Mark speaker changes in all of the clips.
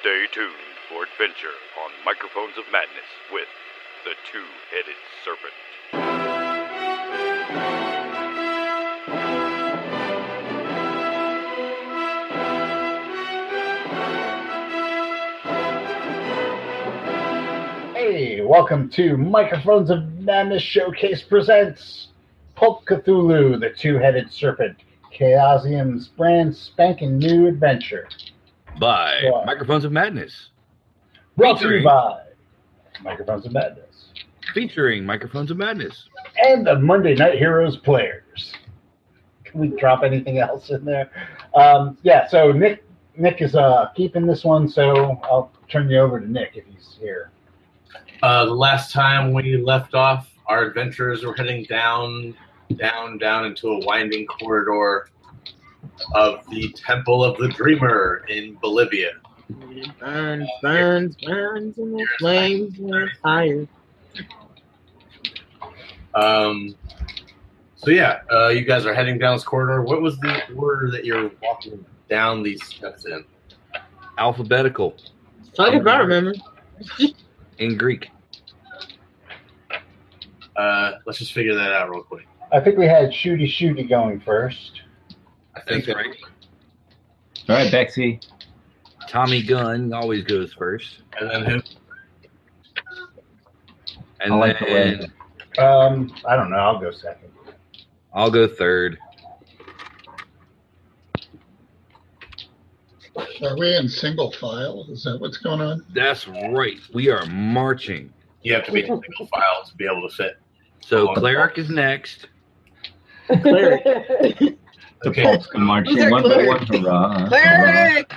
Speaker 1: Stay tuned for adventure on Microphones of Madness with the Two Headed Serpent.
Speaker 2: Hey, welcome to Microphones of Madness Showcase presents Pulp Cthulhu, the Two-Headed Serpent, Chaosium's brand spanking new adventure.
Speaker 3: by
Speaker 2: Yeah.
Speaker 3: Microphones of Madness,
Speaker 2: Brought to you
Speaker 3: Featuring-
Speaker 2: by Microphones of Madness
Speaker 3: featuring Microphones of Madness.
Speaker 2: and the Monday Night Heroes players. Can we drop anything else in there? Um, yeah, so Nick Nick is uh, keeping this one, so I'll turn you over to Nick if he's here.
Speaker 4: Uh, the last time we left off, our adventurers were heading down, down, down into a winding corridor of the Temple of the Dreamer in Bolivia.
Speaker 5: It burns, burns, burns, and the flames are fire.
Speaker 4: Um, so yeah, uh, you guys are heading down this corridor. What was the order that you're walking down these steps in?
Speaker 3: Alphabetical
Speaker 5: Fuck if I remember.
Speaker 3: in Greek.
Speaker 4: Uh, let's just figure that out real quick.
Speaker 2: I think we had Shooty Shooty going first.
Speaker 4: I think
Speaker 3: That's
Speaker 4: that-
Speaker 3: right.
Speaker 6: All right, Bexy.
Speaker 3: Tommy Gunn always goes first,
Speaker 4: And then who?
Speaker 3: and
Speaker 6: I like the way-
Speaker 3: then
Speaker 2: Um, I don't know. I'll go second.
Speaker 3: I'll go third.
Speaker 7: Are we in single file? Is that what's going on?
Speaker 3: That's right. We are marching.
Speaker 4: You have to be in single file to be able to fit.
Speaker 3: So cleric is next.
Speaker 5: Cleric.
Speaker 6: The
Speaker 4: Okay.
Speaker 6: Pulp's can march in
Speaker 5: They're
Speaker 6: one by
Speaker 5: clear.
Speaker 6: one. Hurrah. hurrah.
Speaker 5: Cleric!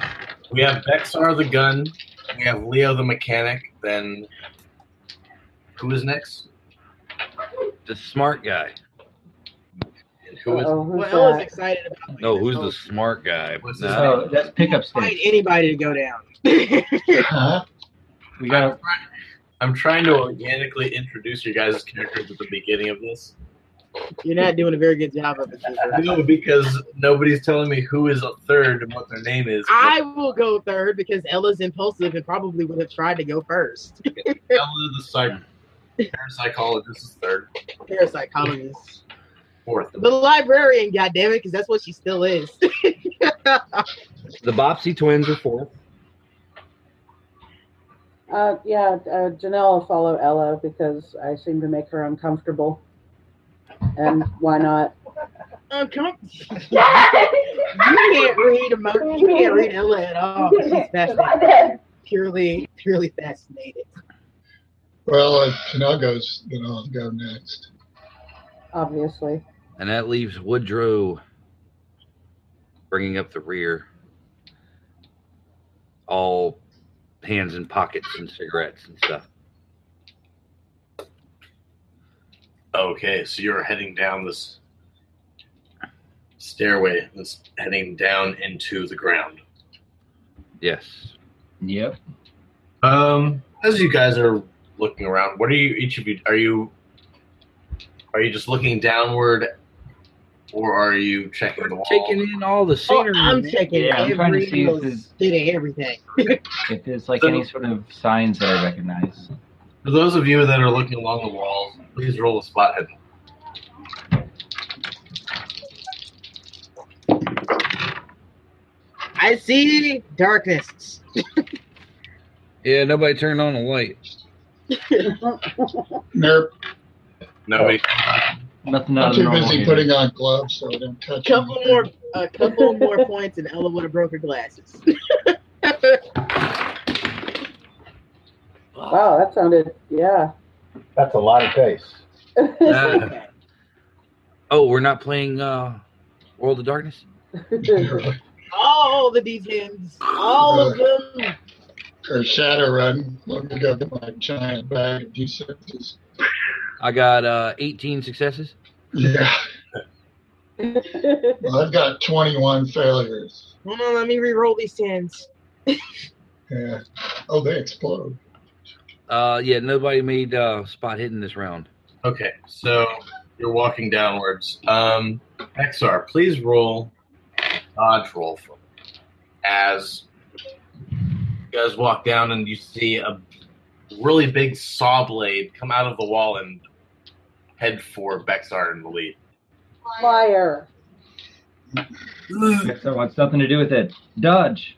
Speaker 4: We have Bexar the gun. We have Leo the mechanic. Then who is next?
Speaker 3: The smart guy.
Speaker 4: And who is?
Speaker 8: Oh,
Speaker 5: Well, I was excited about
Speaker 3: No, who's the smart guy?
Speaker 4: What's his
Speaker 3: No.
Speaker 6: So that's pickup
Speaker 5: Invite
Speaker 6: stage.
Speaker 5: anybody to go down.
Speaker 7: Huh?
Speaker 6: We got
Speaker 4: I'm trying to organically introduce you guys' characters at the beginning of this.
Speaker 5: You're not doing a very good job of it. Cooper.
Speaker 4: No, because nobody's telling me who is a third and what their name is.
Speaker 5: I will go third because Ella's impulsive and probably would have tried to go first.
Speaker 4: Ella the psych- parapsychologist is third,
Speaker 5: Parapsychologist.
Speaker 4: fourth.
Speaker 5: The librarian, goddammit, because that's what she still is.
Speaker 3: The Bopsy twins are fourth.
Speaker 8: Uh, yeah, uh, Janelle will follow Ella because I seem to make her uncomfortable. And why not?
Speaker 5: Um, come on. you can't read emo- you can't read Ella at all. She's fascinated. Purely, purely fascinated.
Speaker 7: Well, if Janelle goes, then I'll go next.
Speaker 8: Obviously.
Speaker 3: And that leaves Woodrow bringing up the rear. All hands in pockets and cigarettes and stuff.
Speaker 4: Okay, so you're heading down this stairway that's heading down into the ground.
Speaker 3: Yes.
Speaker 6: Yep.
Speaker 4: Um, as you guys are looking around, what are you? Each of you are you? Are you just looking downward, or are you checking the wall?
Speaker 3: Taking in all the
Speaker 5: Oh,
Speaker 3: scenery.
Speaker 5: I'm
Speaker 3: man.
Speaker 5: checking
Speaker 6: Yeah, I'm
Speaker 5: every
Speaker 6: trying to see if
Speaker 5: little
Speaker 6: this-
Speaker 5: bit of everything.
Speaker 6: If there's like any sort of signs that I recognize.
Speaker 4: For those of you that are looking along the walls, please roll a spot hidden.
Speaker 5: I see darkness.
Speaker 3: Yeah, nobody turned on the light.
Speaker 7: Nope.
Speaker 4: Nobody.
Speaker 6: Nothing out
Speaker 7: I'm
Speaker 6: of the
Speaker 7: too
Speaker 6: normal.
Speaker 7: busy
Speaker 6: here.
Speaker 7: putting on gloves so I don't
Speaker 5: A
Speaker 7: touch
Speaker 5: couple
Speaker 6: Mm-hmm.
Speaker 7: anything.
Speaker 5: more, a couple more points, and Ella would have broke her glasses.
Speaker 8: Wow, that sounded, yeah.
Speaker 2: That's a lot of dice.
Speaker 3: Uh, oh, we're not playing uh, World of Darkness?
Speaker 5: all the DTMs, all of them.
Speaker 7: or Shadow Run. Let me go get my giant bag of D6s.
Speaker 3: I got uh, 18 successes.
Speaker 7: Yeah. Well, I've got 21 failures.
Speaker 5: Hold on, let me re-roll these tens.
Speaker 7: Yeah. Oh, they explode.
Speaker 3: Uh, yeah, nobody made uh, spot hidden this round.
Speaker 4: Okay, so you're walking downwards. Um, XR, please roll dodge roll for me as You guys walk down and you see a really big saw blade come out of the wall and head for Bexar and the lead.
Speaker 8: Liar.
Speaker 9: Bexar wants nothing to do with it. Dodge.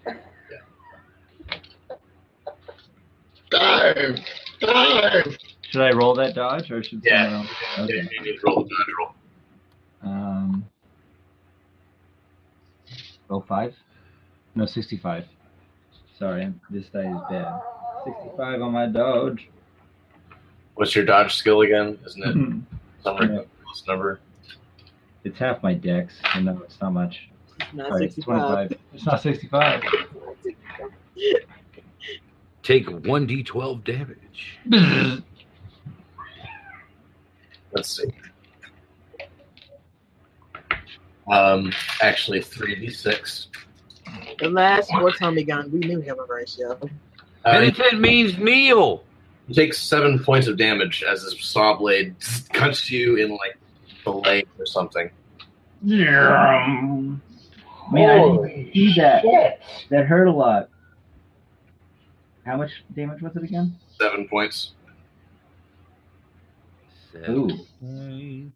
Speaker 10: Dive! Dive!
Speaker 9: Should I roll that dodge or should
Speaker 4: Yeah.
Speaker 9: someone else?
Speaker 4: Yeah,
Speaker 9: Okay.
Speaker 4: you need to roll the dodge roll.
Speaker 9: Um, roll five? No, 65. Sorry, this die is bad. 65 on my dodge.
Speaker 4: What's your dodge skill again? Isn't
Speaker 9: Mm-hmm.
Speaker 4: it somewhere
Speaker 9: Yeah.
Speaker 4: close number?
Speaker 9: It's half my dex. I know it's not much.
Speaker 5: It's not
Speaker 9: Sorry, it's
Speaker 5: 65.
Speaker 9: 25. It's not 65.
Speaker 3: Take 1d12 damage.
Speaker 4: Let's see. Um, actually, 3d6.
Speaker 5: The last war Tommy gun, we knew him a ratio.
Speaker 4: Uh, he
Speaker 3: Penitent means kneel.
Speaker 4: he takes seven points of damage as his saw blade cuts you in like the leg or something.
Speaker 2: Man,
Speaker 9: Man, I didn't see that.
Speaker 2: Shit.
Speaker 9: That hurt a lot. How much damage was it again?
Speaker 4: Seven points.
Speaker 9: Ooh.
Speaker 3: Seven.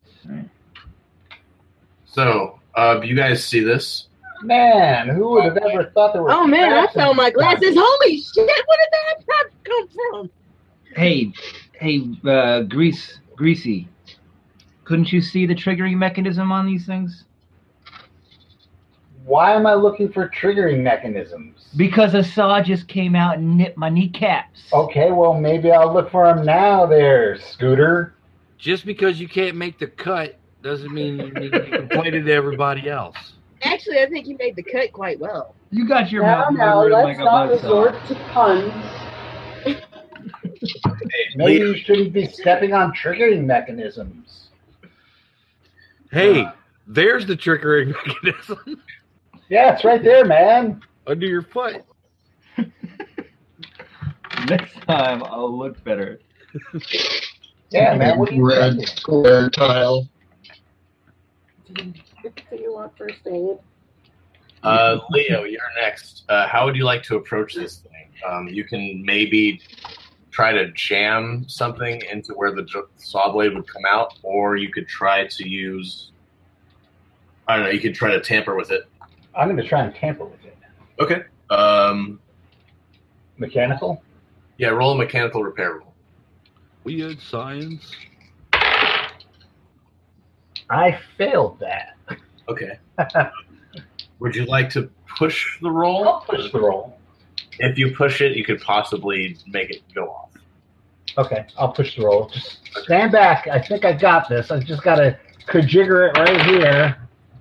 Speaker 4: So, uh, you guys see this?
Speaker 2: Man, who would have ever thought there were?
Speaker 5: Oh man, I
Speaker 2: cracks in
Speaker 5: fell my
Speaker 2: this
Speaker 5: glasses.
Speaker 2: pocket?
Speaker 5: Holy shit, where did that crap come from?
Speaker 9: Hey, hey, uh, Grease, Greasy. Couldn't you see the triggering mechanism on these things?
Speaker 2: Why am I looking for triggering mechanisms?
Speaker 9: Because a saw just came out and nipped my kneecaps.
Speaker 2: okay, well maybe I'll look for them now. There, Scooter.
Speaker 3: Just because you can't make the cut doesn't mean you need to be complaining to everybody else.
Speaker 5: Actually, I think you made the cut quite well.
Speaker 9: You got your
Speaker 8: Now,
Speaker 9: mouth
Speaker 8: now,
Speaker 9: moving
Speaker 8: let's
Speaker 9: like a
Speaker 8: not
Speaker 9: bug saw.
Speaker 8: resort to puns.
Speaker 2: Maybe you shouldn't be stepping on triggering mechanisms.
Speaker 3: Hey, there's the triggering mechanism
Speaker 2: Yeah, it's right there, man.
Speaker 3: under your foot.
Speaker 9: Next time, I'll look better.
Speaker 2: Yeah, man. What are you
Speaker 10: Red
Speaker 2: thinking?
Speaker 10: square tile.
Speaker 8: Do you want first aid?
Speaker 4: Uh, Leo, you're next. Uh, how would you like to approach this thing? Um, you can maybe try to jam something into where the j- saw blade would come out, or you could try to use. I don't know. You could try to tamper with it.
Speaker 2: I'm going to try and tamper with it.
Speaker 4: Okay. Um,
Speaker 2: Mechanical.
Speaker 4: yeah, roll a mechanical repair roll.
Speaker 3: Weird science.
Speaker 2: I failed that.
Speaker 4: Okay. Would you like to push the roll?
Speaker 2: I'll push the roll.
Speaker 4: If you push it, you could possibly make it go off.
Speaker 2: Okay, I'll push the roll. Just stand back. I think I got this. I just got to kajigger it right here,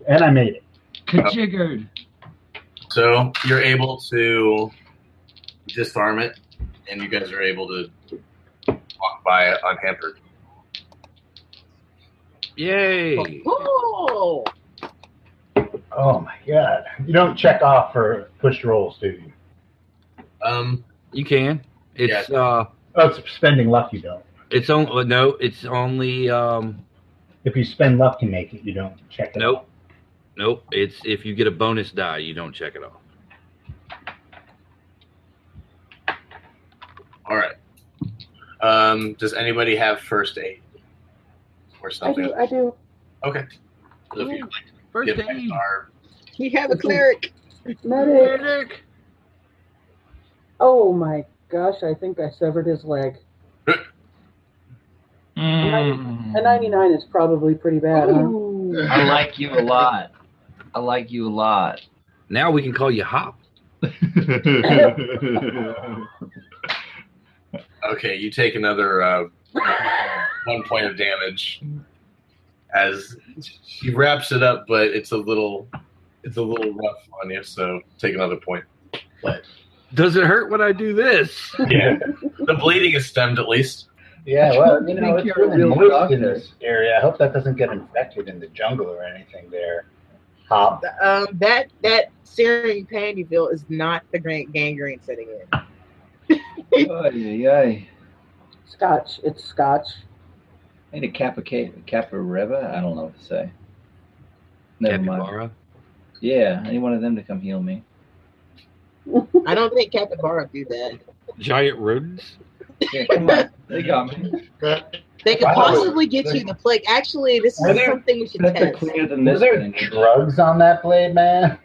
Speaker 2: and I made it.
Speaker 9: Kajiggered.
Speaker 4: So you're able to disarm it, and you guys are able to walk by it unhampered.
Speaker 3: Yay.
Speaker 5: Oh,
Speaker 2: Oh my god! You don't check off for push rolls, do you?
Speaker 4: Um,
Speaker 3: You can. It's uh
Speaker 2: Oh, it's spending luck. You don't.
Speaker 3: it's only no, it's only um
Speaker 2: If you spend luck to make it, you don't check it.
Speaker 3: nope. Nope. It's if you get a bonus die, you don't check it off.
Speaker 4: all right. Um, does anybody have first aid or
Speaker 8: I
Speaker 4: something?
Speaker 8: do. I do.
Speaker 4: Okay. So if you
Speaker 3: First
Speaker 4: give
Speaker 3: aid.
Speaker 4: Bexar-
Speaker 5: you have a cleric.
Speaker 8: Medic. Oh my gosh! I think I severed his leg.
Speaker 9: Mm.
Speaker 8: A 99 is probably pretty bad, huh?
Speaker 9: I like you a lot. I like you a lot.
Speaker 3: Now we can call you Hop.
Speaker 4: Okay, you take another uh, one point of damage as she wraps it up, but it's a little it's a little rough on you, so take another point.
Speaker 3: Does it hurt when I do this?
Speaker 4: Yeah. the bleeding is stemmed at least.
Speaker 2: Yeah, well, you
Speaker 9: I
Speaker 2: know,
Speaker 9: think
Speaker 2: it's
Speaker 9: you're a
Speaker 2: really
Speaker 9: real
Speaker 2: moist
Speaker 9: doctor.
Speaker 2: in this area. I hope that doesn't get infected in the jungle or anything there. Hop.
Speaker 5: Um, that that searing pain you feel is not the great gangrene setting in.
Speaker 9: Ay, ay, ay.
Speaker 8: Scotch. It's Scotch.
Speaker 9: I need a Kappa Ca- Kappa Reva? I don't know what to say. Never mind.
Speaker 3: Capybara.
Speaker 9: Yeah, I need one of them to come heal me.
Speaker 5: I don't think capybara do that.
Speaker 3: Giant rodents.
Speaker 6: Here, come on. They got me.
Speaker 7: That,
Speaker 5: They could
Speaker 2: Wow.
Speaker 5: possibly get you the plague. Actually, this
Speaker 2: Are
Speaker 5: is
Speaker 2: there-
Speaker 5: something we should
Speaker 6: That's a
Speaker 5: test.
Speaker 6: cleaner than
Speaker 2: Was
Speaker 6: this.
Speaker 2: there
Speaker 6: thing.
Speaker 2: drugs on that blade, man?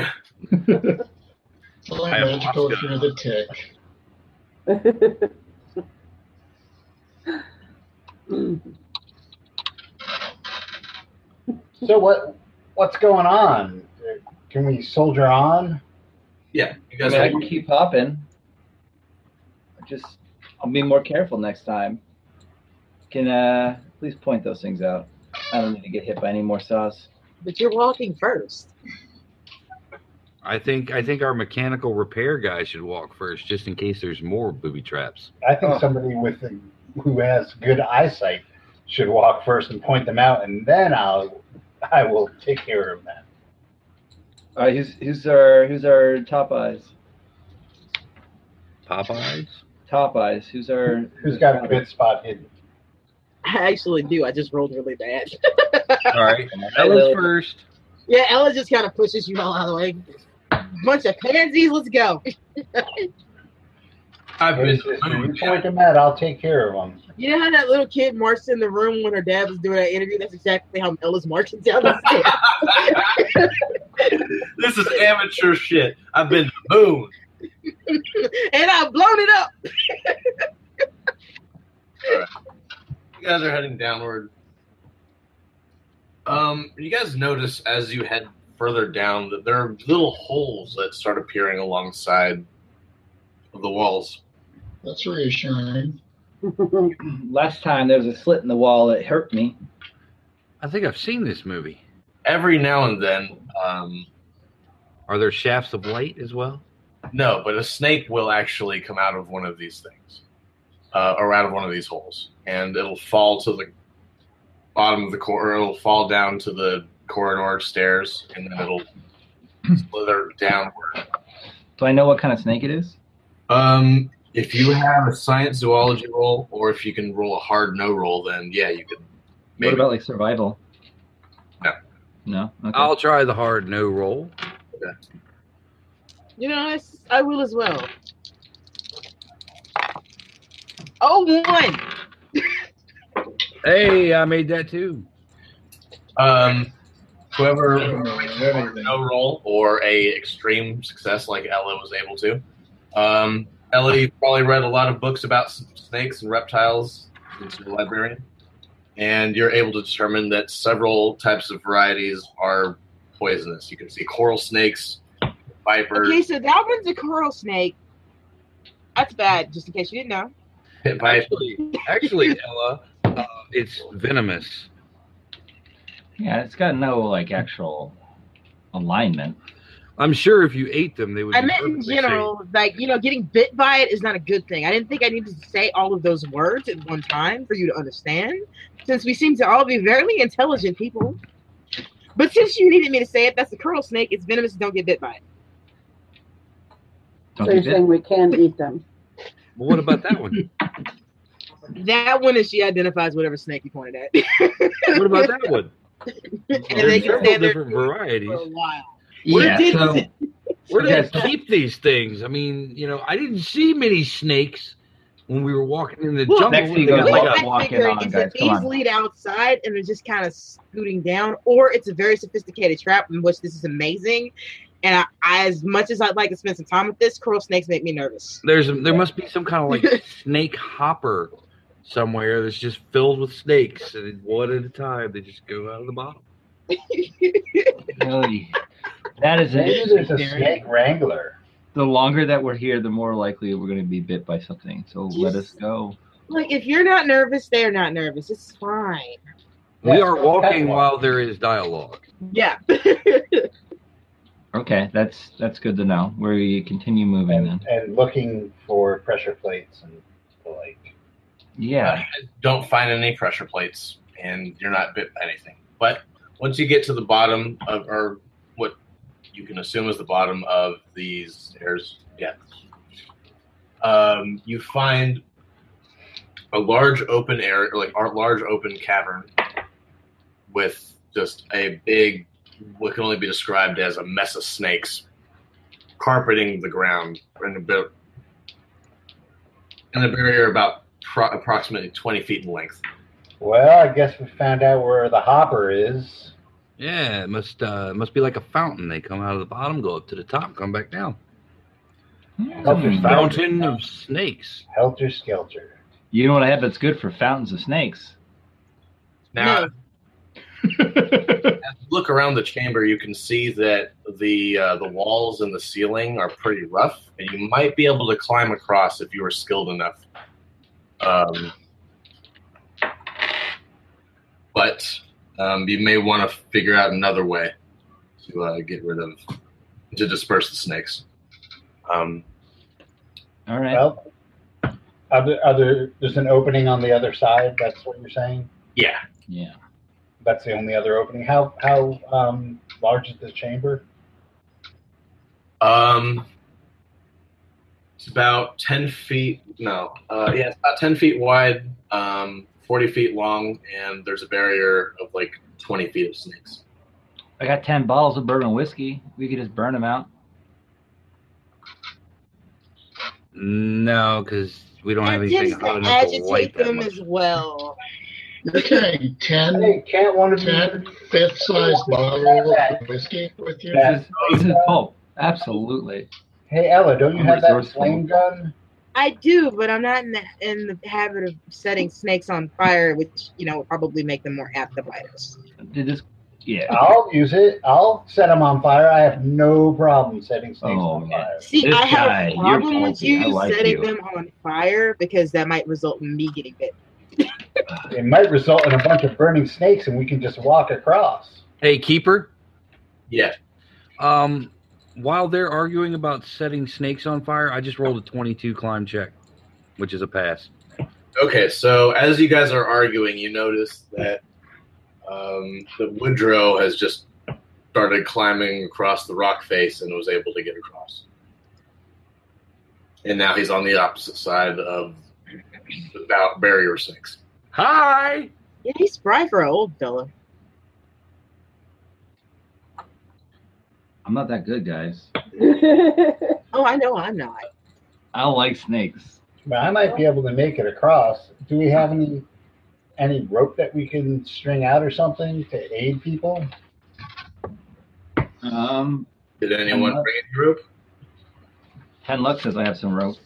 Speaker 7: only
Speaker 1: I have
Speaker 7: magical
Speaker 1: Oscar.
Speaker 7: if you're the tick.
Speaker 2: So what? What's going on? Can we soldier on?
Speaker 4: Yeah, you
Speaker 6: I
Speaker 4: guys.
Speaker 6: mean, I
Speaker 4: Are,
Speaker 6: can keep hopping. Just, I'll be more careful next time. Can uh, please point those things out. I don't need to get hit by any more saws.
Speaker 5: But you're walking first.
Speaker 3: I think I think our mechanical repair guy should walk first, just in case there's more booby traps.
Speaker 2: I think
Speaker 6: Oh.
Speaker 2: somebody with who has good eyesight should walk first and point them out, and then I'll I will take care of them.
Speaker 6: All right, who's who's our who's our top eyes?
Speaker 3: Popeyes.
Speaker 6: Top eyes. Who's our
Speaker 2: Who's got a good spot hidden?
Speaker 5: I actually do. I just rolled really bad.
Speaker 3: All right, Ella's
Speaker 6: Ella.
Speaker 3: first.
Speaker 5: yeah, Ella just kind of pushes you all out of the way. Bunch of pansies. Let's go.
Speaker 4: I've been.
Speaker 2: If you point them out, I'll take care of them.
Speaker 5: You know how that little kid marched in the room when her dad was doing that interview? That's exactly how Ella's marching down the stairs.
Speaker 4: this is amateur shit. I've been to the moon.
Speaker 5: and I've blown it up.
Speaker 4: You guys are heading downward. Um, you guys notice as you head further down that there are little holes that start appearing alongside of the walls.
Speaker 7: That's reassuring.
Speaker 6: Last time there was a slit in the wall that hurt me.
Speaker 3: I think I've seen this movie.
Speaker 4: Every now and then, um,
Speaker 3: Are there shafts of light as well?
Speaker 4: no, but a snake will actually come out of one of these things, uh, or out of one of these holes, and it'll fall to the bottom of the corridor. It'll fall down to the corridor stairs, and then it'll slither downward.
Speaker 6: Do I know what kind of snake it is?
Speaker 4: Um, if you have a science zoology roll, or if you can roll a hard no roll, then yeah, you could. Maybe.
Speaker 6: What about like survival?
Speaker 4: No.
Speaker 6: No. Okay.
Speaker 3: I'll try the hard no roll.
Speaker 5: You know, it's, I will as well. Oh, one.
Speaker 3: Hey, I made that too.
Speaker 4: um, whoever
Speaker 7: I don't know
Speaker 4: hard
Speaker 7: anything.
Speaker 4: no roll or a extreme success like Ella was able to. Um, Ella, you probably read a lot of books about s- snakes and reptiles since you're a librarian, and you're able to determine that several types of varieties are poisonous. You can see coral snakes, vipers,
Speaker 5: Okay, so that one's a coral snake. That's bad, just in case you didn't know.
Speaker 4: pit vipers.
Speaker 3: Actually, actually, Ella, uh, it's venomous.
Speaker 6: Yeah, it's got no like actual alignment.
Speaker 3: I'm sure if you ate them, they would.
Speaker 5: I
Speaker 3: be
Speaker 5: meant in
Speaker 3: perfectly
Speaker 5: general, like, you know, getting bit by it is not a good thing. I didn't think I needed to say all of those words at one time for you to understand, since we seem to all be very intelligent people. But since you needed me to say it, that's a coral snake. It's venomous. Don't get bit by it.
Speaker 6: Don't
Speaker 8: so
Speaker 6: you
Speaker 8: you're
Speaker 6: think?
Speaker 8: saying we can't eat them?
Speaker 3: safe. Well, what about that one?
Speaker 5: That one is she identifies whatever snake you pointed at.
Speaker 3: What about that one?
Speaker 5: and they can
Speaker 3: There's several
Speaker 5: stand there
Speaker 3: different
Speaker 5: for a
Speaker 3: varieties.
Speaker 5: while.
Speaker 6: Yeah.
Speaker 5: did
Speaker 6: So,
Speaker 5: it?
Speaker 3: Where do
Speaker 6: Yes.
Speaker 3: they keep these things? I mean, you know, I didn't see many snakes when we were walking in the
Speaker 5: Well,
Speaker 3: jungle.
Speaker 6: next thing
Speaker 3: They
Speaker 6: you
Speaker 3: got
Speaker 6: know,
Speaker 5: What
Speaker 3: like
Speaker 6: walk-
Speaker 5: I
Speaker 3: a-
Speaker 6: walk in
Speaker 5: figure
Speaker 6: on,
Speaker 5: is
Speaker 6: guys,
Speaker 5: that
Speaker 6: come
Speaker 5: these
Speaker 6: on.
Speaker 5: lead outside and they're just kind of scooting down, or it's a very sophisticated trap in which this is amazing. And I, I, as much as I'd like to spend some time with this, coral snakes make me nervous.
Speaker 3: There's there must be some kind of like snake hopper somewhere that's just filled with snakes, and one at a time they just go out of the bottom.
Speaker 6: Really. That is an
Speaker 2: Maybe there's
Speaker 6: interesting
Speaker 2: a
Speaker 6: theory.
Speaker 2: snake wrangler.
Speaker 6: The longer that we're here, the more likely we're going to be bit by something. So let us go.
Speaker 5: Like, if you're not nervous, they're not nervous. It's fine.
Speaker 3: We
Speaker 2: Yes,
Speaker 3: are
Speaker 2: that's
Speaker 3: walking
Speaker 2: one.
Speaker 3: while there is dialogue.
Speaker 5: Yeah.
Speaker 6: Okay, that's that's good to know. We continue moving then.
Speaker 2: and, and looking for pressure plates and the like.
Speaker 6: Yeah.
Speaker 4: don't find any pressure plates and you're not bit by anything. But once you get to the bottom of, or what you can assume is the bottom of these stairs, yeah, um, you find a large open area, like a large open cavern with just a big, what can only be described as a mess of snakes carpeting the ground and a bit, and a barrier about pro- approximately twenty feet in length.
Speaker 2: Well, I guess we found out where the hopper is.
Speaker 3: Yeah, it must uh, must be like a fountain. They come out of the bottom, go up to the top, come back down. Hmm.
Speaker 2: Helter Skelter.
Speaker 3: Fountain of snakes.
Speaker 2: Helter Skelter.
Speaker 6: You know what I have that's good for fountains of snakes?
Speaker 4: Now,
Speaker 5: No.
Speaker 4: as you look around the chamber, you can see that the uh, the walls and the ceiling are pretty rough, and you might be able to climb across if you were skilled enough. Um, but um, you may want to figure out another way to uh, get rid of to disperse the snakes. Um,
Speaker 6: All right.
Speaker 2: Well, are there, are there, there's an opening on the other side. That's what you're saying.
Speaker 4: yeah,
Speaker 6: yeah.
Speaker 2: That's the only other opening. How how um, large is the chamber?
Speaker 4: um, it's about ten feet. No, uh, yeah, it's about ten feet wide, um, forty feet long, and there's a barrier of like twenty feet of snakes.
Speaker 6: I got 10 bottles of bourbon whiskey. We could just burn them out.
Speaker 3: No, because we don't have
Speaker 5: That
Speaker 3: anything
Speaker 5: tends
Speaker 3: hot
Speaker 5: to
Speaker 3: enough to light
Speaker 5: agitate
Speaker 3: that
Speaker 5: them
Speaker 3: much.
Speaker 5: as well.
Speaker 7: Okay, 10,
Speaker 2: Hey, can't one of you?
Speaker 7: 10 fifth-sized bottles of whiskey with you?
Speaker 2: Yeah.
Speaker 6: This is, this is pulp. Absolutely.
Speaker 2: Hey Ella, don't you
Speaker 6: I'm
Speaker 2: have that
Speaker 6: resourceful.
Speaker 2: flame gun?
Speaker 5: I do, but I'm not in the in the habit of setting snakes on fire, which you know will probably make them more apt to bite us.
Speaker 6: Did this? Yeah.
Speaker 2: I'll use it. I'll set them on fire. I have no problem setting snakes
Speaker 6: Oh,
Speaker 2: on
Speaker 6: man.
Speaker 2: fire.
Speaker 5: See,
Speaker 6: This
Speaker 5: I have
Speaker 6: guy,
Speaker 5: a
Speaker 6: you're
Speaker 5: problem with
Speaker 6: faulty. I
Speaker 5: you
Speaker 6: like
Speaker 5: setting
Speaker 6: you.
Speaker 5: them on fire because that might result in me getting bit.
Speaker 2: It might result in a bunch of burning snakes, and we can just walk across.
Speaker 3: Hey, keeper.
Speaker 4: Yeah.
Speaker 3: Um, while they're arguing about setting snakes on fire, I just rolled a twenty-two climb check, which is a pass.
Speaker 4: Okay, so as you guys are arguing, you notice that um, the Woodrow has just started climbing across the rock face and was able to get across. And now he's on the opposite side of the ba- barrier sinks.
Speaker 3: Hi.
Speaker 5: Yeah, he's spry for an old fella.
Speaker 6: I'm not that good, guys.
Speaker 5: Oh, I know, I'm not.
Speaker 6: I don't like snakes.
Speaker 2: But I might be able to make it across. Do we have any any rope that we can string out or something to aid people?
Speaker 6: Um,
Speaker 4: Did anyone bring any rope?
Speaker 6: 10 luck says I have some rope.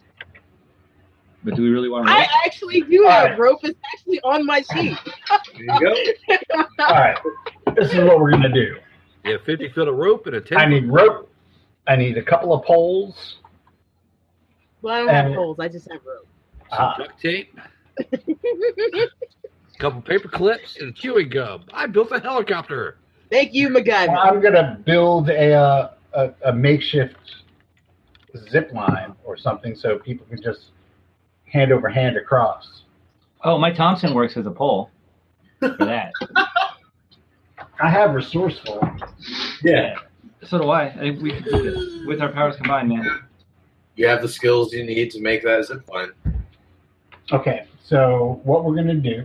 Speaker 6: But do we really want rope?
Speaker 5: I actually do
Speaker 2: All
Speaker 5: have
Speaker 2: right.
Speaker 5: rope. It's actually on my sheet.
Speaker 4: There you go.
Speaker 2: All right, this is what we're gonna do.
Speaker 3: Yeah, fifty foot of rope and a ten.
Speaker 2: I need rope. I need a couple of poles.
Speaker 5: Well, I don't have
Speaker 2: And-
Speaker 5: poles. I just have rope.
Speaker 2: Ah.
Speaker 3: some duct tape, a couple paper clips, and chewing gum. I built a helicopter.
Speaker 5: Thank you,
Speaker 2: Well,
Speaker 5: MacGyver.
Speaker 2: I'm gonna build a, uh, a a makeshift zip line or something so people can just hand over hand across.
Speaker 6: Oh, my Thompson works as a pole for that.
Speaker 2: I have resourceful.
Speaker 4: Yeah.
Speaker 6: so do I. I think we could do this with our powers combined, man.
Speaker 4: You have the skills you need to make that zip line.
Speaker 2: Okay, so what we're gonna do?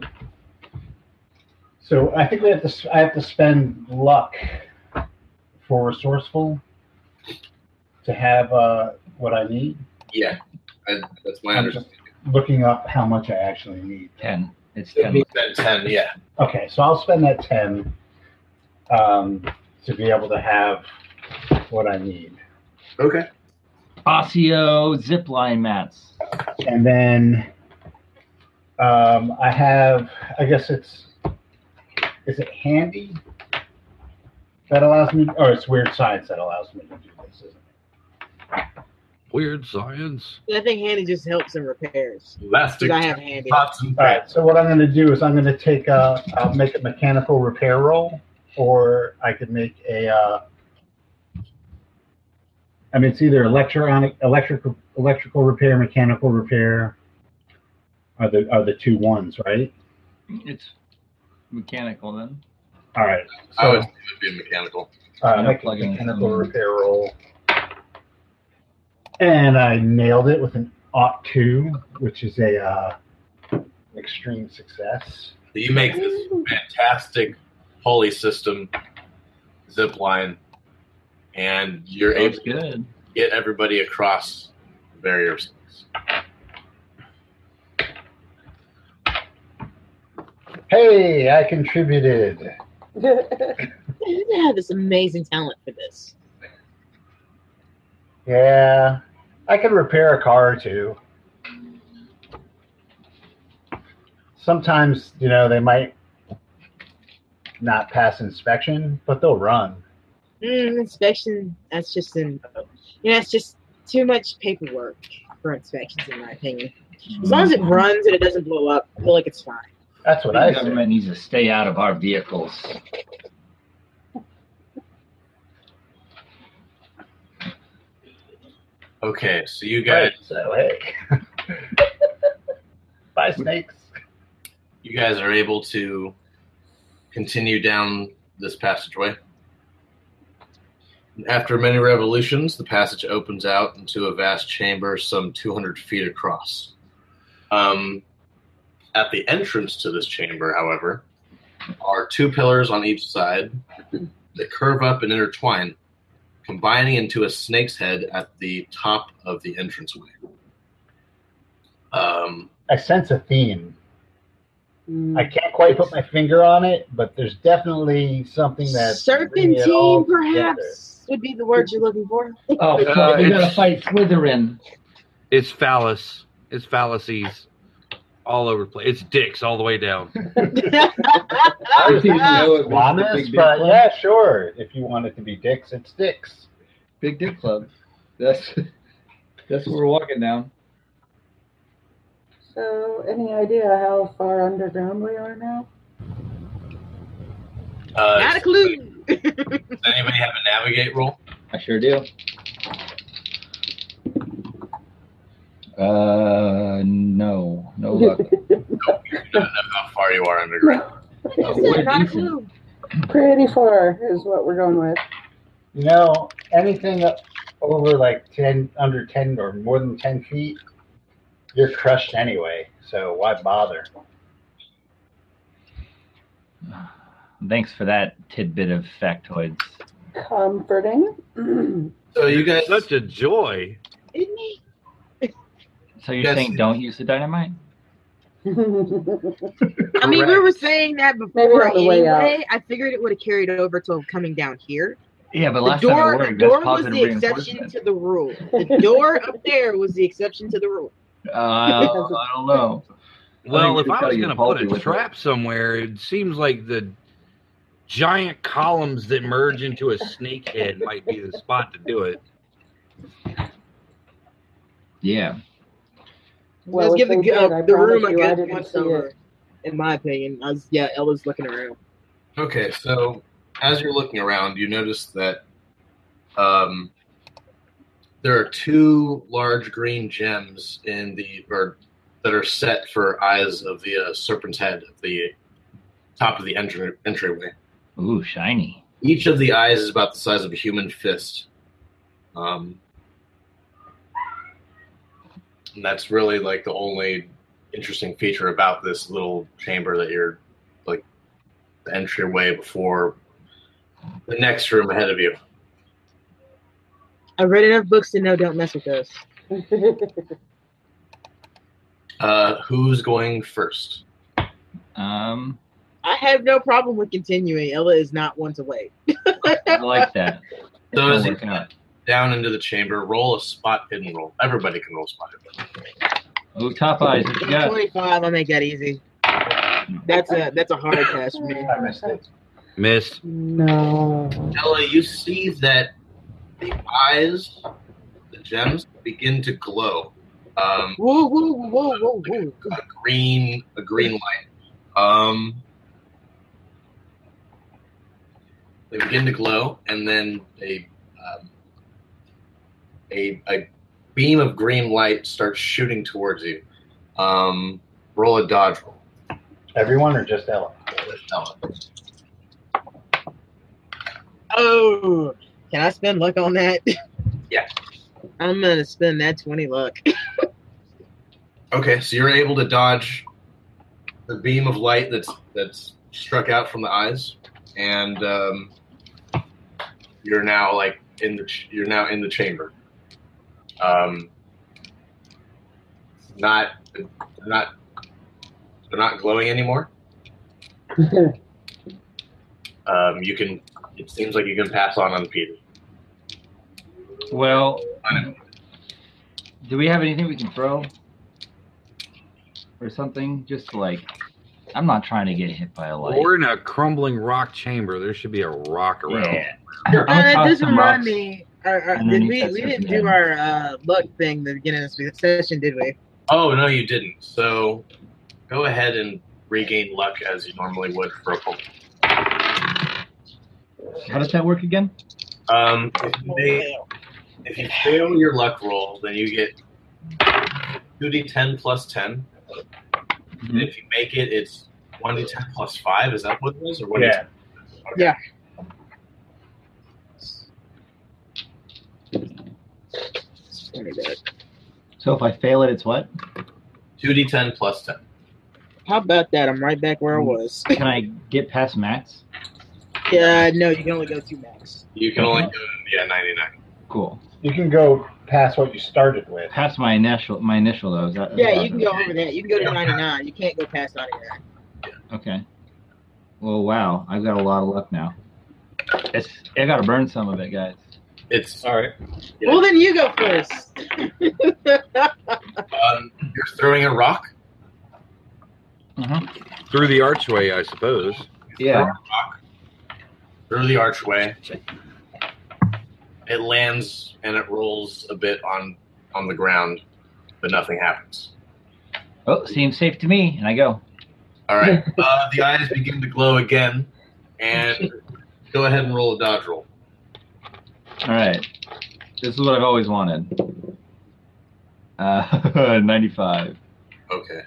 Speaker 2: So I think we have to. s- I have to spend luck for resourceful to have uh, what I need.
Speaker 4: Yeah, I, that's my
Speaker 2: I'm just
Speaker 4: understanding.
Speaker 2: looking up how much I actually need.
Speaker 6: Ten. It's
Speaker 4: It
Speaker 6: ten.
Speaker 4: means that 10, yeah.
Speaker 2: Okay, so I'll spend that ten um, to be able to have what I need,
Speaker 4: Okay.
Speaker 6: Osseo zip line mats.
Speaker 2: and then um, I have. I guess it's is it handy that allows me, or it's weird science that allows me to do this, isn't it?
Speaker 3: Weird science.
Speaker 5: I think Handy just helps in repairs.
Speaker 4: Elastic.
Speaker 5: 'Cause I have Handy.
Speaker 4: pots and
Speaker 2: All right. So what I'm going to do is I'm going to take a, I'll make a mechanical repair roll, or I could make a. Uh, I mean, it's either electronic, electrical, electrical repair, mechanical repair. Are the are the two ones right?
Speaker 6: It's mechanical then.
Speaker 2: All right. So
Speaker 4: I would say it would be mechanical.
Speaker 2: uh, I make a
Speaker 6: plug in
Speaker 2: mechanical
Speaker 6: some-
Speaker 2: repair roll, and I nailed it with an ought two, which is a uh, extreme success.
Speaker 4: You make this fantastic pulley system zip line, and you're
Speaker 6: It's
Speaker 4: able
Speaker 6: good.
Speaker 4: get everybody across the barriers.
Speaker 2: Hey, I contributed.
Speaker 5: You have this amazing talent for this.
Speaker 2: Yeah, I could repair a car or two. Sometimes, you know, they might not pass inspection, but they'll run.
Speaker 5: Mm, inspection. That's just in. You know, it's just too much paperwork for inspections, in my opinion. As long as it runs and it doesn't blow up, I feel like it's fine.
Speaker 2: That's what
Speaker 9: The
Speaker 2: I say.
Speaker 9: government needs to stay out of our vehicles.
Speaker 4: Okay, so you guys
Speaker 2: Right, so hey. Bye, snakes.
Speaker 4: you guys are able to continue down this passageway. After many revolutions, the passage opens out into a vast chamber some 200 feet across. Um, at the entrance to this chamber, however, are two pillars on each side that curve up and intertwine, combining into a snake's head at the top of the entranceway. Um,
Speaker 2: I sense a theme.
Speaker 8: Mm.
Speaker 2: I can't quite put my finger on it, but there's definitely something that bringing it all
Speaker 5: Serpentine,
Speaker 2: together.
Speaker 5: perhaps, would be the word you're looking for.
Speaker 6: Oh,
Speaker 3: Uh,
Speaker 6: we're gonna
Speaker 3: it's-
Speaker 6: fight Slytherin.
Speaker 3: It's phallus. It's fallacies all over the place. It's dicks all the way down.
Speaker 7: I didn't even know it was the
Speaker 2: Llamas,
Speaker 7: big, big
Speaker 2: but
Speaker 7: one.
Speaker 2: yeah, sure. If you want it to be dicks, it's dicks.
Speaker 6: Big Dick Club. That's that's what we're walking down.
Speaker 8: So, any idea how far underground we are now?
Speaker 4: uh,
Speaker 5: Not a clue.
Speaker 4: Does anybody have a navigate roll?
Speaker 6: I sure do.
Speaker 9: Uh, no, no luck.
Speaker 4: How far you are underground?
Speaker 6: we're
Speaker 5: Not a
Speaker 6: decent.
Speaker 5: clue.
Speaker 8: Pretty far is what we're going with.
Speaker 2: You know, anything up- over like ten, under ten, or more than ten feet, you're crushed anyway. So why bother?
Speaker 9: Thanks for that tidbit of factoids.
Speaker 8: Comforting.
Speaker 4: So you guys,
Speaker 3: Such a joy.
Speaker 5: Isn't he?
Speaker 9: So you're
Speaker 4: Yes.
Speaker 9: saying don't use the dynamite?
Speaker 8: Maybe
Speaker 5: I mean, we
Speaker 3: Correct.
Speaker 5: were saying that before
Speaker 8: on the way out.
Speaker 5: anyway. I figured it would have carried over till coming down here.
Speaker 9: Yeah, but
Speaker 5: The
Speaker 9: last time I
Speaker 5: door, the
Speaker 9: ordered, that's
Speaker 5: door was
Speaker 9: positive
Speaker 5: the exception
Speaker 9: reinforcement.
Speaker 5: to the rule. The door up there was the exception to the rule.
Speaker 9: Uh, I don't know.
Speaker 3: Well,
Speaker 9: I
Speaker 3: if
Speaker 9: think
Speaker 3: I was
Speaker 9: you
Speaker 3: going to
Speaker 9: faulty
Speaker 3: put a
Speaker 9: with it.
Speaker 3: trap somewhere, it seems like the giant columns that merge into a snake head might be the spot to do it.
Speaker 9: Yeah.
Speaker 8: Well,
Speaker 5: Let's
Speaker 8: if
Speaker 5: give the,
Speaker 8: they
Speaker 5: uh,
Speaker 8: did, I
Speaker 5: the room
Speaker 8: promise
Speaker 5: a
Speaker 8: you I
Speaker 5: good
Speaker 8: didn't
Speaker 5: once
Speaker 8: see it.
Speaker 5: over. In my opinion, I was, yeah, Ella's looking around.
Speaker 4: okay. So as you're looking around, you notice that um, there are two large green gems in the or that are set for eyes of the uh, serpent's head at the top of the entry entryway.
Speaker 9: Ooh, shiny.
Speaker 4: Each of the eyes is about the size of a human fist. Um, and that's really like the only interesting feature about this little chamber that you're like the entryway before the next room ahead of you.
Speaker 5: I've read enough books to know don't mess with those.
Speaker 4: Uh, who's going first?
Speaker 9: Um,
Speaker 5: I have no problem with continuing. Ella is not one to wait.
Speaker 9: I like that.
Speaker 4: So as
Speaker 9: It's
Speaker 4: you
Speaker 9: working out.
Speaker 4: down into the chamber, roll a spot hidden roll. Everybody can roll spot hidden.
Speaker 9: Ooh, top eyes. What you got?
Speaker 5: Twenty-five, I make that easy. That's a that's a hard pass for me.
Speaker 2: I missed it.
Speaker 3: Miss,
Speaker 8: no.
Speaker 4: Ella, you see that the eyes, the gems, begin to glow. Um,
Speaker 5: Woo woo woo woo woo woo.
Speaker 4: a green a green light. Um, they begin to glow, and then a um, a a beam of green light starts shooting towards you. Um, roll a dodge roll.
Speaker 2: Everyone or just Ella?
Speaker 4: Ella.
Speaker 5: Oh, can I spend luck on that?
Speaker 4: Yeah.
Speaker 5: I'm gonna spend that twenty luck.
Speaker 4: Okay, so you're able to dodge the beam of light that's that's struck out from the eyes, and um, you're now like in the ch- you're now in the chamber. Um, not, they're not, they're not glowing anymore. Um, you can. It seems like you can pass on unimpeded.
Speaker 9: Well,
Speaker 4: I
Speaker 9: do we have anything we can throw or something? Just like, I'm not trying to get hit by a light.
Speaker 3: We're in a crumbling rock chamber. There should be a rock around.
Speaker 9: yeah.
Speaker 5: Uh,
Speaker 9: I'll
Speaker 5: that
Speaker 9: toss
Speaker 5: does
Speaker 9: some
Speaker 5: remind
Speaker 9: rocks.
Speaker 5: me. Uh, uh,
Speaker 9: And then
Speaker 5: did
Speaker 9: you
Speaker 5: we
Speaker 9: touch
Speaker 5: we
Speaker 9: it
Speaker 5: didn't
Speaker 9: again.
Speaker 5: do our uh, luck thing the beginning of this session, did we?
Speaker 4: Oh no, you didn't. So, go ahead and regain luck as you normally would for a pull.
Speaker 9: How does that work again?
Speaker 4: Um, if you, fail, if you fail your luck roll, then you get two d ten plus 10
Speaker 9: Hmm.
Speaker 4: And if you make it, it's one d ten plus five. Is that what it is, or one
Speaker 2: Yeah.
Speaker 9: So if I fail it, it's what?
Speaker 4: two d ten plus ten?
Speaker 5: How about that? I'm right back
Speaker 9: Mm.
Speaker 5: where I was.
Speaker 9: Can I get past Max?
Speaker 5: Yeah, no, you can only go two max.
Speaker 4: You can only do yeah ninety nine.
Speaker 9: Cool.
Speaker 2: You can go past what you started with.
Speaker 9: Past my initial, my initial though. Is that, is
Speaker 5: Yeah,
Speaker 9: that-
Speaker 5: you can go over that. You can go to 99. You can't go past 99.
Speaker 9: Okay. Well, wow, I've got a lot of luck now. It's I gotta burn some of it, guys.
Speaker 4: It's
Speaker 3: All right.
Speaker 4: Yeah.
Speaker 5: Well, then you go first.
Speaker 4: um, you're throwing a rock.
Speaker 3: Through the archway, I suppose.
Speaker 9: Yeah.
Speaker 4: through the archway. It lands and it rolls a bit on on the ground, but nothing happens.
Speaker 9: Oh, seems safe to me, and I go.
Speaker 4: All right, uh, the eyes begin to glow again, and go ahead and roll a dodge roll.
Speaker 9: All right. This is what I've always wanted. Uh, 95.
Speaker 4: Okay.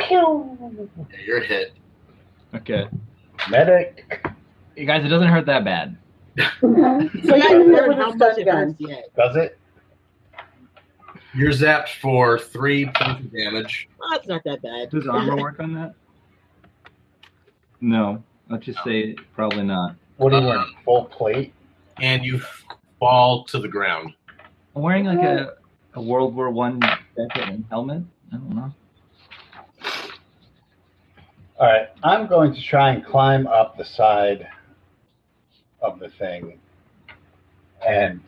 Speaker 4: Yeah, you're hit.
Speaker 9: Okay.
Speaker 2: Medic.
Speaker 9: You guys, it doesn't hurt that bad.
Speaker 5: So
Speaker 8: you
Speaker 5: you
Speaker 8: can hit
Speaker 5: remember
Speaker 8: with
Speaker 5: how
Speaker 8: a
Speaker 5: much
Speaker 8: stun
Speaker 5: it hurts
Speaker 8: gun.
Speaker 5: yet.
Speaker 2: Does it?
Speaker 4: You're zapped for three points of damage.
Speaker 5: Oh, it's not that bad.
Speaker 9: Does armor work on that? No. Let's just say probably not.
Speaker 2: What are you wearing? Full plate?
Speaker 4: and you fall to the ground.
Speaker 9: I'm wearing like a, a World War One jacket and helmet. I don't know.
Speaker 2: All right. I'm going to try and climb up the side of the thing. And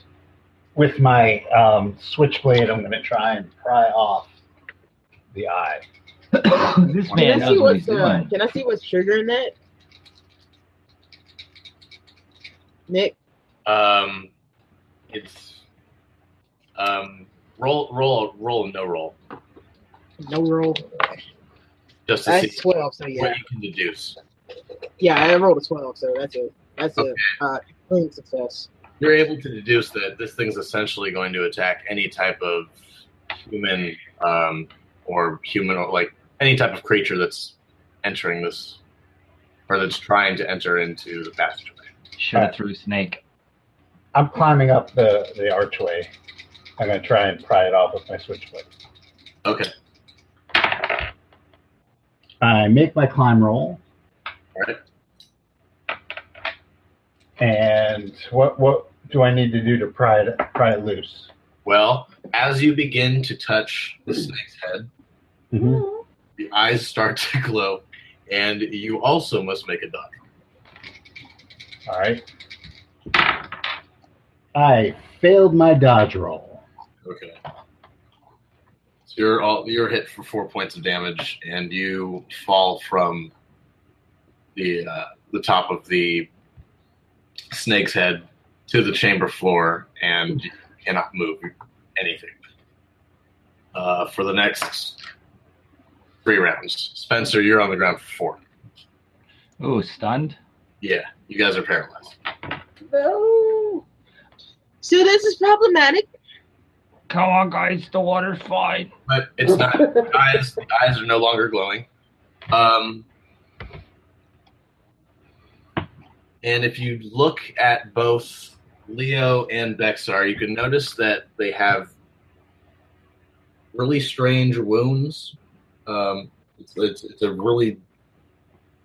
Speaker 2: with my um, switchblade, I'm going to try and pry off the eye.
Speaker 9: this man
Speaker 5: Can I, see
Speaker 9: knows what he's
Speaker 5: what's, uh,
Speaker 9: doing.
Speaker 5: can I see what's triggering that? Nick,
Speaker 4: Um, it's um, roll, roll, roll, no roll,
Speaker 5: no roll.
Speaker 4: just to
Speaker 5: That's
Speaker 4: see
Speaker 5: 12, so yeah.
Speaker 4: what you can deduce.
Speaker 5: Yeah, I rolled a 12, so that's a, that's a uh, clean success.
Speaker 4: You're able to deduce that this thing's essentially going to attack any type of human um, or human, or like any type of creature that's entering this or that's trying to enter into the passageway.
Speaker 9: Should have threw snake.
Speaker 2: I'm climbing up the, the archway. I'm going to try and pry it off with my switchblade.
Speaker 4: Okay.
Speaker 2: I make my climb roll.
Speaker 4: Alright.
Speaker 2: And what what do I need to do to pry it pry it loose?
Speaker 4: Well, as you begin to touch the snake's head,
Speaker 2: Mm-hmm.
Speaker 4: the eyes start to glow, and you also must make a dodge.
Speaker 2: All right. I failed my dodge roll.
Speaker 4: Okay. So you're all you're hit for four points of damage, and you fall from the uh, the top of the snake's head to the chamber floor, and you cannot move anything uh, for the next three rounds. Spencer, you're on the ground for four.
Speaker 9: Ooh, stunned.
Speaker 4: Yeah, you guys are paralyzed.
Speaker 8: No.
Speaker 5: So this is problematic.
Speaker 9: Come on, guys, the water's fine.
Speaker 4: But it's not the eyes the eyes are no longer glowing. Um, and if you look at both Leo and Bexar, you can notice that they have really strange wounds. Um, it's, it's, it's a really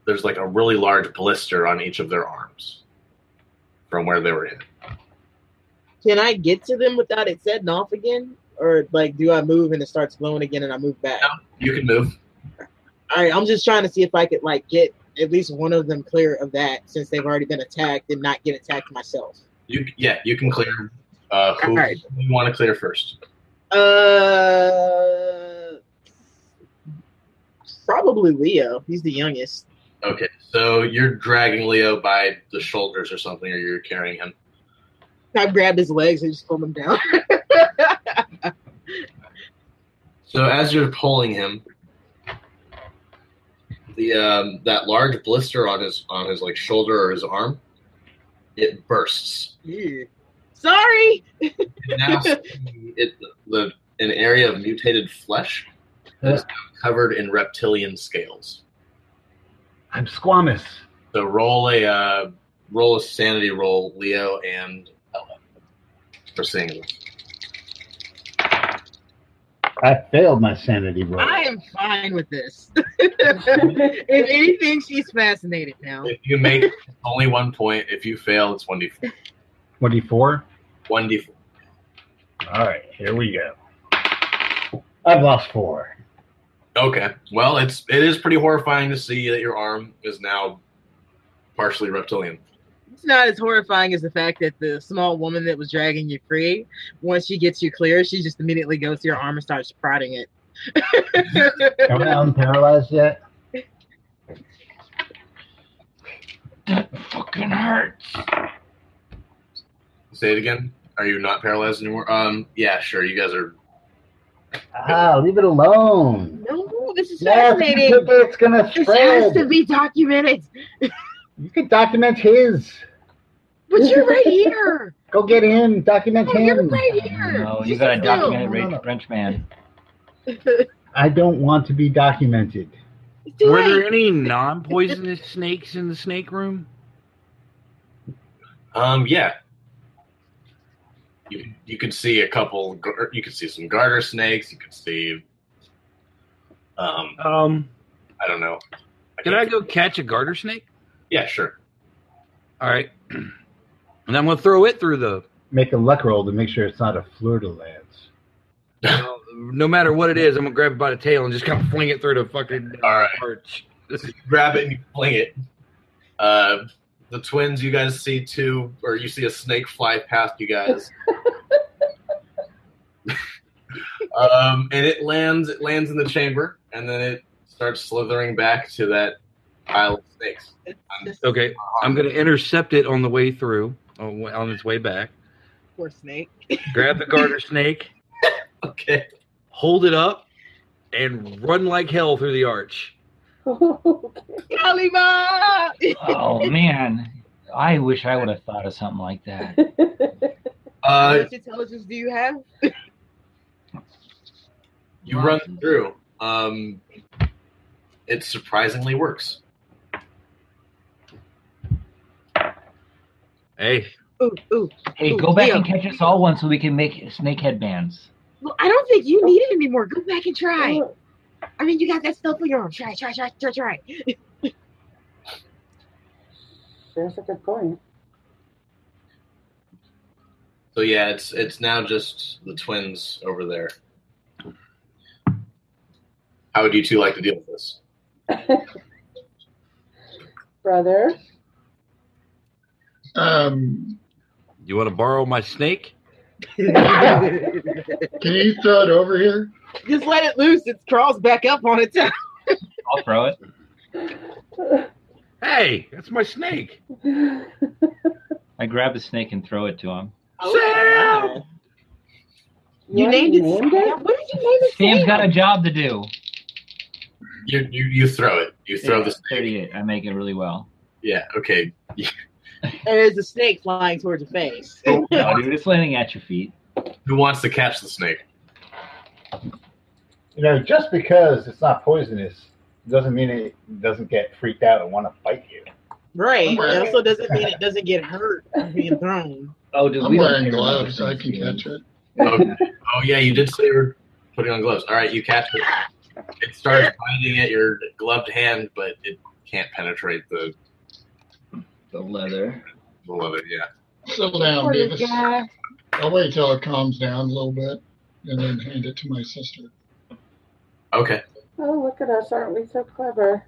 Speaker 4: there's like a really large blister on each of their arms from where they were hit.
Speaker 5: Can I get to them without it setting off again? Or like do I move and it starts glowing again and I move back?
Speaker 4: You can move.
Speaker 5: All right, I'm just trying to see if I could like get at least one of them clear of that since they've already been attacked and not get attacked myself.
Speaker 4: You yeah, you can clear. Uh, who
Speaker 5: Alright.
Speaker 4: you want to clear first?
Speaker 5: Uh, probably Leo. He's the youngest.
Speaker 4: Okay, so you're dragging Leo by the shoulders or something, or you're carrying him.
Speaker 5: I grabbed his legs and just pulled him down.
Speaker 4: So as you're pulling him, the um, that large blister on his on his like shoulder or his arm, it bursts.
Speaker 5: Yeah. Sorry.
Speaker 4: And now it the an area of mutated flesh that is now covered in reptilian scales.
Speaker 2: I'm squamous.
Speaker 4: So roll a uh, roll a sanity roll, Leo and Ella, for seeing this.
Speaker 2: I failed my sanity roll.
Speaker 5: I am fine with this. if anything, she's fascinated now.
Speaker 4: If you make only one point, if you fail, it's one d four.
Speaker 2: What do you four?
Speaker 4: One d four.
Speaker 2: All right, here we go. I've lost four.
Speaker 4: Okay. Well, it's it is pretty horrifying to see that your arm is now partially reptilian.
Speaker 5: It's not as horrifying as the fact that the small woman that was dragging you free, once she gets you clear, she just immediately goes to your arm and starts prodding it.
Speaker 2: Am I unparalyzed yet?
Speaker 9: Fucking hurt.
Speaker 4: Say it again. Are you not paralyzed anymore? Um. Yeah. Sure. You guys are.
Speaker 2: Ah, leave it alone.
Speaker 5: no, this is
Speaker 2: Yes,
Speaker 5: fascinating.
Speaker 2: it's gonna
Speaker 5: This has to
Speaker 2: spread.
Speaker 5: be documented.
Speaker 2: You can document his.
Speaker 5: But you're right here.
Speaker 2: Go get him. Document
Speaker 5: Oh, you're
Speaker 2: him.
Speaker 5: right here.
Speaker 9: No, you
Speaker 5: She's
Speaker 9: gotta
Speaker 5: so
Speaker 9: document it,
Speaker 2: No, no, no.
Speaker 9: Wrench, Wrench Man.
Speaker 2: I don't want to be documented.
Speaker 5: It's too
Speaker 3: Were there
Speaker 5: late.
Speaker 3: any non-poisonous snakes in the snake room?
Speaker 4: Um. Yeah. You you could see a couple. gar- You could see some garter snakes. You could see. Um.
Speaker 3: Um,
Speaker 4: I don't know.
Speaker 3: did I
Speaker 4: can't-
Speaker 3: go catch a garter snake?
Speaker 4: Yeah. Sure.
Speaker 3: All right, and I'm gonna throw it through the.
Speaker 2: Make a luck roll to make sure it's not a fleur de lance.
Speaker 3: no- no matter what it is, I'm gonna grab it by the tail and just kind of fling it through the fucking uh,
Speaker 4: All right.
Speaker 3: arch.
Speaker 4: grab it and you fling it. Uh, the twins, you guys see two, or you see a snake fly past you guys. um, and it lands. It lands in the chamber, and then it starts slithering back to that pile of snakes.
Speaker 3: Okay, I'm gonna intercept it on the way through, on, on its way back.
Speaker 5: Poor snake.
Speaker 3: Grab the garter snake,
Speaker 4: Okay.
Speaker 3: hold it up, and run like hell through the arch.
Speaker 5: Kalima!
Speaker 9: Oh man, I wish I would have thought of something like that.
Speaker 5: How
Speaker 4: Uh,
Speaker 5: much intelligence do you have?
Speaker 4: you run through. Um, it surprisingly works.
Speaker 3: Hey,
Speaker 5: Ooh, ooh.
Speaker 9: Hey,
Speaker 5: Ooh,
Speaker 9: go back
Speaker 5: Leo.
Speaker 9: and catch us all one so we can make snake headbands.
Speaker 5: Well, I don't think you need it anymore. Go back and try. I mean, you got that stuff on your arm. Try, try, try, try, try.
Speaker 8: There's a good point.
Speaker 4: So yeah, it's it's now just the twins over there. How would you two like to deal with this?
Speaker 8: Brother,
Speaker 7: Um,
Speaker 3: you want to borrow my snake?
Speaker 7: can you throw it over here?
Speaker 5: Just let it loose. It crawls back up on its own.
Speaker 9: I'll throw it.
Speaker 3: Hey, that's my snake.
Speaker 9: I grab the snake and throw it to him.
Speaker 3: Sam!
Speaker 5: Oh, You
Speaker 8: Yeah,
Speaker 5: named it.
Speaker 8: named
Speaker 5: Sam?
Speaker 8: it?
Speaker 5: What did you name it?
Speaker 9: Sam's
Speaker 5: Sam?
Speaker 9: got a job to do.
Speaker 4: You you, you throw it. You throw
Speaker 9: Yeah,
Speaker 4: the snake.
Speaker 9: Thirty-eight. I make it really well.
Speaker 4: Yeah. Okay.
Speaker 5: And there's a snake flying towards your face.
Speaker 7: Oh,
Speaker 9: No, dude, it's landing at your feet.
Speaker 4: Who wants to catch the snake?
Speaker 2: You know, just because it's not poisonous doesn't mean it doesn't get freaked out and want to bite you.
Speaker 5: Right. It also doesn't mean it doesn't get hurt from being thrown.
Speaker 9: Oh, dude,
Speaker 7: I'm
Speaker 9: we don't
Speaker 7: wearing
Speaker 9: care about
Speaker 7: gloves,
Speaker 9: the
Speaker 7: so I
Speaker 9: snake's
Speaker 7: can
Speaker 9: feelings.
Speaker 7: catch it.
Speaker 4: Oh, oh yeah, you did say you were putting on gloves. All right, you catch it. It starts biting at your gloved hand, but it can't penetrate the,
Speaker 9: The leather.
Speaker 4: the leather. Yeah.
Speaker 7: Settle down,
Speaker 8: Poor
Speaker 7: Beavis.
Speaker 8: guy.
Speaker 7: I'll wait till it calms down a little bit and then hand it to my sister.
Speaker 4: Okay.
Speaker 8: Oh, look at us. Aren't we so clever?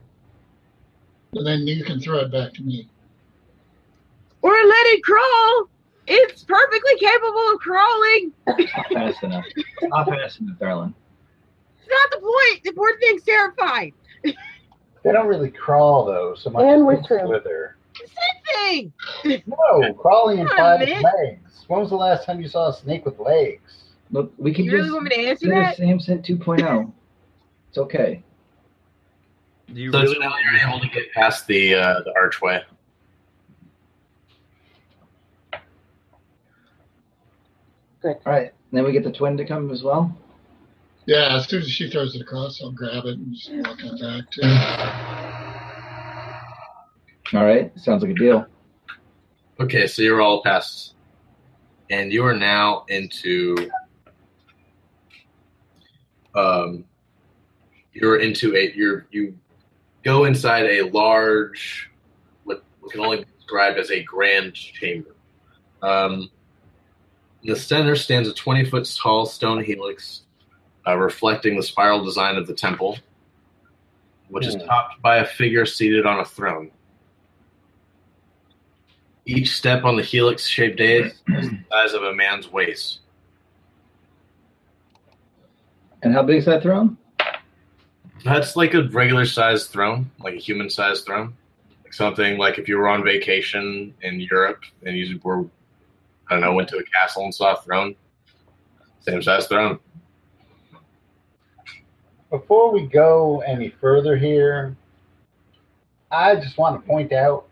Speaker 7: And then you can throw it back to me.
Speaker 5: Or let it crawl. It's perfectly capable of crawling.
Speaker 6: Not fast enough. Not fast enough, darling.
Speaker 5: It's not the point. The poor thing's terrified.
Speaker 2: They don't really crawl though, so much
Speaker 8: And
Speaker 2: as
Speaker 8: we're
Speaker 2: they
Speaker 8: through.
Speaker 2: slither.
Speaker 5: Thing.
Speaker 2: No, crawling
Speaker 5: Come on,
Speaker 2: implies
Speaker 5: Nick.
Speaker 2: legs. When was the last time you saw a snake with legs?
Speaker 6: Look, we can
Speaker 5: You really
Speaker 6: just
Speaker 5: want me to answer
Speaker 6: do the
Speaker 5: that?
Speaker 6: Samson
Speaker 9: oh.
Speaker 6: 2.0. It's okay.
Speaker 3: Do you
Speaker 4: So
Speaker 3: really
Speaker 4: Janelle, you're able to get past the uh, the archway.
Speaker 6: All right. And then we get the twin to come as well.
Speaker 7: Yeah, as soon as she throws it across, I'll grab it and just walk on back to it.
Speaker 6: All right. Sounds like a deal.
Speaker 4: Okay, so you're all past, and you are now into um, you're into a you're you go inside a large what, what can only be described as a grand chamber. Um, in the center stands a 20 foot tall stone helix, uh, reflecting the spiral design of the temple, which is topped by a figure seated on a throne. Each step on the helix shaped edge is the size of a man's waist.
Speaker 6: And how big is that throne?
Speaker 4: That's like a regular sized throne, like a human sized throne. Like something like if you were on vacation in Europe and you were, I don't know, went to a castle and saw a throne. Same size throne.
Speaker 2: Before we go any further here, I just want to point out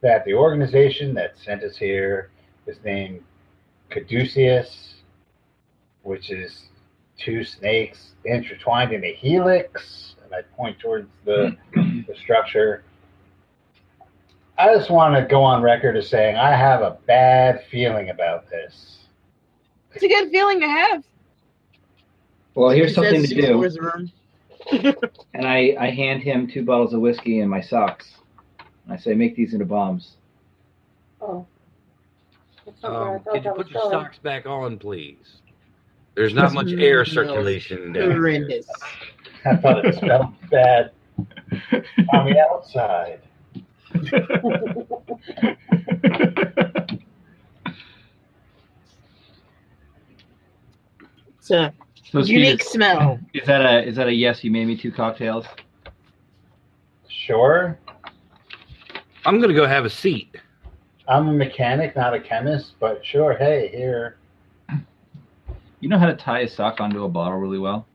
Speaker 2: that the organization that sent us here is named Caduceus, which is two snakes intertwined in a helix. And I point towards the, the structure. I just want to go on record as saying I have a bad feeling about this.
Speaker 5: It's a good feeling to have.
Speaker 6: Well, here's something to
Speaker 5: Says she
Speaker 6: do.
Speaker 5: explores the room.
Speaker 6: And I, I hand him two bottles of whiskey and my socks. I say, make these into bombs.
Speaker 8: Oh. That's not where I
Speaker 3: Um,
Speaker 8: thought
Speaker 3: could you
Speaker 8: that was
Speaker 3: put your
Speaker 8: going.
Speaker 3: socks back on, please? There's not much air circulation. down here.
Speaker 5: Horrendous.
Speaker 2: I thought it smelled bad on the outside.
Speaker 5: It's a
Speaker 6: So, Steve,
Speaker 5: unique smell.
Speaker 6: is that a is that a yes? You made me two cocktails.
Speaker 2: Sure,
Speaker 3: I'm gonna go have a seat.
Speaker 2: I'm a mechanic, not a chemist, but sure, hey, here.
Speaker 6: You know how to tie a sock onto a bottle really well.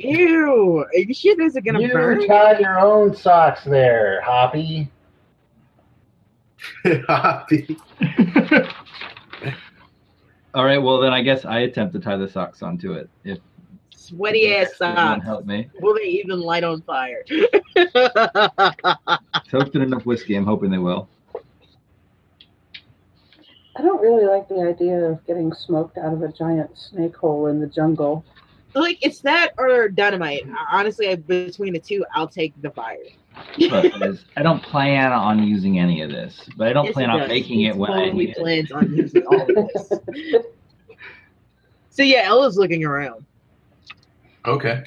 Speaker 5: Ew. Are you sure this is gonna
Speaker 2: you
Speaker 5: burn?
Speaker 2: tie your own socks there, Hoppy.
Speaker 6: All right. Well, then I guess I attempt to tie the socks onto it. If
Speaker 5: Sweaty ass
Speaker 6: if anyone
Speaker 5: socks.
Speaker 6: Help me.
Speaker 5: Will they even light on fire?
Speaker 6: Soaked in enough whiskey. I'm hoping they will.
Speaker 8: I don't really like the idea of getting smoked out of a giant snake hole in the jungle.
Speaker 5: like it's that or dynamite. Honestly, I, between the two, I'll take the fire.
Speaker 6: But as- I don't plan on using any of this. But I don't
Speaker 5: Yes,
Speaker 6: plan
Speaker 5: it
Speaker 6: on
Speaker 5: does.
Speaker 6: making
Speaker 5: He
Speaker 6: it when I
Speaker 5: totally
Speaker 6: need it.
Speaker 5: plans on using all of this. so yeah, Ella's looking around.
Speaker 4: Okay.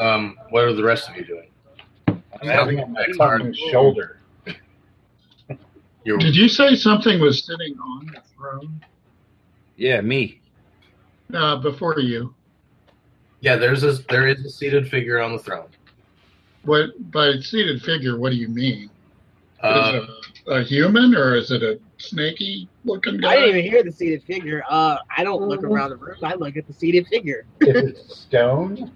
Speaker 4: Um, what are the rest of you doing?
Speaker 2: I'm having it on my fucking shoulder.
Speaker 4: You're,
Speaker 7: Did you say something was sitting on the throne
Speaker 3: Yeah, me.
Speaker 7: uh, before you?
Speaker 4: yeah, there's a, there is a seated figure on the throne.
Speaker 7: What by seated figure? What do you mean?
Speaker 4: Um,
Speaker 7: is it a, a human or is it a snaky looking
Speaker 5: I didn't
Speaker 7: guy?
Speaker 5: even hear the seated figure. Uh, I don't look around the room. I look at the seated figure.
Speaker 2: If it's stone,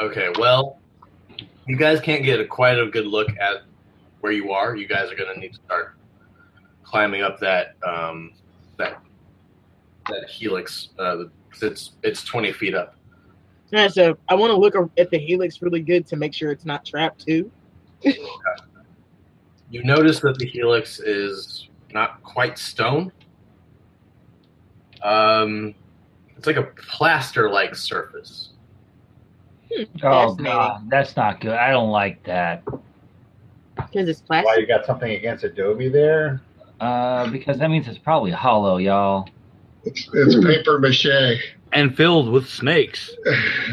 Speaker 4: Okay, well, you guys can't get a, quite a good look at where you are. You guys are going to need to start climbing up that um, that that helix. Uh, 'cause it's it's twenty feet up.
Speaker 5: Yeah, so I want to look ar- at the helix really good to make sure it's not trapped too.
Speaker 4: You notice that the helix is not quite stone. Um, it's like a plaster-like surface.
Speaker 9: Oh
Speaker 5: Fascinating.
Speaker 9: god, that's not good. I don't like that.
Speaker 5: because it's
Speaker 2: why
Speaker 5: plastic.
Speaker 2: you got something against Adobe there?
Speaker 9: Uh, because that means it's probably hollow, y'all.
Speaker 7: It's, it's paper mache.
Speaker 3: and filled with snakes.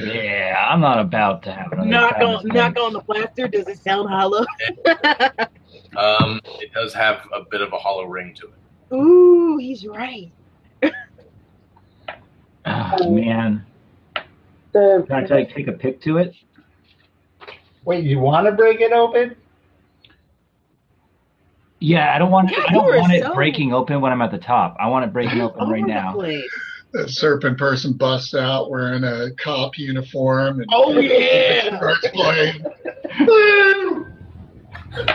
Speaker 9: Yeah, I'm not about to have another.
Speaker 5: Knock
Speaker 9: Christmas
Speaker 5: on, knock
Speaker 9: game.
Speaker 5: on the plaster. Does it sound hollow?
Speaker 4: Um, it does have a bit of a hollow ring to it.
Speaker 5: Ooh, he's right.
Speaker 9: Ah, man,
Speaker 8: The
Speaker 9: can I like, take a pic to it?
Speaker 2: Wait, you want to break it open?
Speaker 9: Yeah, I don't want.
Speaker 5: Yeah,
Speaker 9: I don't
Speaker 5: you are
Speaker 9: want it
Speaker 5: so- Oh,
Speaker 9: breaking open when I'm at the top. I want it breaking open
Speaker 5: All
Speaker 9: right
Speaker 5: over the
Speaker 9: now.
Speaker 5: place.
Speaker 7: The serpent person busts out wearing a cop uniform and
Speaker 5: Oh yeah,
Speaker 7: starts playing.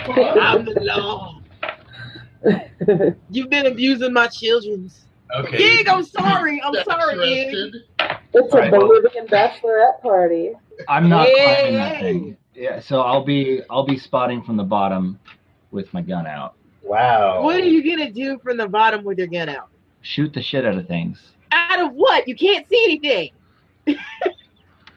Speaker 5: I'm the law. You've been abusing my children's.
Speaker 4: Okay.
Speaker 5: Gig, I'm sorry. I'm
Speaker 7: That's
Speaker 5: sorry, Gig.
Speaker 7: arrested.
Speaker 8: it's a
Speaker 9: Right.
Speaker 8: Bolivian bachelorette party.
Speaker 9: I'm not climbing
Speaker 5: Yay.
Speaker 9: that thing. Yeah, so I'll be I'll be spotting from the bottom with my gun out.
Speaker 2: Wow.
Speaker 5: What are you gonna do from the bottom with your gun out?
Speaker 9: Shoot the shit out of things.
Speaker 5: Out of what? You can't see anything.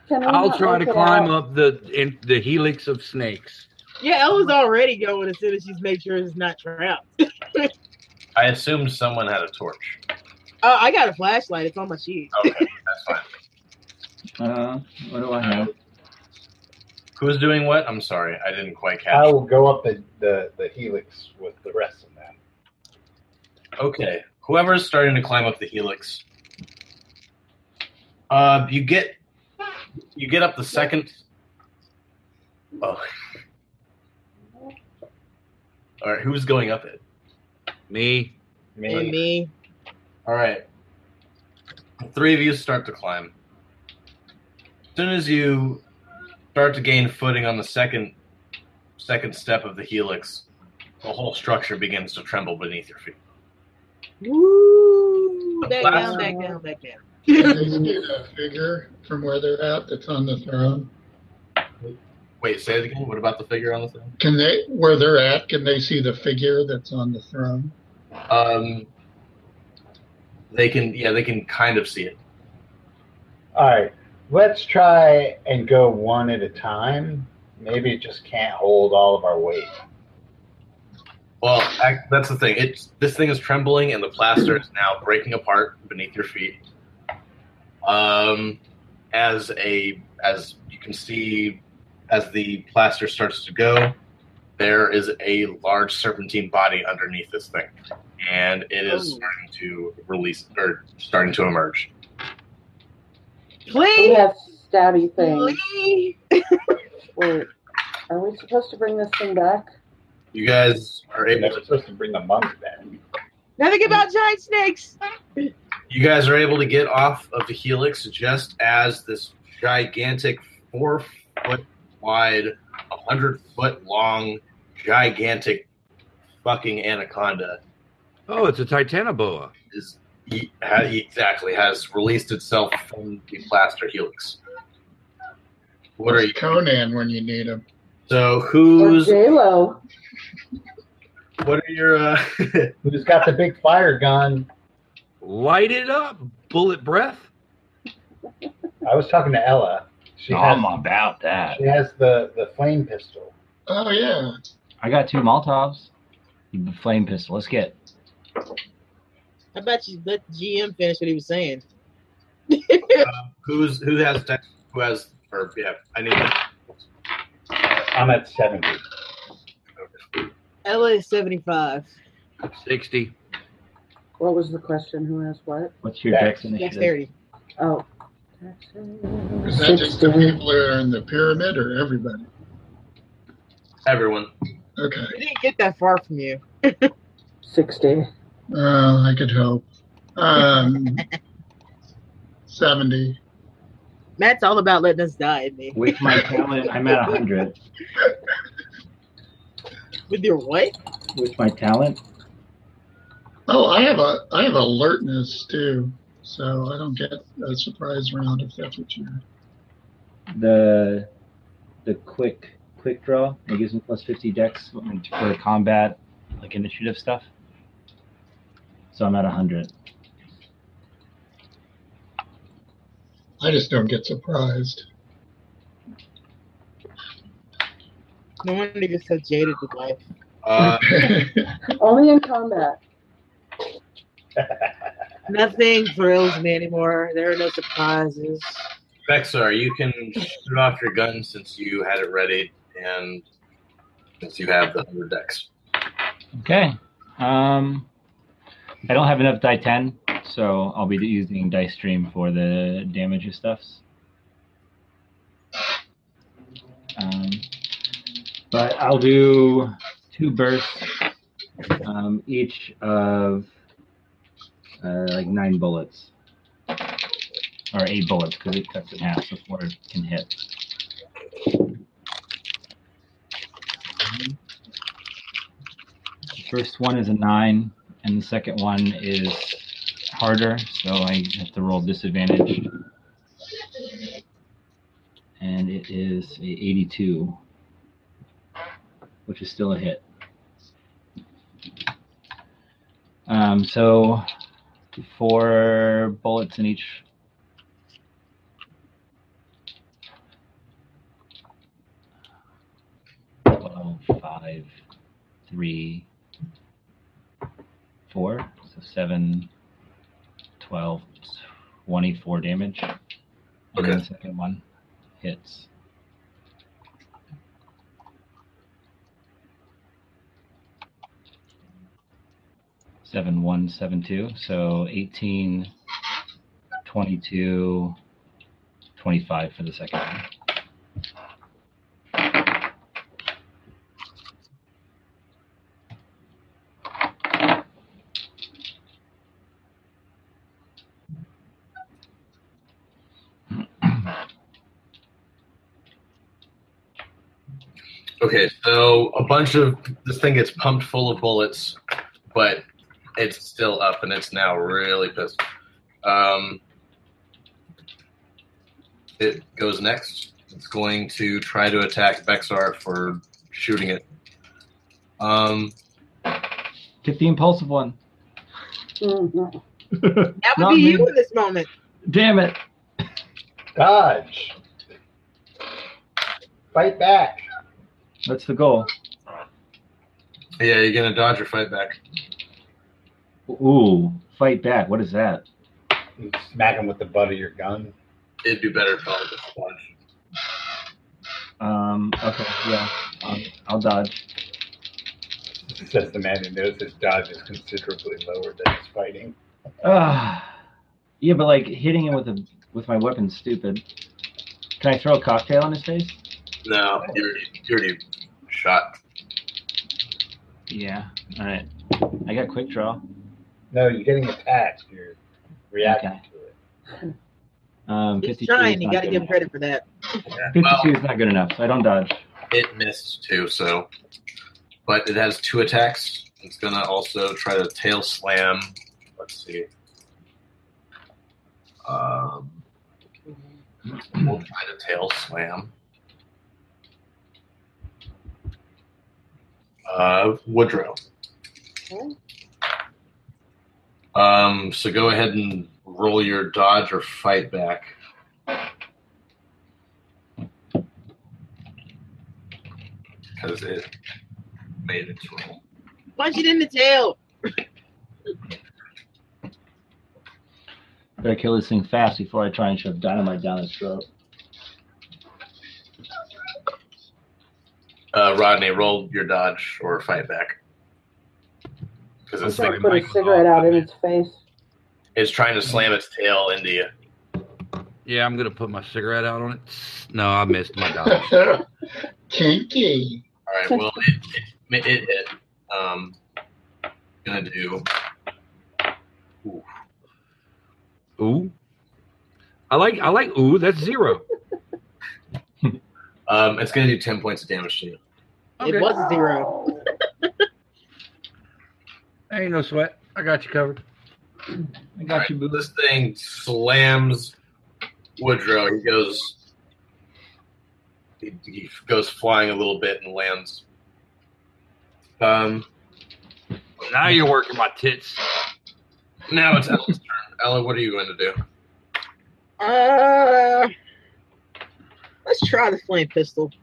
Speaker 8: Can we
Speaker 3: I'll
Speaker 8: not
Speaker 3: try to
Speaker 8: make it
Speaker 3: climb
Speaker 8: out?
Speaker 3: up the in, the helix of snakes.
Speaker 5: Yeah, Ella's already going as soon as she's made sure it's not trapped. Uh,
Speaker 4: I assumed someone had a torch.
Speaker 5: Oh, I got a flashlight. It's on my sheet.
Speaker 4: Okay, that's fine.
Speaker 9: Uh, what do I have?
Speaker 4: Who's doing what? I'm sorry, I didn't quite catch.
Speaker 2: I will go up the, the, the helix with the rest of them.
Speaker 4: Okay. Whoever's starting to climb up the helix. Uh, you get you get up the second. Oh. All right. Who's going up it?
Speaker 3: Me,
Speaker 5: And
Speaker 2: Me,
Speaker 5: me.
Speaker 4: All right. The three of you start to climb. As soon as you start to gain footing on the second second step of the helix, the whole structure begins to tremble beneath your feet.
Speaker 5: Woo! Back down, back down, back
Speaker 7: Can
Speaker 5: down.
Speaker 7: they see that figure from where they're at that's on the throne?
Speaker 4: Wait, say it again. What about the figure on the thing?
Speaker 7: Can they, where they're at, can they see the figure that's on the throne?
Speaker 4: Um, they can, yeah, they can kind of see it.
Speaker 2: All right, let's try and go one at a time. Maybe it just can't hold all of our weight.
Speaker 4: Well, ac- that's the thing. It's this thing is trembling, and the plaster is now breaking apart beneath your feet. Um, as a as you can see, as the plaster starts to go, there is a large serpentine body underneath this thing, and it is
Speaker 5: Oh.
Speaker 4: starting to release or starting to emerge.
Speaker 8: We
Speaker 5: Please,
Speaker 8: have stabby things.
Speaker 5: please.
Speaker 8: Wait, are we supposed to bring this thing back?
Speaker 4: You guys are
Speaker 2: They're
Speaker 4: able
Speaker 2: never
Speaker 4: to
Speaker 2: supposed to bring the mummy back.
Speaker 5: Nothing about giant snakes.
Speaker 4: You guys are able to get off of the helix just as this gigantic, four foot wide, a hundred foot long, gigantic fucking anaconda
Speaker 3: oh, it's a Titanoboa.
Speaker 4: is e- ha- exactly has released itself from the plaster helix. What are you?
Speaker 7: Conan when you need him.
Speaker 4: So
Speaker 8: Or
Speaker 4: who's?
Speaker 8: J Lo?
Speaker 4: What are your? Uh,
Speaker 2: Who's got the big fire gun?
Speaker 3: Light it up, bullet breath.
Speaker 2: I was talking to Ella. She has,
Speaker 9: Uh, I'm about that.
Speaker 2: she has the, the flame pistol.
Speaker 7: Oh, yeah.
Speaker 9: I got two Molotovs. The flame pistol. Let's get.
Speaker 5: I bet you let the GM finish what he was saying.
Speaker 4: um, who's who has dex? Who has? Or yeah, I need.
Speaker 2: I'm at 70.
Speaker 5: Ella is 75.
Speaker 3: Sixty.
Speaker 8: What was the question? Who has what?
Speaker 9: What's your
Speaker 2: Dex.
Speaker 9: dex initiative?
Speaker 5: Dexterity.
Speaker 8: Oh.
Speaker 7: Is that just the people who are in the pyramid or everybody?
Speaker 4: Everyone.
Speaker 7: Okay.
Speaker 5: We didn't get that far from you.
Speaker 8: 60.
Speaker 7: Uh, I could hope. Um, 70.
Speaker 5: Matt's all about letting us die, isn't he?
Speaker 9: With my talent, I'm at 100.
Speaker 5: With your what?
Speaker 9: With my talent,
Speaker 7: Oh, I have a I have alertness too, so I don't get a surprise round if that's what you.
Speaker 9: the the quick quick draw it gives me plus 50 dex for combat, like initiative stuff. So I'm at 100.
Speaker 7: I just don't get surprised.
Speaker 5: No wonder you're so jaded with life.
Speaker 4: Uh,
Speaker 8: Only in combat.
Speaker 5: Nothing thrills me anymore. There are no surprises.
Speaker 4: Bexar, you can shoot off your gun since you had it ready and since you have the 100 decks.
Speaker 9: Okay. Um, I don't have enough die 10, so I'll be using dice stream for the damage and stuffs. Um, but I'll do two bursts, um, each of uh, like nine bullets. Or eight bullets, because it cuts in half before it can hit. The first one is a nine, and the second one is harder, so I have to roll disadvantage. And it is a 82, which is still a hit. Um, so four bullets in each. Twelve, five, three, four. So seven, 12, 24 damage. And then
Speaker 4: Okay.
Speaker 9: the second one hits. Seven one seven two, so 18, 22, 25 for the second one.
Speaker 4: Okay, so a bunch of this thing gets pumped full of bullets, but it's still up and it's now really pissed. Um, it goes next. It's going to try to attack Bexar for shooting it. Um,
Speaker 9: Get the impulsive one.
Speaker 8: Mhm.
Speaker 5: That would
Speaker 9: Not
Speaker 5: be
Speaker 9: me.
Speaker 5: you in this moment.
Speaker 9: Damn it.
Speaker 2: Dodge. Fight back.
Speaker 9: That's the goal.
Speaker 4: yeah, you're gonna dodge or fight back.
Speaker 9: Ooh, fight back. What is that?
Speaker 2: You Smack him with the butt of your gun.
Speaker 4: It'd be better probably to dodge.
Speaker 9: Um, okay, yeah. I'll, I'll dodge.
Speaker 2: Says the man who knows his dodge is considerably lower than his fighting.
Speaker 9: Uh, yeah, but like hitting him with a with my weapon's stupid. Can I throw a cocktail in his face?
Speaker 4: No, you already, you already shot.
Speaker 9: Yeah. All right. I got quick draw.
Speaker 2: No, you're getting attacked. You're reacting
Speaker 9: Okay.
Speaker 2: to it.
Speaker 9: Um,
Speaker 5: He's
Speaker 9: 52
Speaker 5: trying.
Speaker 9: is
Speaker 5: You
Speaker 9: not
Speaker 5: got to
Speaker 9: good
Speaker 5: give him
Speaker 9: enough.
Speaker 5: credit for that.
Speaker 9: 52
Speaker 4: Well-
Speaker 9: is not good enough, so I don't dodge.
Speaker 4: It missed too, so. But it has two attacks. It's gonna also try to tail slam. Let's see. Um, we'll try to tail slam. Uh, Woodrow.
Speaker 5: Okay.
Speaker 4: Um, so go ahead and roll your dodge or fight back. Because it made its roll.
Speaker 5: Punch it in the tail.
Speaker 9: Better kill this thing fast before I try and shove dynamite down his throat.
Speaker 4: Uh, Rodney, roll your dodge or fight back. Because it's,
Speaker 8: It's like
Speaker 4: thinking
Speaker 8: put a
Speaker 4: Michael's
Speaker 8: cigarette
Speaker 4: off.
Speaker 8: out in its face.
Speaker 4: It's trying to slam its tail into you.
Speaker 3: Yeah, I'm gonna put my cigarette out on it. No, I missed my dodge.
Speaker 7: Kinky.
Speaker 4: All right, well, it, it, it hit. Um, gonna do.
Speaker 3: Ooh, I like I like ooh. That's zero.
Speaker 4: Um, it's gonna do ten points of damage to you.
Speaker 3: Okay.
Speaker 5: It was a zero.
Speaker 3: Ain't no sweat. I got you covered.
Speaker 9: I
Speaker 4: All
Speaker 9: got
Speaker 4: right,
Speaker 9: you, boo.
Speaker 4: this thing slams Woodrow. He goes. He, he goes flying a little bit and lands. Um,
Speaker 3: Now you're working my tits.
Speaker 4: now it's Ella's turn. Ella, what are you going to do?
Speaker 5: Uh, let's try the flame pistol.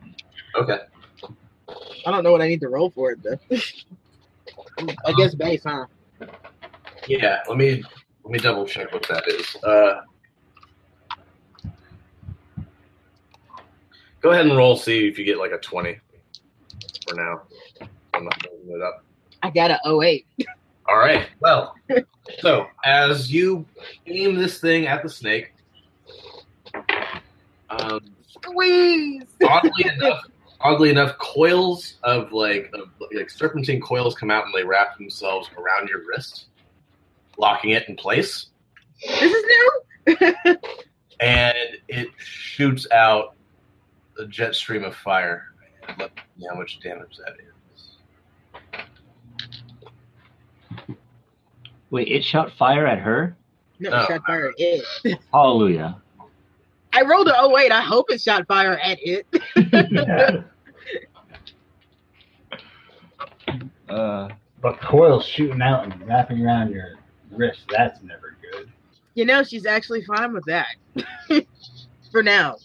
Speaker 4: Okay.
Speaker 5: I don't know what I need to roll for it though. I guess base, huh?
Speaker 4: Yeah, let me Let me double check what that is. Uh, go ahead and roll. See if you get like a twenty. For now, I'm not holding it up.
Speaker 5: I got a 08.
Speaker 4: All right. Well, so as you aim this thing at the snake, um,
Speaker 5: Squeeze.
Speaker 4: oddly enough, oddly enough, coils of like of, like serpentine coils come out and they wrap themselves around your wrist, locking it in place,
Speaker 5: This is new.
Speaker 4: and it shoots out a jet stream of fire. Let me see how much damage that is.
Speaker 9: Wait, it shot fire at her?
Speaker 5: No,
Speaker 4: No.
Speaker 5: shot fire at it.
Speaker 9: Hallelujah.
Speaker 5: I rolled a 08. I hope it shot fire at it.
Speaker 6: Uh,
Speaker 2: But coils shooting out and wrapping around your wrist, that's never good.
Speaker 5: You know, she's actually fine with that. for now.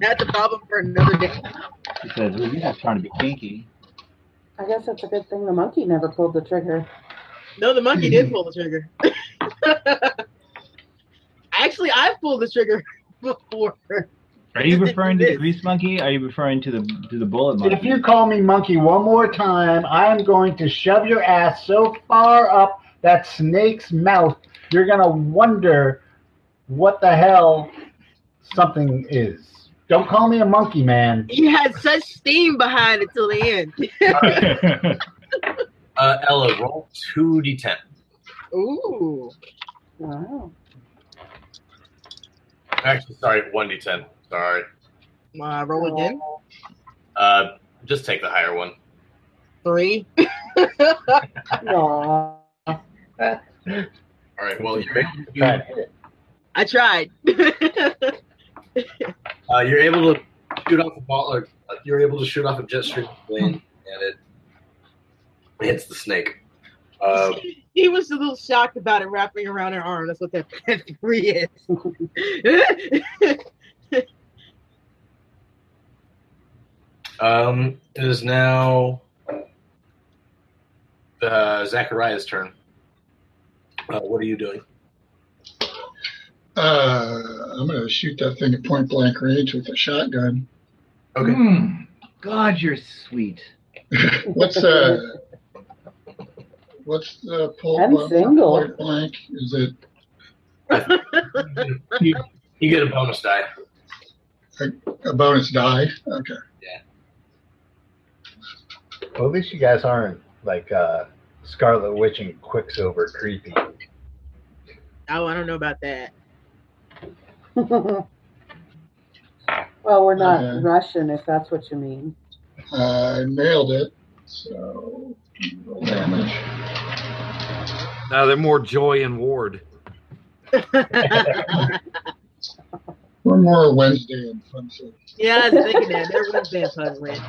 Speaker 5: That's a problem for another day.
Speaker 9: She says, "Ooh, you're just trying to be kinky.
Speaker 8: I guess that's a good thing the monkey never pulled the trigger.
Speaker 5: No, the monkey did pull the trigger. actually, I've pulled the trigger before.
Speaker 9: Are you
Speaker 5: Just did
Speaker 9: referring to the
Speaker 5: this.
Speaker 9: grease monkey? Are you referring to the to the bullet
Speaker 2: If
Speaker 9: monkey?
Speaker 2: you call me monkey one more time, I'm going to shove your ass so far up that snake's mouth, you're going to wonder what the hell something is. Don't call me a monkey, man.
Speaker 5: He had such steam behind it till the end.
Speaker 4: Uh, Ella, roll two d10.
Speaker 5: Ooh.
Speaker 8: Wow.
Speaker 4: Actually, sorry, one d10. Sorry.
Speaker 5: Uh, roll again.
Speaker 4: Uh, just take the higher one.
Speaker 5: Three.
Speaker 8: Aw.
Speaker 4: All right. Well, you're, you,
Speaker 2: Try and hit it.
Speaker 5: I tried.
Speaker 4: uh, you're able to shoot off a ball, or uh, you're able to shoot off a jet stream plane, and it hits the snake. Uh,
Speaker 5: he was a little shocked about it wrapping around her arm. That's what that three Oh, is.
Speaker 4: um, it is now uh, Zachariah's turn. Uh, what are you doing?
Speaker 7: Uh, I'm going to shoot that thing at point blank range with a shotgun.
Speaker 4: Okay.
Speaker 9: Hmm. God, you're sweet.
Speaker 7: what's uh, what's the pull?
Speaker 8: I'm
Speaker 7: well,
Speaker 8: single.
Speaker 7: Point blank. Is it?
Speaker 4: you, you get a bonus die.
Speaker 7: a bonus die. Okay.
Speaker 2: Well, at least you guys aren't like uh, Scarlet Witch and Quicksilver creepy.
Speaker 5: oh, I don't know about that.
Speaker 8: well, we're not
Speaker 7: Okay.
Speaker 8: Russian, if that's what you mean.
Speaker 7: I nailed it. So roll damage.
Speaker 3: Now they're more joy and ward.
Speaker 7: We're more Wednesday and fun food.
Speaker 5: yeah, I was thinking that. There was been puzzling.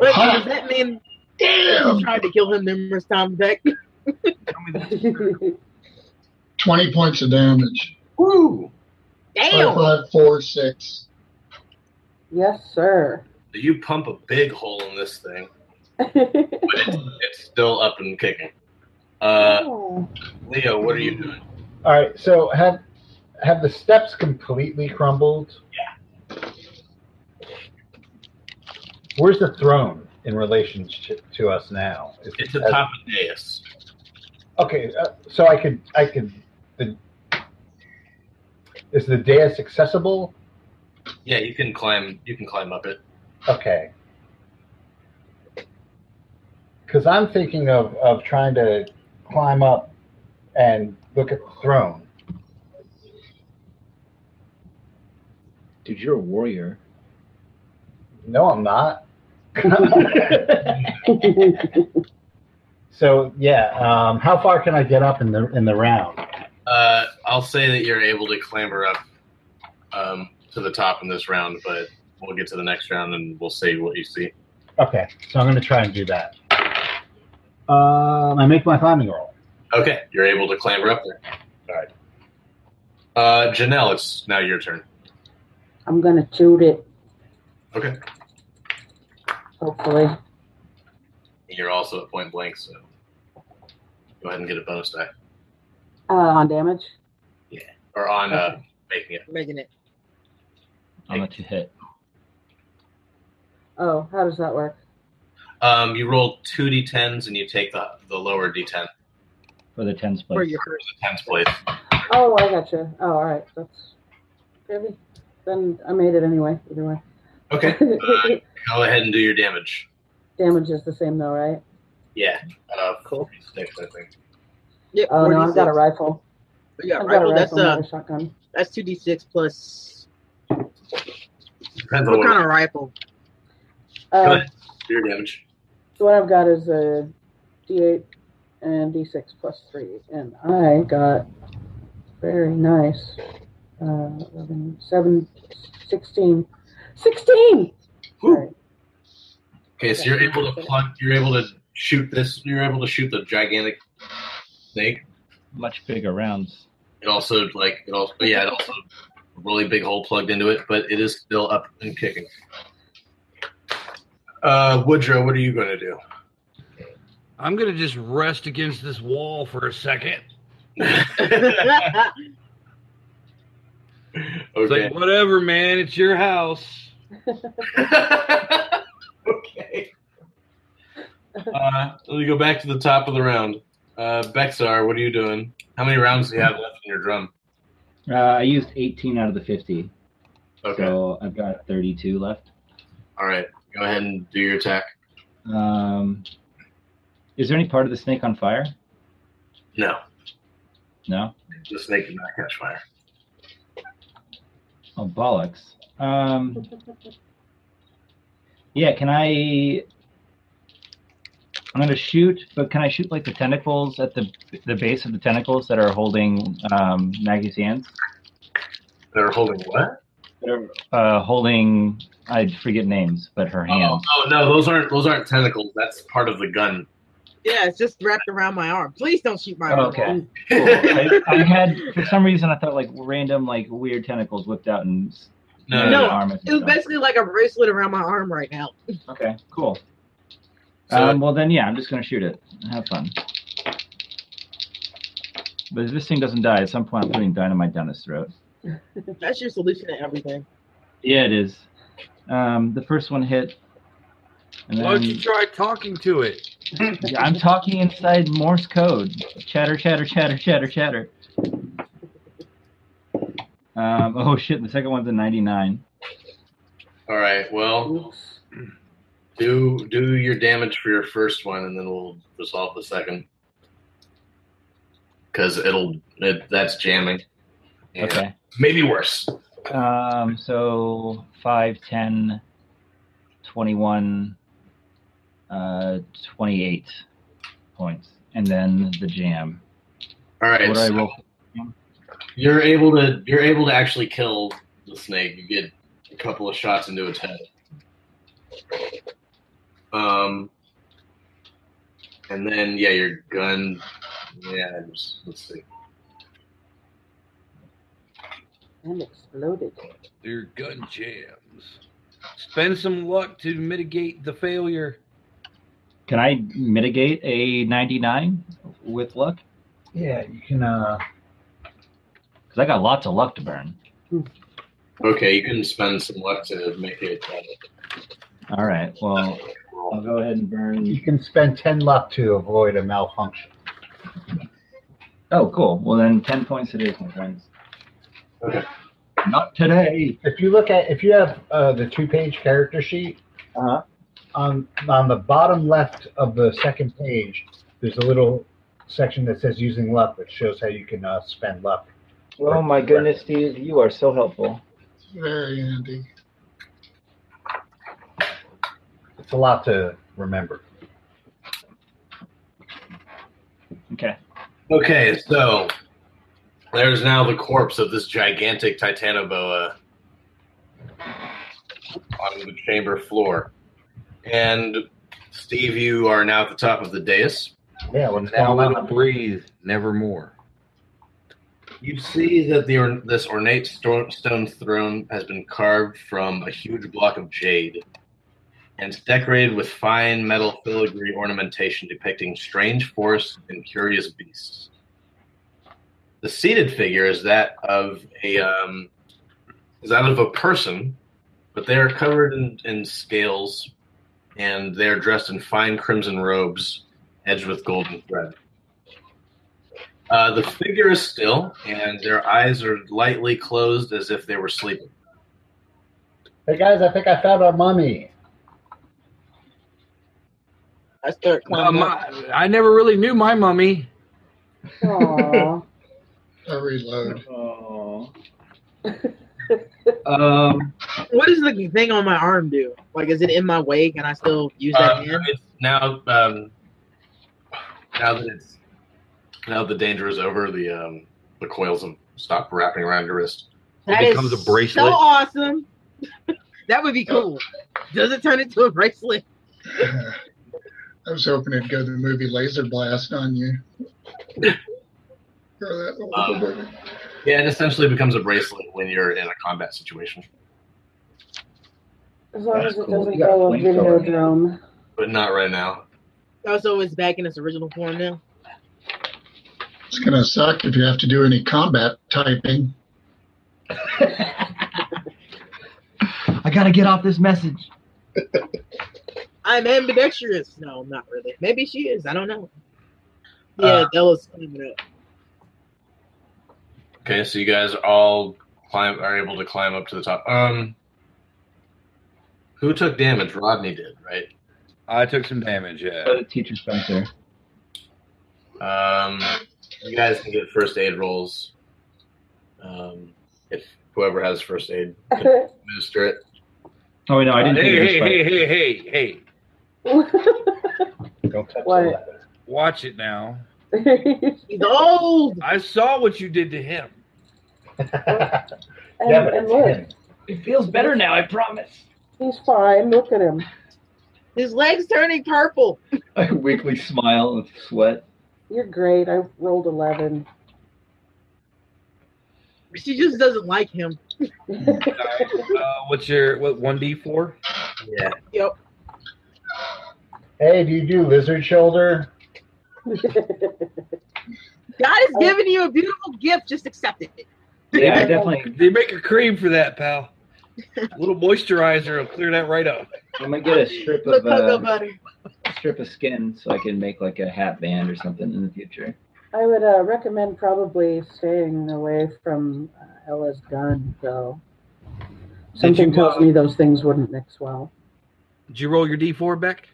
Speaker 5: Wait, so does that mean
Speaker 7: Damn!
Speaker 5: you tried to kill him numerous times back?
Speaker 7: Twenty points of damage.
Speaker 4: Woo!
Speaker 7: Five,
Speaker 5: Damn.
Speaker 7: five, four, six.
Speaker 8: yes, sir.
Speaker 4: You pump a big hole in this thing, but it's, it's still up and kicking. Uh,
Speaker 8: Oh.
Speaker 4: Leo, what are you doing?
Speaker 2: All right, so have have the steps completely crumbled? Yeah. Where's the throne in relationship to us now? Is-
Speaker 4: It's a
Speaker 2: uh,
Speaker 4: top of dais.
Speaker 2: Okay, uh, so I could I could the, is the dais accessible?
Speaker 4: Yeah, you can climb. You can climb up it.
Speaker 2: Okay. Because I'm thinking of, of trying to climb up and look at the throne.
Speaker 9: Dude, you're a warrior.
Speaker 2: No, I'm not. so yeah, um, how far can I get up in the in the round?
Speaker 4: Uh, I'll say that you're able to clamber up um, to the top in this round, but we'll get to the next round and we'll see what you see.
Speaker 2: Okay, so I'm gonna try and do that. Um, I make my climbing roll.
Speaker 4: Okay, you're able to clamber up there. All right. Uh, Janelle, it's now your turn.
Speaker 8: I'm going to shoot it,
Speaker 4: Okay.
Speaker 8: hopefully.
Speaker 4: You're also at point blank, so Go ahead and get a bonus die.
Speaker 8: Uh, on damage.
Speaker 4: Or on uh, making it.
Speaker 5: Making it.
Speaker 9: I'm not to hit.
Speaker 8: Oh, how does that work?
Speaker 4: Um, you roll two d10s and you take the, the lower d10.
Speaker 9: For the tens
Speaker 5: For
Speaker 9: place.
Speaker 5: your
Speaker 4: There's a tens place.
Speaker 8: Oh, I gotcha. Oh, all right. That's gravy. Then I made it anyway. Either way.
Speaker 4: Okay. Uh, go ahead and do your damage.
Speaker 8: damage is the same though, right?
Speaker 4: Yeah. Uh, cool. Six, I think.
Speaker 5: Yeah,
Speaker 8: Oh no, I've got a
Speaker 5: 46.
Speaker 8: rifle.
Speaker 5: Yeah,
Speaker 8: I've
Speaker 5: rifle.
Speaker 8: got a
Speaker 5: That's
Speaker 8: rifle, not
Speaker 5: uh,
Speaker 8: a shotgun.
Speaker 5: that's two d six plus.
Speaker 4: Depends on
Speaker 5: What
Speaker 4: what
Speaker 5: kind of rifle?
Speaker 4: Go
Speaker 8: Uh,
Speaker 4: ahead. Do your damage.
Speaker 8: So what I've got is a D8 and D6 plus three, and I got very nice. Uh, 11, 7, 16. 16! Sorry.
Speaker 4: Okay, so you're able to plug. You're able to shoot this. You're able to shoot the gigantic snake.
Speaker 9: Much bigger rounds.
Speaker 4: It also like it also yeah it also really big hole plugged into it, but it is still up and kicking. Uh, Woodrow, what are you going to do?
Speaker 3: I'm gonna just rest against this wall for a second. It's
Speaker 4: okay.
Speaker 3: like whatever, man. It's your house.
Speaker 4: okay. Uh, let me go back to the top of the round. Uh, Bexar, what are you doing? How many rounds do you have left in your drum?
Speaker 9: Uh, I used 18 out of the 50,
Speaker 4: Okay.
Speaker 9: so I've got 32 left.
Speaker 4: All right. Go ahead and do your attack.
Speaker 9: Um, is there any part of the snake on fire?
Speaker 4: No,
Speaker 9: No.
Speaker 4: the snake did not catch fire.
Speaker 9: Oh bollocks. Um, yeah, can I? I'm gonna shoot, but can I shoot like the tentacles at the the base of the tentacles that are holding um, Maggie's hands?
Speaker 4: They're holding what?
Speaker 9: That are uh, holding I forget names, but her
Speaker 4: Oh,
Speaker 9: hands.
Speaker 4: oh no, those aren't those aren't tentacles. That's part of the gun.
Speaker 5: Yeah, it's just wrapped around my arm. Please don't shoot my
Speaker 9: Oh,
Speaker 5: arm.
Speaker 9: okay. Cool. I, I had for some reason I thought like random like weird tentacles whipped out and s-
Speaker 4: no,
Speaker 9: the
Speaker 5: No.
Speaker 4: no.
Speaker 9: arm is-
Speaker 5: It was basically like a bracelet around my arm right now.
Speaker 9: okay, cool.
Speaker 4: So-
Speaker 9: um, well then, yeah, I'm just gonna shoot it. Have fun. But if this thing doesn't die, at some point I'm putting dynamite down his throat.
Speaker 5: That's your solution to everything.
Speaker 9: Yeah, it is. Um, the first one hit. And
Speaker 3: Why don't you
Speaker 9: then,
Speaker 3: try talking to it?
Speaker 9: yeah, I'm talking inside Morse code. Chatter, chatter, chatter, chatter, chatter. Um, oh shit! The second one's a 99.
Speaker 4: All right. Well,
Speaker 8: Oops.
Speaker 4: do do your damage for your first one, and then we'll resolve the second. Because it'll it, that's jamming. Yeah.
Speaker 9: Okay.
Speaker 4: Maybe worse.
Speaker 9: Um, so 5, 10, 21, uh, 28 points. And then the jam.
Speaker 4: All right.
Speaker 9: What do I
Speaker 4: so-
Speaker 9: roll?
Speaker 4: You're able to you're able to actually kill the snake. You get a couple of shots into its head. Um, and then yeah, your gun. Yeah, just, let's see.
Speaker 8: And exploded.
Speaker 3: Your gun jams. Spend some luck to mitigate the failure.
Speaker 9: Can I mitigate a 99 with luck?
Speaker 2: Yeah, you can. Uh,
Speaker 9: Because I got lots of luck to burn.
Speaker 4: Okay, you can spend some luck to make it. uh,
Speaker 9: All right. Well,
Speaker 4: roll.
Speaker 9: I'll go ahead and burn.
Speaker 2: you can spend ten luck to avoid a malfunction.
Speaker 9: Oh, cool. Well, then 10 points it is, my friends.
Speaker 4: Okay.
Speaker 9: Not today.
Speaker 2: If you look at, if you have uh, the two-page character sheet,
Speaker 9: Uh-huh.
Speaker 2: on on the bottom left of the second page, there's a little section that says using luck, which shows how you can uh, spend luck.
Speaker 9: Oh, my goodness, Steve. You are so helpful.
Speaker 7: Very handy.
Speaker 2: It's a lot to remember.
Speaker 9: Okay.
Speaker 4: Okay, so there's now the corpse of this gigantic titanoboa on the chamber floor, and Steve, you are now at the top of the dais.
Speaker 2: Yeah, what's
Speaker 3: Now
Speaker 2: going
Speaker 3: it'll
Speaker 2: on?
Speaker 3: breathe nevermore.
Speaker 4: You see that the or- this ornate sto- stone throne has been carved from a huge block of jade, and it's decorated with fine metal filigree ornamentation depicting strange forests and curious beasts. The seated figure is that of a um, is that of a person, but they are covered in, in scales, and they are dressed in fine crimson robes edged with golden thread. Uh, the figure is still, and their eyes are lightly closed as if they were sleeping.
Speaker 2: Hey guys, I think I found our mummy.
Speaker 5: I start
Speaker 3: Uh,
Speaker 5: climbing. up.
Speaker 3: my, I never really knew my mummy.
Speaker 8: Aww.
Speaker 7: I reload.
Speaker 6: Oh.
Speaker 9: Um,
Speaker 5: What does the thing on my arm do? Like, is it in my way? Can I still use that
Speaker 4: Uh,
Speaker 5: hand?
Speaker 4: it's now, um, now that it's now the danger is over, the um, the coils have stopped wrapping around your wrist.
Speaker 5: That
Speaker 3: it
Speaker 5: is
Speaker 3: becomes a bracelet.
Speaker 5: So awesome. that would be cool. Does it turn into a bracelet?
Speaker 7: I was hoping it'd go to the movie Laser Blast on you. Throw that all
Speaker 4: Um,
Speaker 7: over.
Speaker 4: Yeah, it essentially becomes a bracelet when you're in a combat situation,
Speaker 8: As long
Speaker 6: That's
Speaker 8: as it
Speaker 6: cool.
Speaker 8: doesn't
Speaker 6: You got
Speaker 8: go on
Speaker 6: flamethrower.
Speaker 8: Videodrome.
Speaker 4: but not right now.
Speaker 5: Oh, so it's back in its original form now.
Speaker 7: It's gonna suck if you have to do any combat typing.
Speaker 6: I gotta get off this message.
Speaker 5: I'm ambidextrous. No, not really. Maybe she is. I don't know. Yeah,
Speaker 4: Uh,
Speaker 5: Della's climbing up.
Speaker 4: Okay, so you guys all climb are able to climb up to the top. Um, who took damage? Rodney did, right?
Speaker 3: I took some damage. Yeah.
Speaker 9: go to Uh, teacher Spencer.
Speaker 4: Um, you guys can get first aid rolls. Um, if whoever has first aid can administer it.
Speaker 9: Oh wait, no, I didn't.
Speaker 3: hey,
Speaker 9: think it was
Speaker 3: hey,
Speaker 9: Spencer.
Speaker 3: hey, hey, hey, hey!
Speaker 2: Don't touch
Speaker 8: What?
Speaker 2: the leather.
Speaker 3: Watch it now.
Speaker 5: He's old.
Speaker 3: I saw what you did to him.
Speaker 8: and,
Speaker 2: yeah, but
Speaker 8: and
Speaker 2: it's
Speaker 8: look,
Speaker 2: him.
Speaker 6: It feels better now, I promise.
Speaker 8: he's fine. Look at him.
Speaker 5: His legs turning purple.
Speaker 6: I weakly smile with sweat.
Speaker 8: You're great. I rolled 11.
Speaker 5: She just doesn't like him.
Speaker 3: Uh, what's your what? One D four.
Speaker 4: Yeah.
Speaker 5: Yep.
Speaker 2: Hey, do you do lizard shoulder?
Speaker 5: God has given you a beautiful gift. Just accept it.
Speaker 6: Yeah, I definitely.
Speaker 3: They make a cream for that, pal. A little moisturizer will clear that right up.
Speaker 6: I'm gonna get a strip of
Speaker 5: Look, cocoa
Speaker 6: uh,
Speaker 5: butter.
Speaker 6: a strip of skin so I can make like a hat band or something in the future.
Speaker 8: I would uh, recommend probably staying away from uh, Ella's gun, though. Something
Speaker 3: you,
Speaker 8: tells
Speaker 3: uh,
Speaker 8: me those things wouldn't mix well.
Speaker 3: Did you roll your D four, Beck?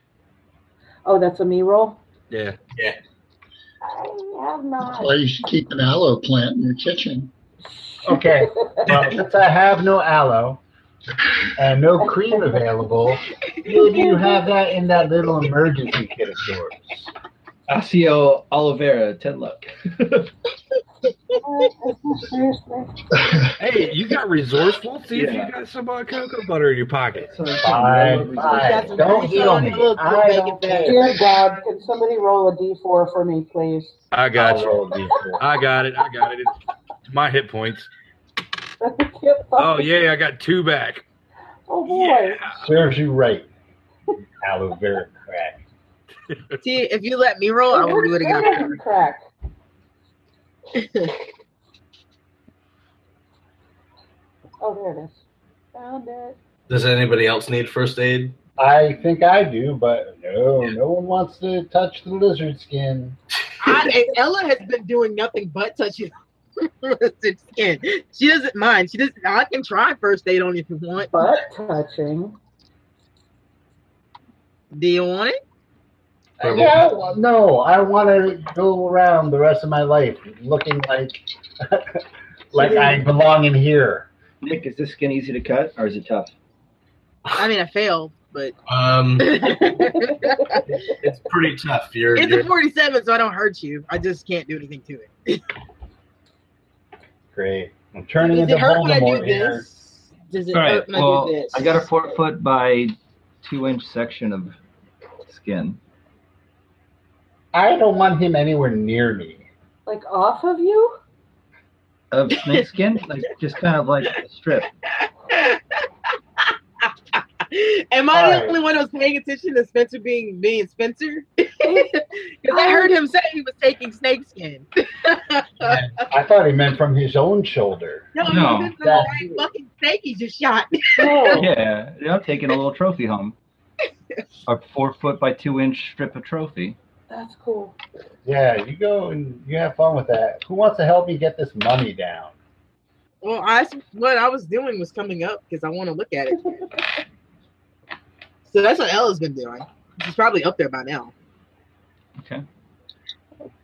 Speaker 8: Oh, that's a me roll?
Speaker 3: Yeah.
Speaker 8: I have
Speaker 7: That's
Speaker 8: not.
Speaker 7: why you should keep an aloe plant in your kitchen.
Speaker 2: Okay. Well, since I have no aloe and no cream available, maybe you have that in that little emergency kit of yours.
Speaker 6: Asio Oliveira, Ted Luck.
Speaker 8: Seriously?
Speaker 3: Hey, you got resourceful. See if
Speaker 6: Yeah.
Speaker 3: you got some uh, cocoa butter in your pocket.
Speaker 2: Fine,
Speaker 5: That's
Speaker 2: fine. Don't eat on me.
Speaker 5: Look, don't
Speaker 2: I
Speaker 5: make
Speaker 2: don't
Speaker 5: it bad.
Speaker 2: care.
Speaker 8: Dear God, can somebody roll a d4 for me, please?
Speaker 3: I got
Speaker 2: I'll
Speaker 3: you.
Speaker 2: roll a d4.
Speaker 3: I got it. I got it. It's my hit points.
Speaker 8: I can't
Speaker 3: Oh
Speaker 8: fucking-
Speaker 3: yeah, I got two back.
Speaker 8: Oh, boy.
Speaker 3: Yeah.
Speaker 2: Serves you right. Aloe vera crack.
Speaker 5: See, if you let me roll, I will do it again.
Speaker 8: Lemon Crack. oh, there it is. Found it.
Speaker 4: Does anybody else need first aid?
Speaker 2: I think I do, but no, no one wants to touch the lizard skin.
Speaker 5: I, and Ella has been doing nothing but touching lizard skin. She doesn't mind. She doesn't. I can try first aid on you if you want.
Speaker 8: Butt touching.
Speaker 5: Do you want it?
Speaker 4: Wait,
Speaker 2: Yeah, well, no, I want to go around the rest of my life looking like like I belong in here.
Speaker 6: Nick, is this skin easy to cut or is it tough?
Speaker 5: I mean, I failed, but
Speaker 4: Um,
Speaker 5: it's
Speaker 4: it's pretty tough. You're,
Speaker 5: a
Speaker 4: you're
Speaker 5: 47, so I don't hurt you. I just can't do anything to it.
Speaker 2: Great, I'm turning
Speaker 5: Does
Speaker 2: into
Speaker 5: it hurt when I do
Speaker 2: Voldemort here.
Speaker 5: this? Does it
Speaker 6: All right.
Speaker 5: hurt when I do
Speaker 6: Well,
Speaker 5: this?
Speaker 6: I got a four foot by two inch section of skin.
Speaker 2: I don't want him anywhere near me.
Speaker 8: Like off of you?
Speaker 6: Of snake skin, like just kind of like a strip.
Speaker 5: Am I the
Speaker 2: Alright.
Speaker 5: only one who's paying attention to Spencer being being Spencer? Because I heard him say he was taking snakeskin. no,
Speaker 2: I thought he meant from his own shoulder.
Speaker 11: No.
Speaker 5: no, no fucking snake he just shot.
Speaker 8: Oh,
Speaker 9: Yeah, yeah, I'm taking a little trophy home. A four foot by two inch strip of trophy.
Speaker 8: That's cool.
Speaker 2: Yeah, you go and you have fun with that. Who wants to help me get this money down?
Speaker 5: well, I what I was doing was coming up because I want to look at it. so that's what Ella's been doing. She's probably up there by now.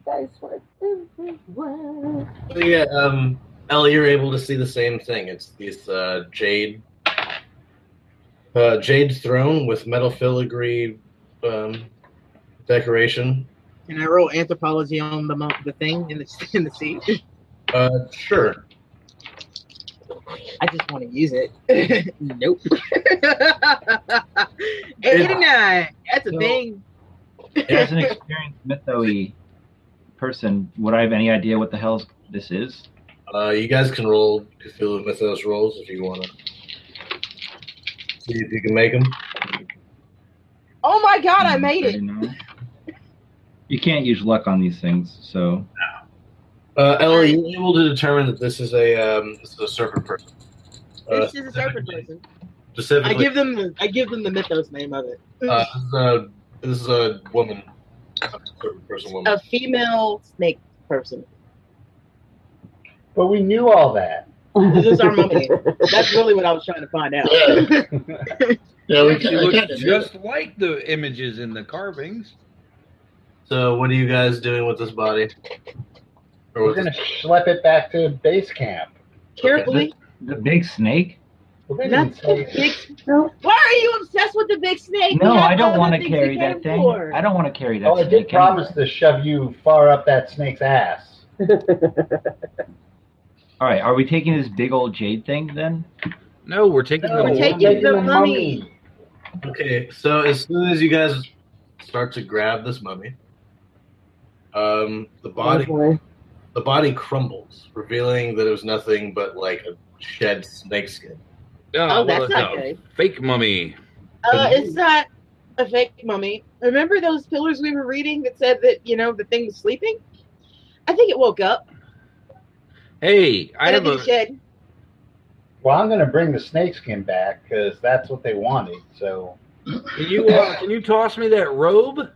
Speaker 8: Dice were everywhere.
Speaker 4: Yeah, um, Ellie, you're able to see the same thing. It's these uh, jade, uh, jade throne with metal filigree um, decoration.
Speaker 5: And I roll anthropology on the mo- the thing in the in the seat.
Speaker 4: Uh, sure.
Speaker 5: I just want to use it. nope. Eighty-nine. That's a
Speaker 9: So-
Speaker 5: thing.
Speaker 9: As an experienced mytho person, would I have any idea what the hell this is?
Speaker 4: Uh, you guys can roll Cthulhu Mythos rolls if you want to. See if you can make them.
Speaker 5: Oh my god, I made it.
Speaker 9: You can't use luck on these things, so
Speaker 4: Uh, Ellie, you're able to determine that this is a um, this is a serpent person. Uh,
Speaker 5: This is a serpent person. I
Speaker 4: Specifically,
Speaker 5: give them the I give them the mythos name of it.
Speaker 4: uh, this, is a, this is a woman, a serpent person woman.
Speaker 5: A female snake person.
Speaker 2: But we knew all that.
Speaker 5: This is our moment. That's really what I was trying to find out.
Speaker 7: Yeah. Yeah, we
Speaker 3: She
Speaker 7: can, I
Speaker 3: looks
Speaker 7: kind of knew
Speaker 3: just like the images in the carvings.
Speaker 4: So, what are you guys doing with this body? Or
Speaker 2: We're
Speaker 4: with
Speaker 2: gonna
Speaker 4: this,
Speaker 2: schlep it back to base camp.
Speaker 5: Carefully.
Speaker 9: the big snake.
Speaker 2: We're gonna
Speaker 5: Not the
Speaker 2: say-
Speaker 5: big
Speaker 8: No.
Speaker 5: Why are you obsessed with the big snake?
Speaker 9: No,
Speaker 5: We have
Speaker 9: I don't
Speaker 5: other
Speaker 9: want to
Speaker 5: things we
Speaker 9: carry
Speaker 5: came
Speaker 9: that thing.
Speaker 5: for.
Speaker 9: I don't want to carry that.
Speaker 2: Oh, I did
Speaker 9: snake anyway.
Speaker 2: promise to shove you far up that snake's ass.
Speaker 9: All right, are we taking this big old jade thing then?
Speaker 3: No, we're taking
Speaker 2: No,
Speaker 3: the
Speaker 5: we're
Speaker 3: whole-
Speaker 5: taking the money.
Speaker 4: okay, so as soon as you guys start to grab this mummy, um, the
Speaker 8: Oh,
Speaker 4: body
Speaker 8: boy.
Speaker 4: the body crumbles, revealing that it was nothing but like a shed snakeskin.
Speaker 3: Oh,
Speaker 5: Oh,
Speaker 3: well,
Speaker 5: that's
Speaker 3: it's
Speaker 5: not
Speaker 3: a
Speaker 5: good.
Speaker 3: Fake mummy.
Speaker 5: Uh, it's not a fake mummy. Remember those pillars we were reading that said that you know the thing was sleeping? I think it woke up.
Speaker 3: Hey, I
Speaker 5: and
Speaker 3: have
Speaker 5: it
Speaker 3: a.
Speaker 5: shed.
Speaker 2: Well, I'm gonna bring the snakeskin back because that's what they wanted. So
Speaker 3: Can you uh, can you toss me that robe?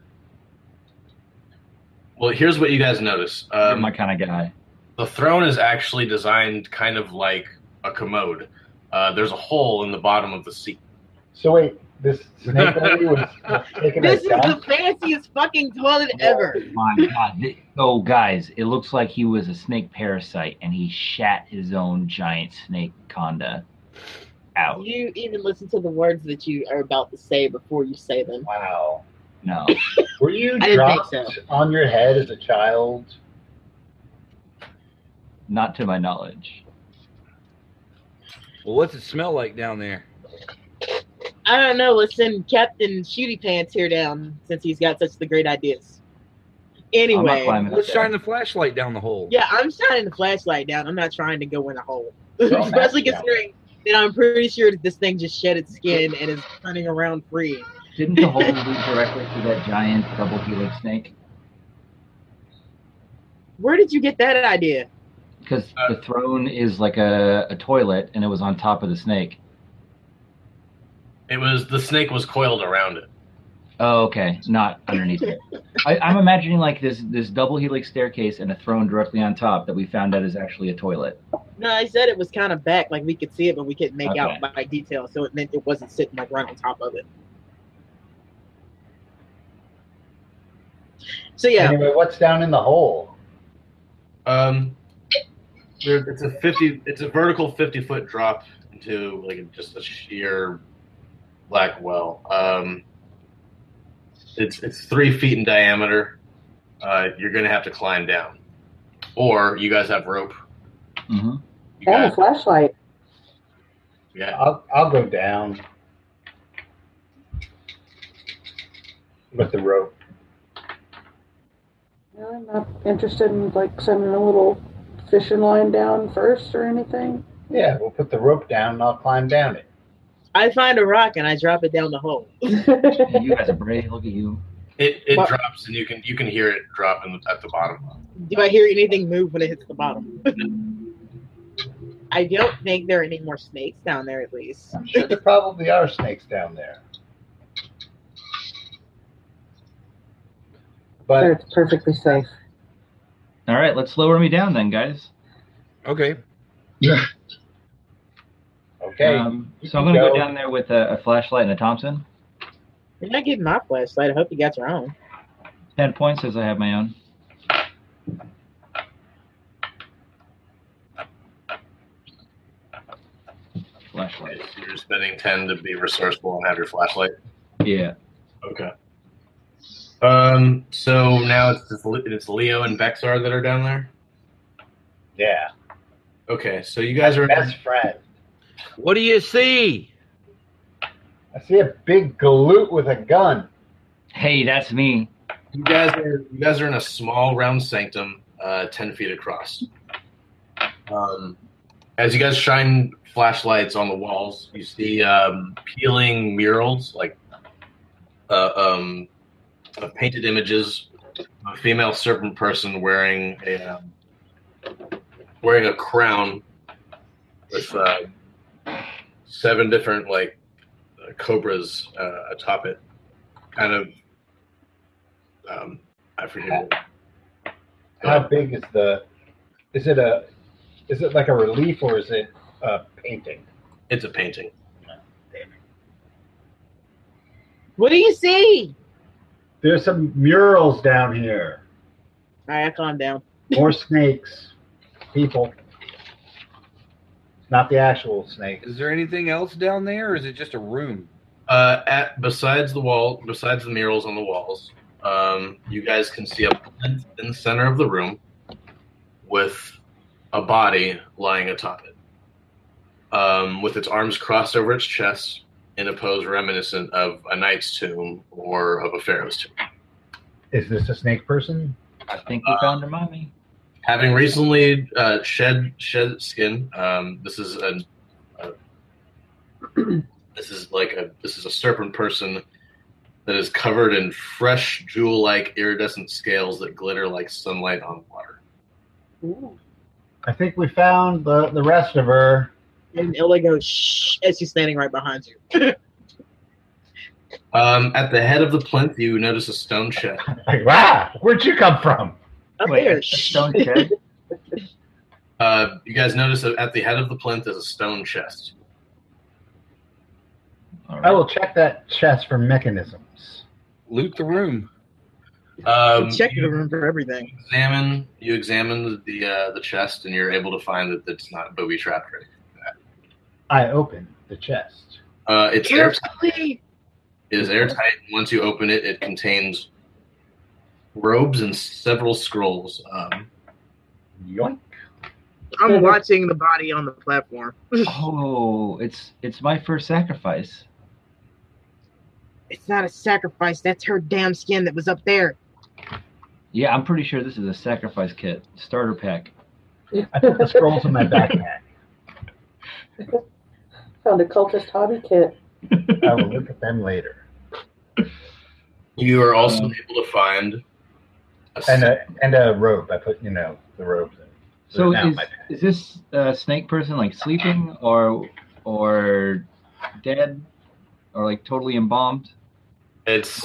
Speaker 4: Well, here's what you guys notice.
Speaker 9: I'm
Speaker 4: Um,
Speaker 9: my kind of guy.
Speaker 4: The throne is actually designed kind of like a commode. Uh, there's a hole in the bottom of the seat.
Speaker 2: So wait, this snake lady was taking
Speaker 5: This
Speaker 2: a
Speaker 5: is the
Speaker 2: dump.
Speaker 5: fanciest fucking toilet ever.
Speaker 9: My God! thi- oh, guys, it looks like he was a snake parasite and he shat his own giant snake conda out.
Speaker 5: You even listen to the words that you are about to say before you say them.
Speaker 2: Wow.
Speaker 9: No,
Speaker 2: Were you
Speaker 5: I didn't think
Speaker 2: dropped on your head as a child?
Speaker 9: not to my knowledge.
Speaker 3: Well, what's it smell like down there?
Speaker 5: I don't know. Let's send Captain Shooty Pants here down since he's got such the great ideas.
Speaker 9: I'm not
Speaker 5: Anyway,
Speaker 9: climbing up
Speaker 3: Let's
Speaker 9: there.
Speaker 3: shine the flashlight down the hole.
Speaker 5: yeah, I'm shining the flashlight down. I'm not trying to go in a hole,
Speaker 2: Well,
Speaker 5: especially
Speaker 2: that's-
Speaker 5: considering that I'm pretty sure that this thing just shed its skin and is running around free.
Speaker 9: Didn't the hole lead directly to that giant double helix snake?
Speaker 5: Where did you get that idea?
Speaker 9: Because
Speaker 4: Uh,
Speaker 9: the throne is like a, a toilet and it was on top of the snake.
Speaker 4: It was the snake was coiled around it.
Speaker 9: Oh, okay, not underneath it. I, I'm imagining like this this double helix staircase and a throne directly on top that we found out is actually a toilet.
Speaker 5: No, I said it was kind of back, like we could see it, but we couldn't make out
Speaker 9: Okay.
Speaker 5: by detail, so it meant it wasn't sitting like right on top of it. So yeah,
Speaker 2: Anyway, what's down in the hole?
Speaker 4: Um, there, it's a fifty. It's a vertical fifty foot drop into like just a sheer black well. Um, it's it's three feet in diameter. Uh, you're gonna have to climb down, or you guys have rope.
Speaker 9: Mm-hmm.
Speaker 4: You
Speaker 8: And
Speaker 4: guys,
Speaker 8: a flashlight.
Speaker 4: yeah.
Speaker 2: I'll I'll go down with the rope.
Speaker 8: No, I'm not interested in like sending a little fishing line down first or anything.
Speaker 2: Yeah, we'll put the rope down and I'll climb down it.
Speaker 5: I find a rock and I drop it down the hole.
Speaker 6: Yeah, you guys are brave. Look at you.
Speaker 4: It it
Speaker 5: What?
Speaker 4: drops and you can you can hear it drop in, at the bottom.
Speaker 5: Do I hear anything move when it hits the bottom? I don't think there are any more snakes down there, at least.
Speaker 2: I'm sure there probably are snakes down there.
Speaker 8: But
Speaker 2: But
Speaker 8: it's perfectly safe.
Speaker 6: All right, let's lower me down then, guys.
Speaker 3: Okay.
Speaker 7: Yeah.
Speaker 2: okay,
Speaker 6: um,
Speaker 2: you
Speaker 6: so I'm
Speaker 2: can
Speaker 6: gonna go.
Speaker 2: go.
Speaker 6: down there with a, a flashlight and a Thompson.
Speaker 5: You're not getting my flashlight. I hope you got your own.
Speaker 6: Ten points as I have my own. Flashlight.
Speaker 4: You're spending ten to be resourceful and have your flashlight.
Speaker 6: Yeah.
Speaker 4: Okay. Um. So now it's just, Le- it's Leo and Bexar that are down there.
Speaker 2: yeah,
Speaker 4: Okay. So you guys are
Speaker 2: best friend.
Speaker 3: What do you see?
Speaker 2: I see a big galoot with a gun.
Speaker 6: Hey, that's me.
Speaker 4: you guys are you guys are in a small round sanctum, uh, ten feet across. Um, as you guys shine flashlights on the walls, you see um, peeling murals like uh, um, uh, painted images of a female serpent person wearing a um, wearing a crown with uh, seven different like uh, cobras uh, atop it, kind of um, I forget.
Speaker 2: How big is the? Is it a? Is it like a relief or is it a painting?
Speaker 4: It's a painting.
Speaker 5: What do you see?
Speaker 2: There's some murals down here.
Speaker 5: All right, I calm down.
Speaker 2: More snakes, people. Not the actual snake.
Speaker 3: Is there anything else down there, or is it just a room?
Speaker 4: Uh, at besides the wall, besides the murals on the walls, um, you guys can see a plinth in the center of the room with a body lying atop it, um, with its arms crossed over its chest in a pose reminiscent of a knight's tomb or of a pharaoh's tomb.
Speaker 2: Is this a snake person?
Speaker 6: I think we found her mommy.
Speaker 4: Having recently uh, shed shed skin, um, this is a, a this is like a this is a serpent person that is covered in fresh jewel-like iridescent scales that glitter like sunlight on water.
Speaker 8: Ooh.
Speaker 2: I think we found the, the rest of her.
Speaker 5: And Illa goes shh as she's standing right behind you.
Speaker 4: Um, at the head of the plinth, you notice a stone shed.
Speaker 2: Like, wow, where'd you come from?
Speaker 5: Up
Speaker 6: Wait,
Speaker 5: there.
Speaker 6: a
Speaker 5: shh.
Speaker 6: stone shed?
Speaker 4: Uh, you guys notice that at the head of the plinth is a stone chest.
Speaker 6: All
Speaker 2: I
Speaker 6: right.
Speaker 2: will check that chest for mechanisms.
Speaker 3: Loot the room.
Speaker 4: Um,
Speaker 5: Check
Speaker 4: you
Speaker 5: the room for everything.
Speaker 4: examine you examine the uh, the chest, and you're able to find that it's not booby trapped. or anything.
Speaker 2: I open the chest.
Speaker 4: Uh, it's air-
Speaker 5: Carefully.
Speaker 4: It is airtight. and Once you open it, it contains robes and several scrolls. Um,
Speaker 2: Yoink.
Speaker 5: I'm watching the body on the platform.
Speaker 6: Oh, it's it's my first sacrifice.
Speaker 5: It's not a sacrifice. That's her damn skin that was up there.
Speaker 6: Yeah, I'm pretty sure this is a sacrifice kit starter pack.
Speaker 2: I put the scrolls in my backpack.
Speaker 8: Found a cultist hobby kit.
Speaker 2: I will look at them later.
Speaker 4: you are also
Speaker 6: Um,
Speaker 4: able to find a
Speaker 2: And a, and a robe. I put, you know, the robe. in.
Speaker 6: So
Speaker 2: Now
Speaker 6: is,
Speaker 2: my- Um,
Speaker 6: is this uh, snake person like sleeping or or dead or like totally embalmed?
Speaker 4: it's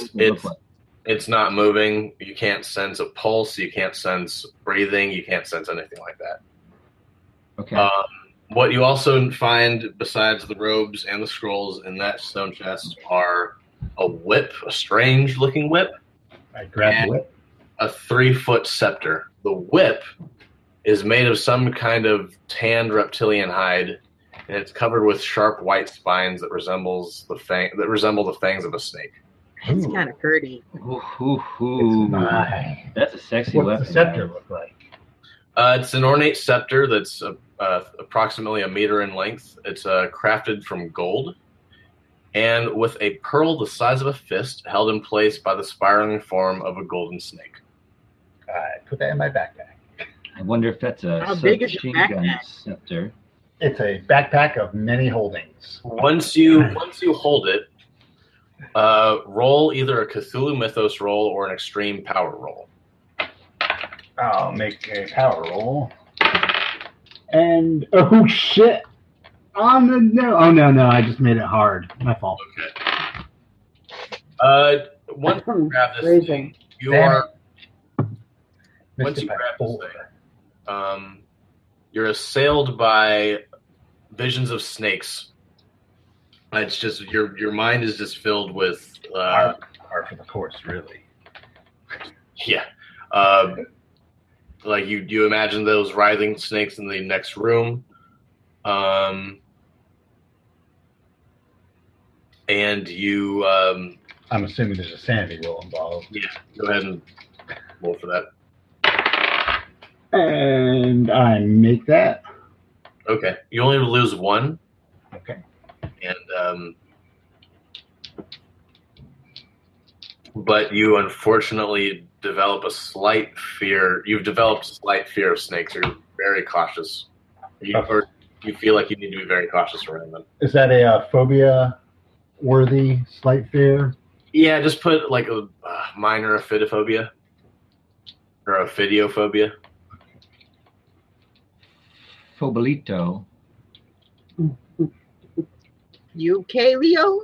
Speaker 6: What does it look
Speaker 4: it's
Speaker 6: like?
Speaker 4: it's not moving. You can't sense a pulse. You can't sense breathing. You can't sense anything like that.
Speaker 6: Okay.
Speaker 2: uh,
Speaker 4: Um, what you also find besides the robes and the scrolls in that stone chest are a whip, a strange looking whip,
Speaker 2: I grabbed
Speaker 4: and-
Speaker 2: the whip.
Speaker 4: a three foot scepter. The whip is made of some kind of tanned reptilian hide, and it's covered with sharp white spines that resembles the fang that resemble the fangs of a snake.
Speaker 5: It's
Speaker 2: Ooh,
Speaker 5: kind of pretty.
Speaker 6: Ooh, ooh, ooh.
Speaker 2: it's mine.
Speaker 6: That's a sexy
Speaker 2: What's
Speaker 6: weapon.
Speaker 2: the scepter
Speaker 6: guys.
Speaker 2: look like?
Speaker 4: Uh, it's an ornate scepter that's uh, uh, approximately a meter in length. It's uh, crafted from gold, and with a pearl the size of a fist held in place by the spiraling form of a golden snake.
Speaker 2: I put that in my backpack.
Speaker 6: I wonder if that's a
Speaker 5: How big is your
Speaker 6: submachine gun
Speaker 5: backpack?
Speaker 6: scepter.
Speaker 2: It's a backpack of many holdings.
Speaker 4: Once you once you hold it, uh, roll either a Cthulhu Mythos roll or an Extreme Power roll.
Speaker 2: I'll make a power roll. And oh shit! On the no, oh no, no! I just made it hard. My fault.
Speaker 4: Uh, once you grab this
Speaker 8: Raising.
Speaker 4: thing, you
Speaker 2: Damn
Speaker 4: are
Speaker 2: Missed
Speaker 4: Once
Speaker 2: it
Speaker 4: you
Speaker 2: by
Speaker 4: grab this
Speaker 2: four.
Speaker 4: um, you're assailed by visions of snakes. It's just your your mind is just filled with uh,
Speaker 2: Par for the course, really.
Speaker 4: yeah, uh, like you you imagine those writhing snakes in the next room, um, and you um,
Speaker 2: I'm assuming there's a sanity roll involved.
Speaker 4: go ahead and roll for that.
Speaker 2: And I make that.
Speaker 4: Okay, you only lose one.
Speaker 2: Okay.
Speaker 4: and um, but you unfortunately develop a slight fear. You've developed a slight fear of snakes. You're very cautious. You, or you feel like you need to be very cautious around them.
Speaker 2: Is that a uh, phobia worthy slight fear?
Speaker 4: Yeah, just put like a uh, minor aphidophobia or ophidiophobia.
Speaker 9: Fobolito.
Speaker 5: You okay, Leo?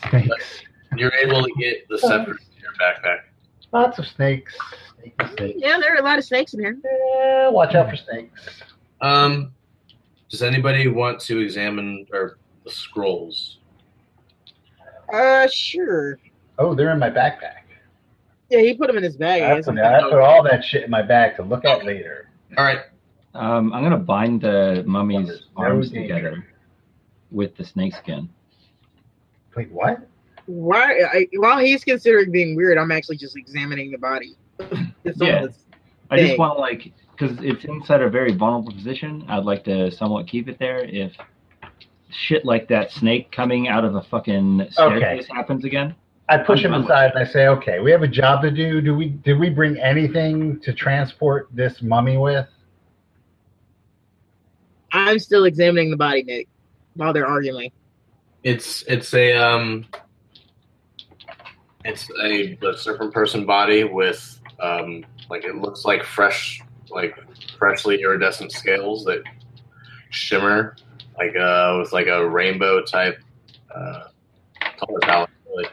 Speaker 2: Snakes.
Speaker 4: You're able to get the scepter in your backpack.
Speaker 2: Lots of snakes. Snakes, snakes.
Speaker 5: Yeah, there are a lot of snakes in here.
Speaker 2: Yeah, watch out for snakes.
Speaker 4: Um, does anybody want to examine or the scrolls?
Speaker 5: Uh, sure.
Speaker 2: Oh, they're in my backpack.
Speaker 5: Yeah, he put them in his bag. I
Speaker 2: I
Speaker 5: guess.
Speaker 2: put, I put all that shit in my bag to look at later.
Speaker 4: All right.
Speaker 9: Um, I'm gonna bind the mummy's
Speaker 2: There's no
Speaker 9: arms
Speaker 2: danger.
Speaker 9: together with the snake skin.
Speaker 2: Wait, what?
Speaker 5: Why? I, while he's considering being weird, I'm actually just examining the body. It's all
Speaker 9: Yeah.
Speaker 5: this-
Speaker 9: I just
Speaker 5: Dang.
Speaker 9: want to like because it's inside a very vulnerable position. I'd like to somewhat keep it there. If shit like that snake coming out of a fucking staircase happens again,
Speaker 2: I push him aside and I say, "Okay, we have a job to do. Do we? Did we bring anything to transport this mummy with?"
Speaker 5: I'm still examining the body, Nick, while they're arguing.
Speaker 4: It's it's a um, it's a, a serpent person body with um, like it looks like fresh, like freshly iridescent scales that shimmer, like uh, with like a rainbow type uh, color palette. Really.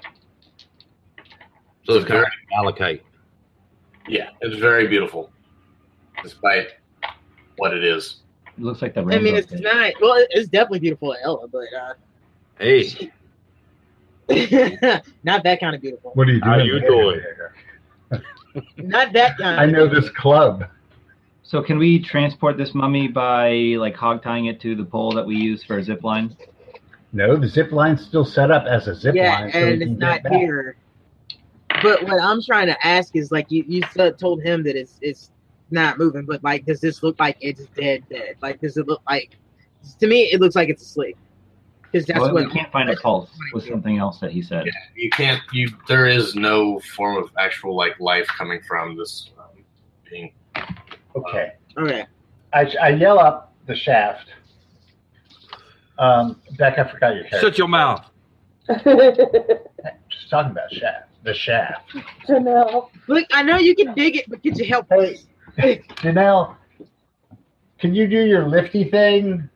Speaker 3: So it's
Speaker 4: It's very,
Speaker 3: kind of like malachite.
Speaker 4: yeah, it's very beautiful, despite what it is.
Speaker 9: it looks like the
Speaker 5: I
Speaker 9: rainbow.
Speaker 5: mean, it's
Speaker 9: thing.
Speaker 5: not. Well, it- it's definitely beautiful, Ella, but
Speaker 3: Hey,
Speaker 5: uh, not that kind of beautiful.
Speaker 2: What are you
Speaker 3: How you doing?
Speaker 5: Not that kind.
Speaker 2: I
Speaker 5: of
Speaker 2: know
Speaker 5: beautiful.
Speaker 2: this club.
Speaker 9: So can we transport this mummy by like hog tying it to the pole that we use for a zip line?
Speaker 2: No, the zip line's still set up as a zip
Speaker 5: yeah,
Speaker 2: line. so we can
Speaker 5: and it's
Speaker 2: get
Speaker 5: not
Speaker 2: back.
Speaker 5: here. But what I'm trying to ask is, like, you you said, told him that it's it's not moving, but like, does this look like it's dead, dead? Like, does it look like? To me, it looks like it's asleep. Because that's
Speaker 9: Well,
Speaker 5: what
Speaker 9: we can't find a pulse.
Speaker 5: what I
Speaker 9: Was
Speaker 5: do.
Speaker 9: something else that he said.
Speaker 4: You can't. You there is no form of actual like life coming from this um, being.
Speaker 2: Okay.
Speaker 5: Okay.
Speaker 2: I, I yell up the shaft. Um, Beck, I forgot your character.
Speaker 3: shut your mouth.
Speaker 2: Just talking about shaft. The shaft.
Speaker 8: Janelle.
Speaker 5: Look, I know you can dig it, but could you help?
Speaker 2: Hey, Janelle, can you do your lifty thing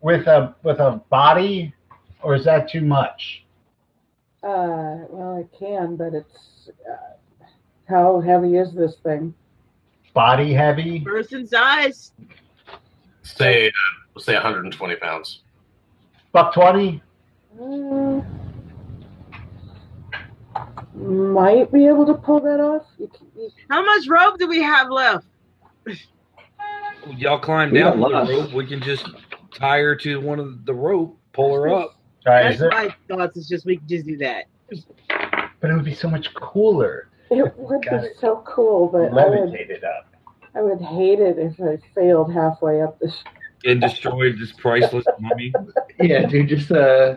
Speaker 2: with a with a body, or is that too much?
Speaker 8: Uh, well, I can, but it's uh, how heavy is this thing?
Speaker 2: Body heavy?
Speaker 5: Person's eyes.
Speaker 4: Say, uh, say 120 pounds.
Speaker 2: Buck twenty?
Speaker 8: Uh, might be able to pull that off. You, c- you,
Speaker 5: How much rope do we have left?
Speaker 3: Y'all climb
Speaker 9: We
Speaker 3: down
Speaker 9: got
Speaker 3: the
Speaker 9: lost.
Speaker 3: rope. We can just tie her to one of the rope, pull her up.
Speaker 2: All right,
Speaker 5: That's
Speaker 2: is it?
Speaker 5: my thoughts. It's just we can just do that.
Speaker 2: But it would be so much cooler.
Speaker 8: it would
Speaker 2: Got
Speaker 8: be
Speaker 2: it.
Speaker 8: so cool,
Speaker 5: um,
Speaker 8: but I would,
Speaker 2: Levitated up.
Speaker 8: I would hate it if I failed halfway up this.
Speaker 3: and destroy this priceless mummy.
Speaker 6: Yeah, dude, just uh,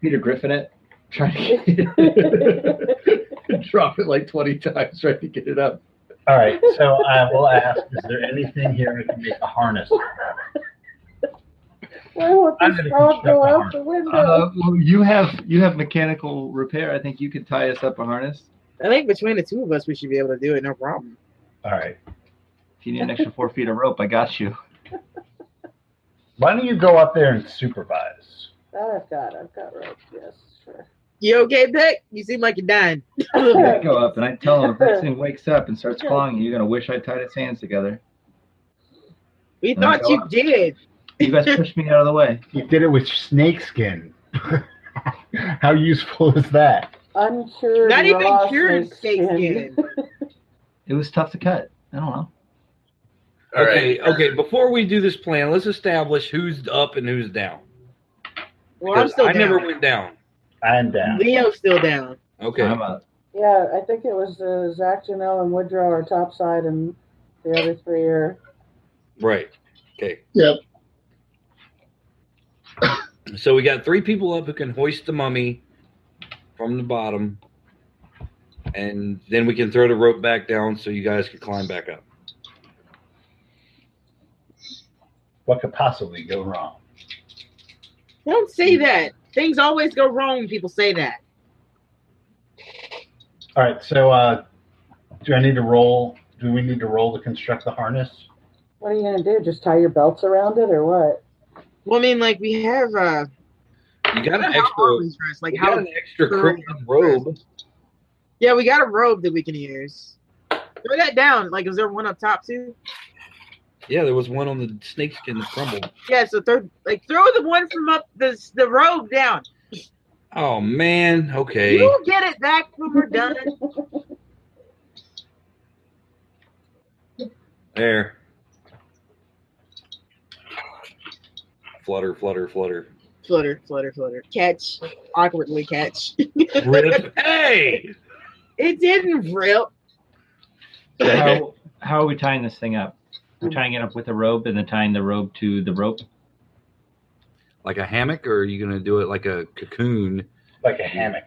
Speaker 6: Peter Griffin it, trying to get it. drop it like twenty times, trying to get it up.
Speaker 2: All right, so I will ask: Is there anything here that can make a harness?
Speaker 8: Why won't
Speaker 2: I'm
Speaker 8: this
Speaker 2: gonna
Speaker 8: frog go
Speaker 2: construct a
Speaker 8: out the window?
Speaker 2: Uh-huh.
Speaker 6: Uh, well, you have you have mechanical repair. I think you could tie us up a harness.
Speaker 5: I think between the two of us, we should be able to do it, no problem.
Speaker 2: All right.
Speaker 6: If you need an extra four feet of rope, I got you.
Speaker 2: Why don't you go up there and supervise?
Speaker 8: That I've got. I've got rope. Yes, sure.
Speaker 5: You okay, Beck? You seem like you're dying.
Speaker 6: I go up and I tell him if that thing wakes up and starts clawing you, you're gonna wish I tied its hands together.
Speaker 5: We
Speaker 6: Let me
Speaker 5: thought
Speaker 6: go
Speaker 5: you
Speaker 6: up.
Speaker 5: did.
Speaker 6: You guys pushed me out of the way.
Speaker 2: You did it with snakeskin. How useful is that?
Speaker 8: Uncured.
Speaker 5: Not even
Speaker 8: raw
Speaker 5: cured
Speaker 8: snake
Speaker 5: snake
Speaker 8: skin.
Speaker 5: skin.
Speaker 6: It was tough to cut. I don't know.
Speaker 4: All right.
Speaker 3: okay, okay. Before we do this plan, let's establish who's up and who's down.
Speaker 5: Well, I'm
Speaker 3: Because
Speaker 5: still
Speaker 3: I
Speaker 5: down.
Speaker 3: never went down.
Speaker 2: I'm down.
Speaker 5: Leo's still down.
Speaker 3: Okay.
Speaker 6: I'm up.
Speaker 8: Yeah, I think it was uh, Zach, Janelle, and Woodrow are topside, and the other three are.
Speaker 3: Right. Okay.
Speaker 7: Yep.
Speaker 3: So we got three people up who can hoist the mummy from the bottom, and then we can throw the rope back down so you guys can climb back up.
Speaker 2: What could possibly go wrong?
Speaker 5: Don't say that. Things always go wrong when people say that.
Speaker 2: All right, so uh, do I need to roll? Do we need to roll to construct the harness?
Speaker 8: What are you gonna do? Just tie your belts around it, or what?
Speaker 5: Well, I mean, like we have uh,
Speaker 3: You got an
Speaker 5: how
Speaker 3: extra,
Speaker 5: are we dressed? Like
Speaker 3: you
Speaker 5: how?
Speaker 3: got an extra
Speaker 5: how-
Speaker 3: crimson robe.
Speaker 5: Yeah, we got a robe that we can use. Throw that down. Like, is there one up top too?
Speaker 3: Yeah, there was one on the snakeskin that crumbled.
Speaker 5: Yeah, so throw like throw the one from up the the robe down.
Speaker 3: Oh man. Okay.
Speaker 5: You'll get it back when we're done.
Speaker 3: There. Flutter, flutter, flutter.
Speaker 5: flutter, flutter, flutter. Catch. Awkwardly catch.
Speaker 3: Rip. hey.
Speaker 5: It didn't rip.
Speaker 6: How-
Speaker 9: How, how are we tying this thing up? We're tying it up with a rope and then tying the rope to the rope.
Speaker 3: Like a hammock, or are you gonna do it like a cocoon,
Speaker 2: Like a hammock.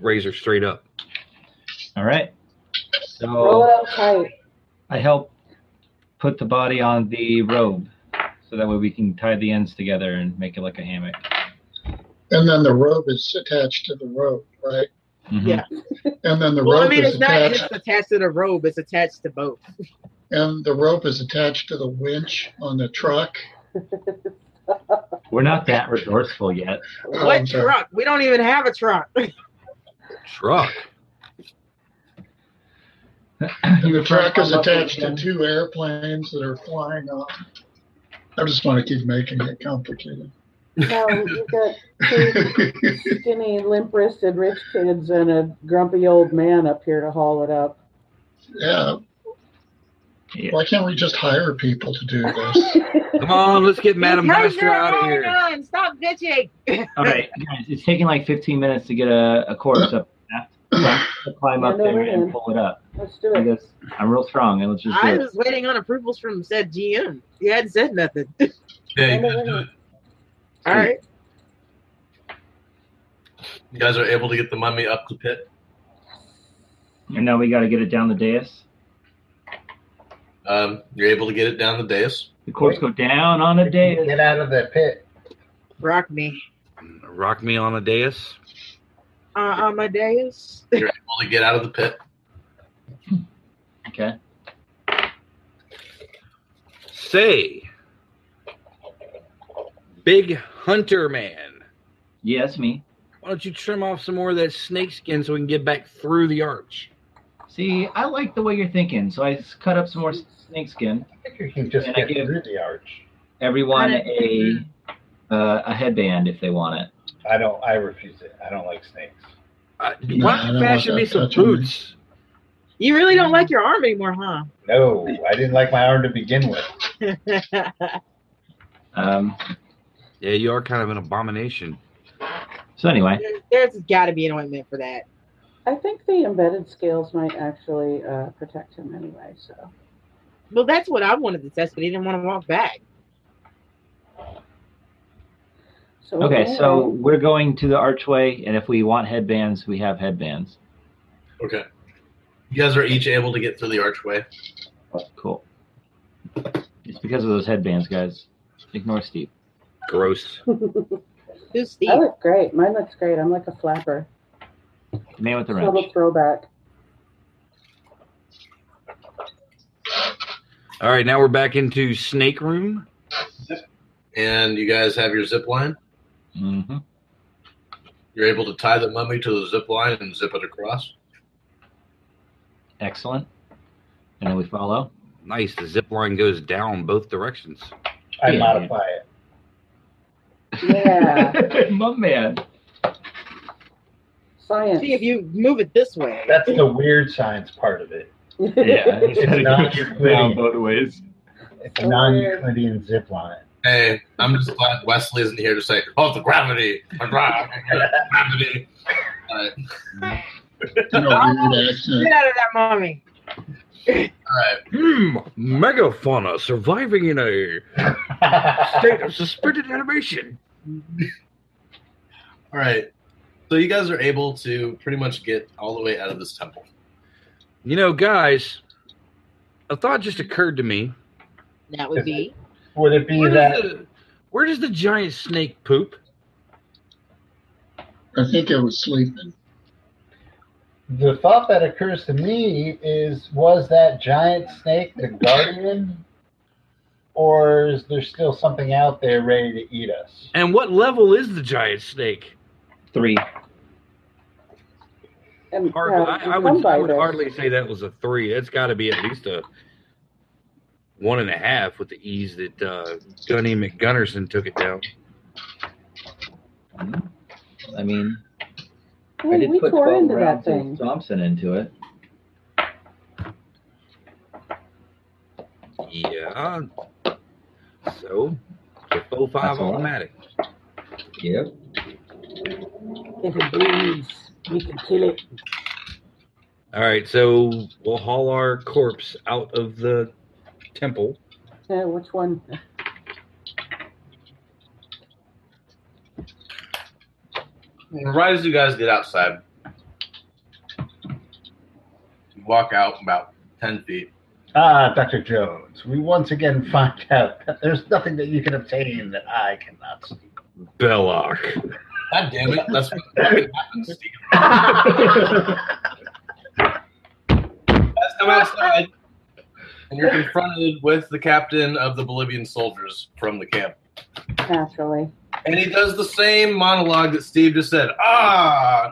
Speaker 3: razor straight up?
Speaker 9: All right.
Speaker 8: Roll it
Speaker 9: So
Speaker 8: up tight.
Speaker 9: I help put the body on the robe so that way we can tie the ends together and make it like a hammock.
Speaker 7: And then the rope is attached to the rope, right?
Speaker 9: Mhm.
Speaker 5: Yeah.
Speaker 7: And then the
Speaker 5: Well, I
Speaker 7: rope
Speaker 5: mean,
Speaker 7: is
Speaker 5: it's not
Speaker 7: attached.
Speaker 5: just attached to the robe; it's attached to both.
Speaker 7: And the rope is attached to the winch on the truck.
Speaker 9: We're not that resourceful yet.
Speaker 7: Oh,
Speaker 5: what
Speaker 7: I'm sorry.
Speaker 5: truck? We don't even have a truck.
Speaker 3: Truck.
Speaker 7: And the truck is
Speaker 6: Up with
Speaker 7: attached to
Speaker 6: him.
Speaker 7: two airplanes that are flying off. I just want to keep making it complicated.
Speaker 8: No, you've got two skinny, limp-wristed rich kids and a grumpy old man up here to haul it up.
Speaker 7: yeah.
Speaker 9: Yeah.
Speaker 7: Why can't we just hire people to do this?
Speaker 3: Come on, let's get Madam
Speaker 5: Because
Speaker 3: Master
Speaker 5: you're
Speaker 3: out of
Speaker 5: wrong,
Speaker 3: here.
Speaker 5: Ellen. Stop bitching.
Speaker 9: All right, guys, it's taking like 15 minutes to get a, a corpse up. to Climb up there and pull it up.
Speaker 8: Let's do
Speaker 9: I
Speaker 8: it.
Speaker 9: guess I'm real strong, and let's just do
Speaker 5: I
Speaker 9: it.
Speaker 5: was waiting on approvals from said GM. He hadn't said nothing.
Speaker 4: Yeah, you guys
Speaker 8: End of the
Speaker 4: do
Speaker 8: week.
Speaker 4: it.
Speaker 7: Hmm.
Speaker 5: All right.
Speaker 4: You guys are able to get the mummy up the pit.
Speaker 9: And now we got to get it down the dais.
Speaker 4: Um, you're able to get it down the dais.
Speaker 9: The corpse go down on a dais.
Speaker 2: Get out of the pit.
Speaker 5: Rock me.
Speaker 3: Rock me on a dais.
Speaker 5: Uh, on my days.
Speaker 4: You're able to get out of the pit.
Speaker 9: Okay.
Speaker 3: Say, Big Hunter Man,
Speaker 9: Yeah, that's me.
Speaker 3: why don't you trim off some more of that snake skin so we can get back through the arch?
Speaker 9: See, I like the way you're thinking, so I s- cut up some more snake skin.
Speaker 2: I think you can just
Speaker 9: Can I
Speaker 2: get
Speaker 9: give-
Speaker 2: through the arch.
Speaker 9: Everyone
Speaker 5: Got
Speaker 9: a uh, a headband if they want it.
Speaker 2: I don't. I refuse it. I don't like snakes.
Speaker 3: Uh,
Speaker 7: Yeah,
Speaker 3: why
Speaker 7: I
Speaker 3: don't you
Speaker 7: don't want
Speaker 3: fashion
Speaker 7: that
Speaker 3: me some
Speaker 7: touching me.
Speaker 3: boots?
Speaker 5: You really don't like your arm anymore, huh?
Speaker 2: No, I didn't like my arm to begin with.
Speaker 9: Um,
Speaker 3: Yeah, you are kind of an abomination.
Speaker 9: so anyway,
Speaker 5: There's got to be an ointment for that.
Speaker 8: I think the embedded scales might actually uh, protect him anyway. So
Speaker 5: Well, that's what I wanted to test, but he didn't want to walk back.
Speaker 8: so
Speaker 9: okay, so
Speaker 8: anyway,
Speaker 9: we're going to the archway, and if we want headbands, we have headbands.
Speaker 4: Okay. You guys are each able to get through the archway.
Speaker 9: Cool. It's because of those headbands, guys. Ignore Steve.
Speaker 3: Gross.
Speaker 5: Who's
Speaker 8: I
Speaker 7: Oh,
Speaker 5: Steve?
Speaker 8: look great. Mine looks great. I'm like a flapper.
Speaker 9: The man with the
Speaker 8: Double
Speaker 9: wrench.
Speaker 8: throwback.
Speaker 3: All right, now we're back into Snake Room.
Speaker 4: And you guys have your zip line.
Speaker 9: Mm-hmm.
Speaker 4: You're able to tie the mummy to the zip line and zip it across.
Speaker 9: Excellent. And then we follow.
Speaker 3: Nice. The zip line goes down both directions.
Speaker 2: I
Speaker 9: Yeah.
Speaker 2: modify it.
Speaker 8: Yeah.
Speaker 6: My man.
Speaker 8: Science.
Speaker 5: See if you move it this way.
Speaker 2: That's the weird science part of it.
Speaker 9: Yeah. he's gotta
Speaker 2: not
Speaker 9: go down
Speaker 2: really-
Speaker 9: both ways.
Speaker 2: It's a non-Euclidean zip line.
Speaker 4: Hey, I'm just glad Wesley isn't here to say, "Oh, the gravity, the gra- gravity."
Speaker 7: In a weird accent.
Speaker 5: Get out of that mommy.
Speaker 4: All right.
Speaker 3: Hmm. Megafauna surviving in a state of suspended animation.
Speaker 4: All right. So you guys are able to pretty much get all the way out of this temple.
Speaker 3: You know, guys, a thought just occurred to me.
Speaker 5: That would be.
Speaker 2: Would it be
Speaker 3: Where
Speaker 2: that?
Speaker 3: does, the, where does the giant snake poop?
Speaker 7: I think it was sleeping.
Speaker 2: The thought that occurs to me is was that giant snake the guardian? Or is there still something out there ready to eat us?
Speaker 3: And what level is the giant snake?
Speaker 9: Three.
Speaker 8: And,
Speaker 3: Hard,
Speaker 8: yeah,
Speaker 3: I, I
Speaker 8: you come
Speaker 3: would,
Speaker 8: by
Speaker 3: I would
Speaker 8: this.
Speaker 3: hardly say that was a three. It's got to be at least a one and a half with the ease that uh, Gunny McGunnerson took it down.
Speaker 6: Mm-hmm. I mean,
Speaker 8: Hey,
Speaker 6: I did
Speaker 8: we
Speaker 6: put
Speaker 8: tore
Speaker 6: 12
Speaker 8: into that
Speaker 6: rounds of
Speaker 8: thing.
Speaker 6: Thompson into it.
Speaker 3: Yeah. So, the full five
Speaker 9: That's all right.
Speaker 3: automatic.
Speaker 6: Yep.
Speaker 8: If it bleeds, we can kill it.
Speaker 3: All right. So we'll haul our corpse out of the temple.
Speaker 8: Yeah, which one?
Speaker 4: And right as you guys get outside, you walk out about 10 feet.
Speaker 2: Ah, Dr. Jones, we once again find out that there's nothing that you can obtain that I cannot see.
Speaker 3: Belloc.
Speaker 4: God damn it. That's what fucking happened, Steve. Guys come outside, and you're confronted with the captain of the Bolivian soldiers from the camp.
Speaker 8: Naturally.
Speaker 4: And he does the same monologue that Steve just said. Ah!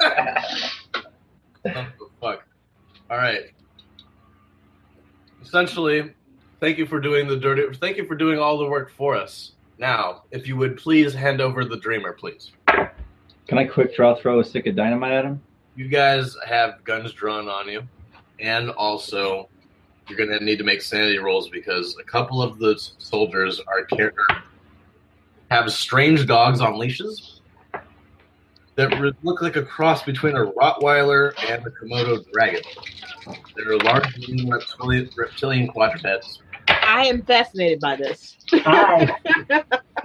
Speaker 4: what the fuck? All right. Essentially, thank you for doing the dirty. Thank you for doing all the work for us. Now, if you would please hand over the dreamer, please.
Speaker 6: Can I quick draw throw a stick of dynamite at him?
Speaker 4: You guys have guns drawn on you, and also you're gonna need to make sanity rolls because a couple of the s- soldiers are car- have strange dogs on leashes that re- look like a cross between a Rottweiler and a Komodo dragon. They're large lean reptilian, reptilian quadrupeds.
Speaker 5: I am fascinated by this.
Speaker 2: I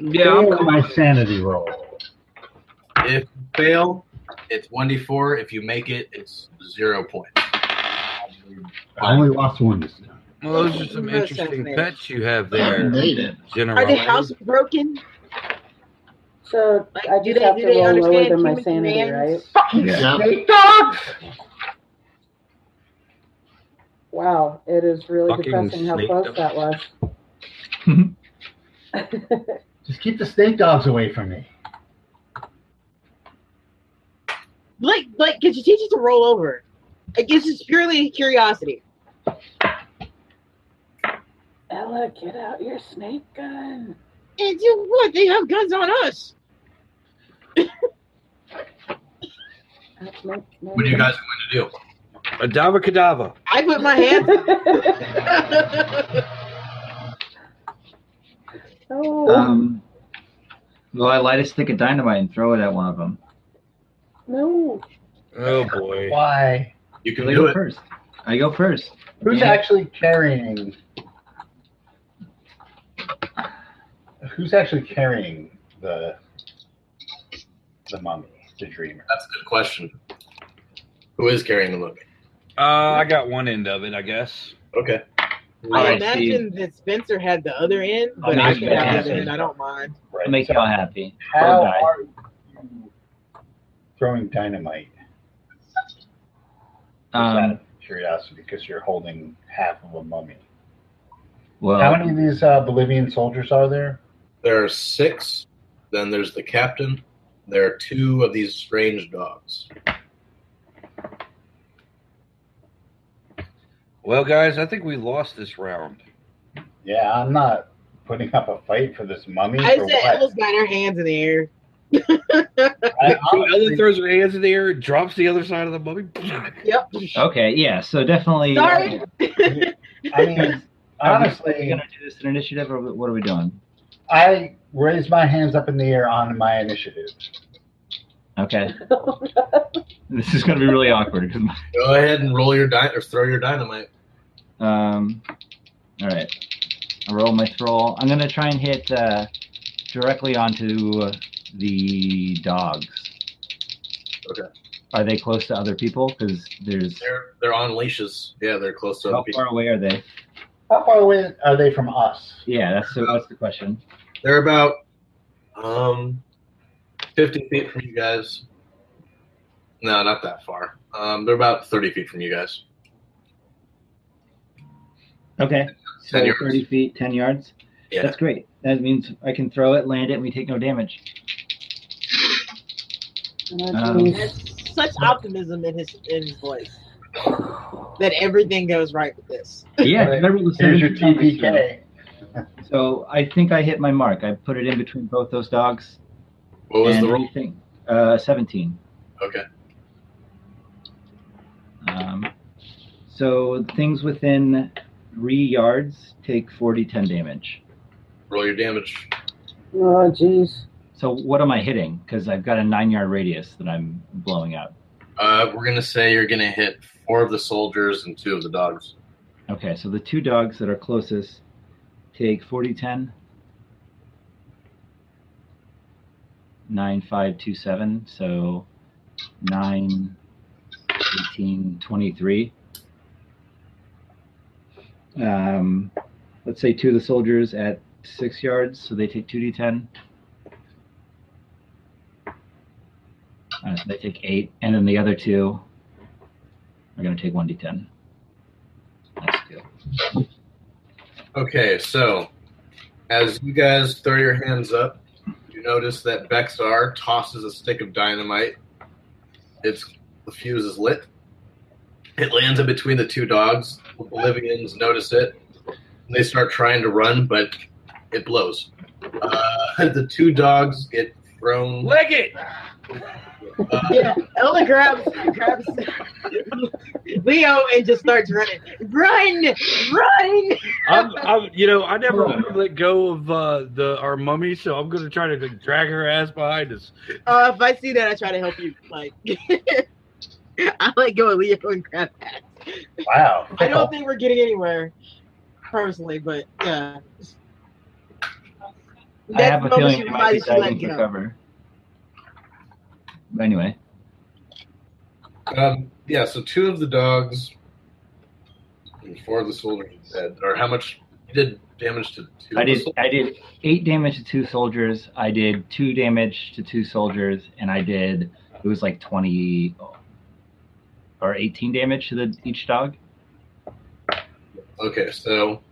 Speaker 3: Yeah,
Speaker 2: failed my sanity roll.
Speaker 4: If you fail, it's one d four. If you make it, it's zero points.
Speaker 2: I only lost one this time.
Speaker 3: Well, those are some
Speaker 5: That sounds
Speaker 3: interesting
Speaker 5: nice.
Speaker 3: pets you have
Speaker 7: I
Speaker 3: there,
Speaker 7: made it.
Speaker 3: General.
Speaker 5: Are they housebroken?
Speaker 8: So
Speaker 5: Like,
Speaker 8: I
Speaker 5: do
Speaker 8: just
Speaker 5: they-
Speaker 8: have
Speaker 5: do
Speaker 8: to
Speaker 5: they
Speaker 8: roll lower
Speaker 5: understand
Speaker 8: than my
Speaker 5: human
Speaker 8: sanity,
Speaker 5: commands?
Speaker 8: right?
Speaker 7: Yeah.
Speaker 2: Snake dogs!
Speaker 8: Wow, it is really
Speaker 3: Fucking
Speaker 8: depressing how
Speaker 3: snake
Speaker 8: close
Speaker 3: dog.
Speaker 8: that was.
Speaker 2: Just keep the snake dogs away from me.
Speaker 5: Like, like, could you teach it to roll over? Like, it's just purely curiosity.
Speaker 8: Ella, get out your snake gun.
Speaker 5: And you what? They have guns on us.
Speaker 8: Uh, no, no,
Speaker 4: What are you
Speaker 8: no.
Speaker 4: guys going to do?
Speaker 3: Adava Kadava.
Speaker 5: I put my hands.
Speaker 8: oh,
Speaker 6: Um, well, I light a stick of dynamite and throw it at one of them.
Speaker 8: no.
Speaker 3: Oh boy.
Speaker 2: Why?
Speaker 4: You can
Speaker 6: I
Speaker 4: do
Speaker 6: go
Speaker 4: it.
Speaker 6: first. I go first.
Speaker 2: Who's
Speaker 6: Yeah.
Speaker 2: actually carrying? Who's actually carrying the the mummy, the dreamer?
Speaker 4: That's a good question. Who is carrying the mummy?
Speaker 3: Uh, I got one end of it, I guess.
Speaker 4: Okay.
Speaker 5: I
Speaker 6: Alright,
Speaker 5: imagine that Spencer had the other end, but
Speaker 6: I'll
Speaker 5: I
Speaker 6: make
Speaker 5: can
Speaker 6: that
Speaker 5: have Oh, the other
Speaker 6: happen.
Speaker 5: end. I don't mind.
Speaker 2: Right.
Speaker 6: Make
Speaker 2: so
Speaker 6: y'all happy.
Speaker 2: how
Speaker 6: Don't die.
Speaker 2: are you throwing dynamite? Just out
Speaker 9: Um,
Speaker 2: of curiosity, because you're holding half of a mummy.
Speaker 9: well,
Speaker 2: How many of these uh, Bolivian soldiers are there?
Speaker 4: There are six. Then there's the captain. There are two of these strange dogs.
Speaker 3: Well, guys, I think we lost this round.
Speaker 2: Yeah, I'm not putting up a fight for this mummy.
Speaker 5: I
Speaker 2: for
Speaker 5: said
Speaker 2: what?
Speaker 5: Ella's got her hands in the air.
Speaker 2: I,
Speaker 3: So Ella
Speaker 2: honestly-
Speaker 3: throws her hands in the air, drops the other side of the mummy.
Speaker 5: Yep.
Speaker 9: okay, yeah. So definitely. uh,
Speaker 5: Sorry.
Speaker 2: I mean,
Speaker 9: are we
Speaker 2: honestly,
Speaker 9: gonna do this in initiative, or what are we doing?
Speaker 2: I raised my hands up in the air on my initiative.
Speaker 9: Okay, this is gonna be really awkward. 'cause my-
Speaker 4: Go ahead and roll your di- or throw your dynamite.
Speaker 9: Um, all right, I roll my throw. I'm gonna try and hit uh, directly onto uh, the dogs.
Speaker 4: Okay.
Speaker 9: Are they close to other people? Because there's
Speaker 4: They're they're on leashes. Yeah, they're close to
Speaker 9: how
Speaker 4: other people.
Speaker 9: far away are they?
Speaker 2: How far away are they from us?
Speaker 9: Yeah, that's the, that's the question.
Speaker 4: They're about um fifty feet from you guys. No, not that far. Um, they're about thirty feet from you guys.
Speaker 9: Okay. So
Speaker 4: 10 yards.
Speaker 9: 30 feet, 10 yards.
Speaker 4: Yeah.
Speaker 9: That's great. That means I can throw it, land it, and we take no damage. Um,
Speaker 5: There's such optimism in his in his voice that everything goes right with this.
Speaker 9: Yeah, remember it was
Speaker 2: Here's your
Speaker 9: 17 damage.
Speaker 2: TPK.
Speaker 9: So I think I hit my mark. I put it in between both those dogs.
Speaker 4: What was
Speaker 9: and
Speaker 4: the roll?
Speaker 9: everything. Uh, 17.
Speaker 4: Okay.
Speaker 9: Um, so things within three yards take 40, 10 damage.
Speaker 4: Roll your damage.
Speaker 8: Oh, jeez.
Speaker 9: So what am I hitting? Because I've got a nine yard radius that I'm blowing up.
Speaker 4: Uh, we're gonna say you're gonna hit four of the soldiers and two of the dogs.
Speaker 9: Okay, so the two dogs that are closest take 40, 10, 9, 5, 2, 7. So 9, 18, 23. Um, let's say two of the soldiers at 6 yards, so they take 2d10. Uh, so they take 8, and then the other two are going to take 1d10. That's good.
Speaker 4: Okay, so as you guys throw your hands up, you notice that Bexar tosses a stick of dynamite. It's the fuse is lit. It lands in between the two dogs. The Bolivians notice it. And they start trying to run, but it blows. Uh, the two dogs get thrown.
Speaker 3: Leg it!
Speaker 4: uh,
Speaker 5: Yeah, Ella grabs grabs Leo and just starts running. Run, run!
Speaker 3: I'm, I'm, you know, I never wanted to let go of uh, the our mummy, so I'm gonna try to like, drag her ass behind us.
Speaker 5: Uh, if I see that, I try to help you. Like, I let go of Leo and grab that.
Speaker 2: Wow.
Speaker 5: I don't think we're getting anywhere, personally, but yeah.
Speaker 9: I have
Speaker 5: the
Speaker 9: a
Speaker 5: moment
Speaker 9: feeling they
Speaker 5: you
Speaker 9: might
Speaker 5: realize
Speaker 9: be
Speaker 5: you
Speaker 9: diving
Speaker 5: let
Speaker 9: for
Speaker 5: go.
Speaker 9: cover. But anyway,
Speaker 4: Um, yeah, so two of the dogs and four of the soldiers are dead. Or how much you did damage to two?
Speaker 9: I
Speaker 4: of the
Speaker 9: did
Speaker 4: soldiers?
Speaker 9: I did eight damage to two soldiers. I did two damage to two soldiers, and I did it was like twenty oh, or eighteen damage to the each dog.
Speaker 4: Okay, so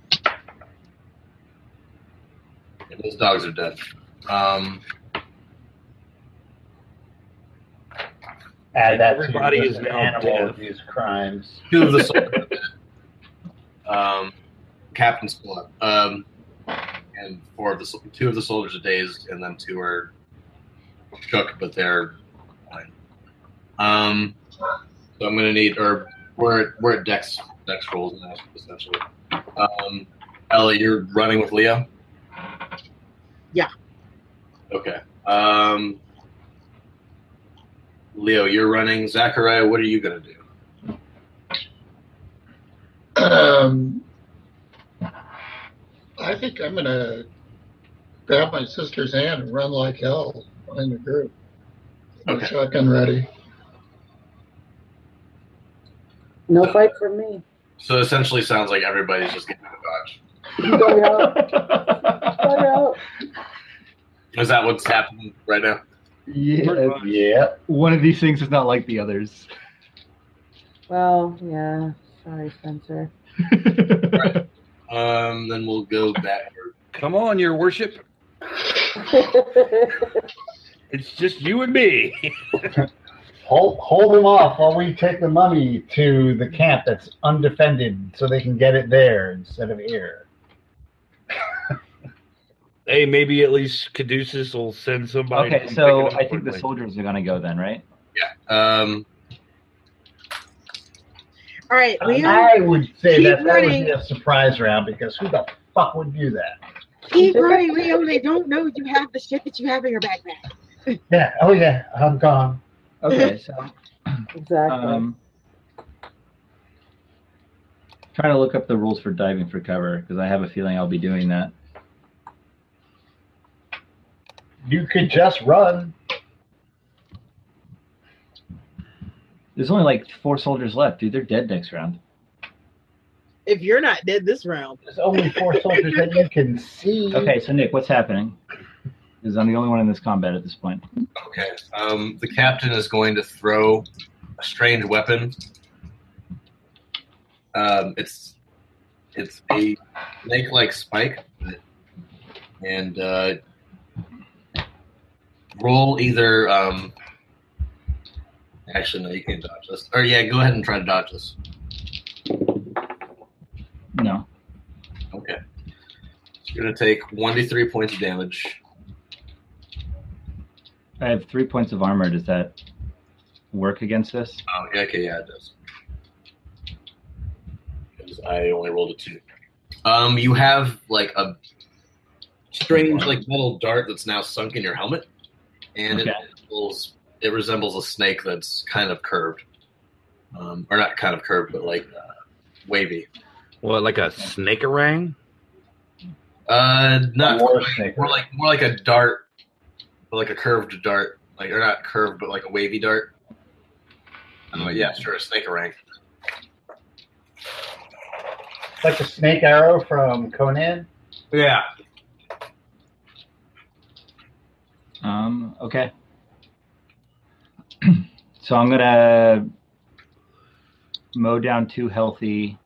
Speaker 4: Yeah, those dogs are dead. Um,
Speaker 2: Add that to
Speaker 3: Everybody
Speaker 2: your
Speaker 3: is
Speaker 2: list of
Speaker 3: now
Speaker 2: animal
Speaker 3: dead.
Speaker 2: abuse crimes.
Speaker 4: two of the soldiers. are dead. um, Captain's still up. Um, and four of the sol- two of the soldiers are dazed, and then two are shook, but they're fine. Um, so I'm gonna need or we're at, we're at Dex Dex rolls now essentially. Um, Ellie, you're running with Leo.
Speaker 5: Yeah.
Speaker 4: Okay. Um, Leo, you're running. Zachariah, what are you gonna do?
Speaker 7: Um, I think I'm gonna grab my sister's hand and run like hell behind the group. My
Speaker 4: Okay.
Speaker 7: Shotgun ready.
Speaker 8: No fight from me.
Speaker 4: So essentially, sounds like everybody's just getting out of dodge.
Speaker 8: Bug out. Bug out.
Speaker 4: Is that what's happening right now?
Speaker 9: Pretty
Speaker 6: yeah,
Speaker 9: much.
Speaker 2: Yeah.
Speaker 6: one of these things is not like the others.
Speaker 8: Well, yeah. Sorry, Spencer.
Speaker 4: Um, then we'll go back.
Speaker 3: Come on, your worship. It's just you and me.
Speaker 2: Hold, hold them off while we take the mummy to the camp that's undefended so they can get it there instead of here.
Speaker 3: hey, maybe at least Caduceus will send somebody.
Speaker 9: okay,
Speaker 3: to
Speaker 9: so
Speaker 3: pick it up
Speaker 9: I think the
Speaker 3: quickly.
Speaker 9: soldiers are gonna go then, right?
Speaker 4: Um,
Speaker 5: All right,
Speaker 9: Uh,
Speaker 5: Leo,
Speaker 2: I would say
Speaker 5: keep
Speaker 2: that that would
Speaker 5: running.
Speaker 2: be a surprise round because who the fuck would do that?
Speaker 5: keep running, Leo. They don't know you have the shit that you have in your backpack.
Speaker 2: Yeah. Oh yeah. I'm gone.
Speaker 6: Okay, so
Speaker 8: exactly.
Speaker 9: Um, trying to look up the rules for diving for cover because I have a feeling I'll be doing that.
Speaker 2: You could just run.
Speaker 9: There's only like four soldiers left, dude. They're dead next round.
Speaker 5: If you're not dead this round,
Speaker 2: There's only four soldiers that you can see.
Speaker 9: Okay, so Nick, what's happening? Because I'm the only one in this combat at this point.
Speaker 4: okay. Um, the captain is going to throw a strange weapon. Um, it's it's a snake-like spike, and uh, roll either. Um, actually, no, you can't dodge this. Or yeah, go ahead and try to dodge this.
Speaker 9: No.
Speaker 4: Okay. You're gonna take one to three points of damage.
Speaker 9: I have three points of armor. Does that work against this?
Speaker 4: Oh, yeah, okay, yeah, it does. Because I only rolled a two. Um, you have like a strange like metal dart that's now sunk in your helmet, and it
Speaker 9: Okay.
Speaker 4: resembles it resembles a snake that's kind of curved, um, or not kind of curved, but like uh, wavy.
Speaker 12: What, like a snake orang?
Speaker 4: Uh, not
Speaker 2: Or
Speaker 4: quite.
Speaker 2: snake.
Speaker 4: more like more like a dart, or like a curved dart, like or not curved, but like a wavy dart. Oh yeah, sure, a snake orang.
Speaker 2: Like a snake arrow from Conan.
Speaker 4: Yeah.
Speaker 9: Um, okay. so I'm gonna mow down two healthy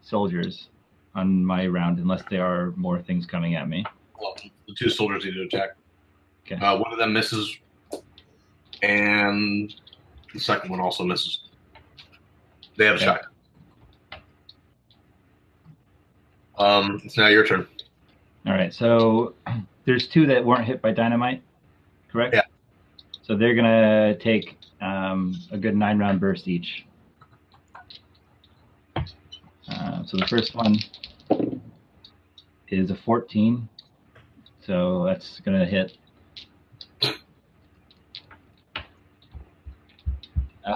Speaker 9: soldiers on my round, unless there are more things coming at me.
Speaker 4: Well, the two soldiers need to attack.
Speaker 9: Okay.
Speaker 4: Uh, one of them misses, and the second one also misses. They have a
Speaker 9: Okay.
Speaker 4: shot. Um, it's now your turn.
Speaker 9: All right. So there's two that weren't hit by dynamite, correct?
Speaker 4: Yeah.
Speaker 9: So they're gonna take um, a good nine round burst each. Uh, so the first one is a 14. So that's gonna hit.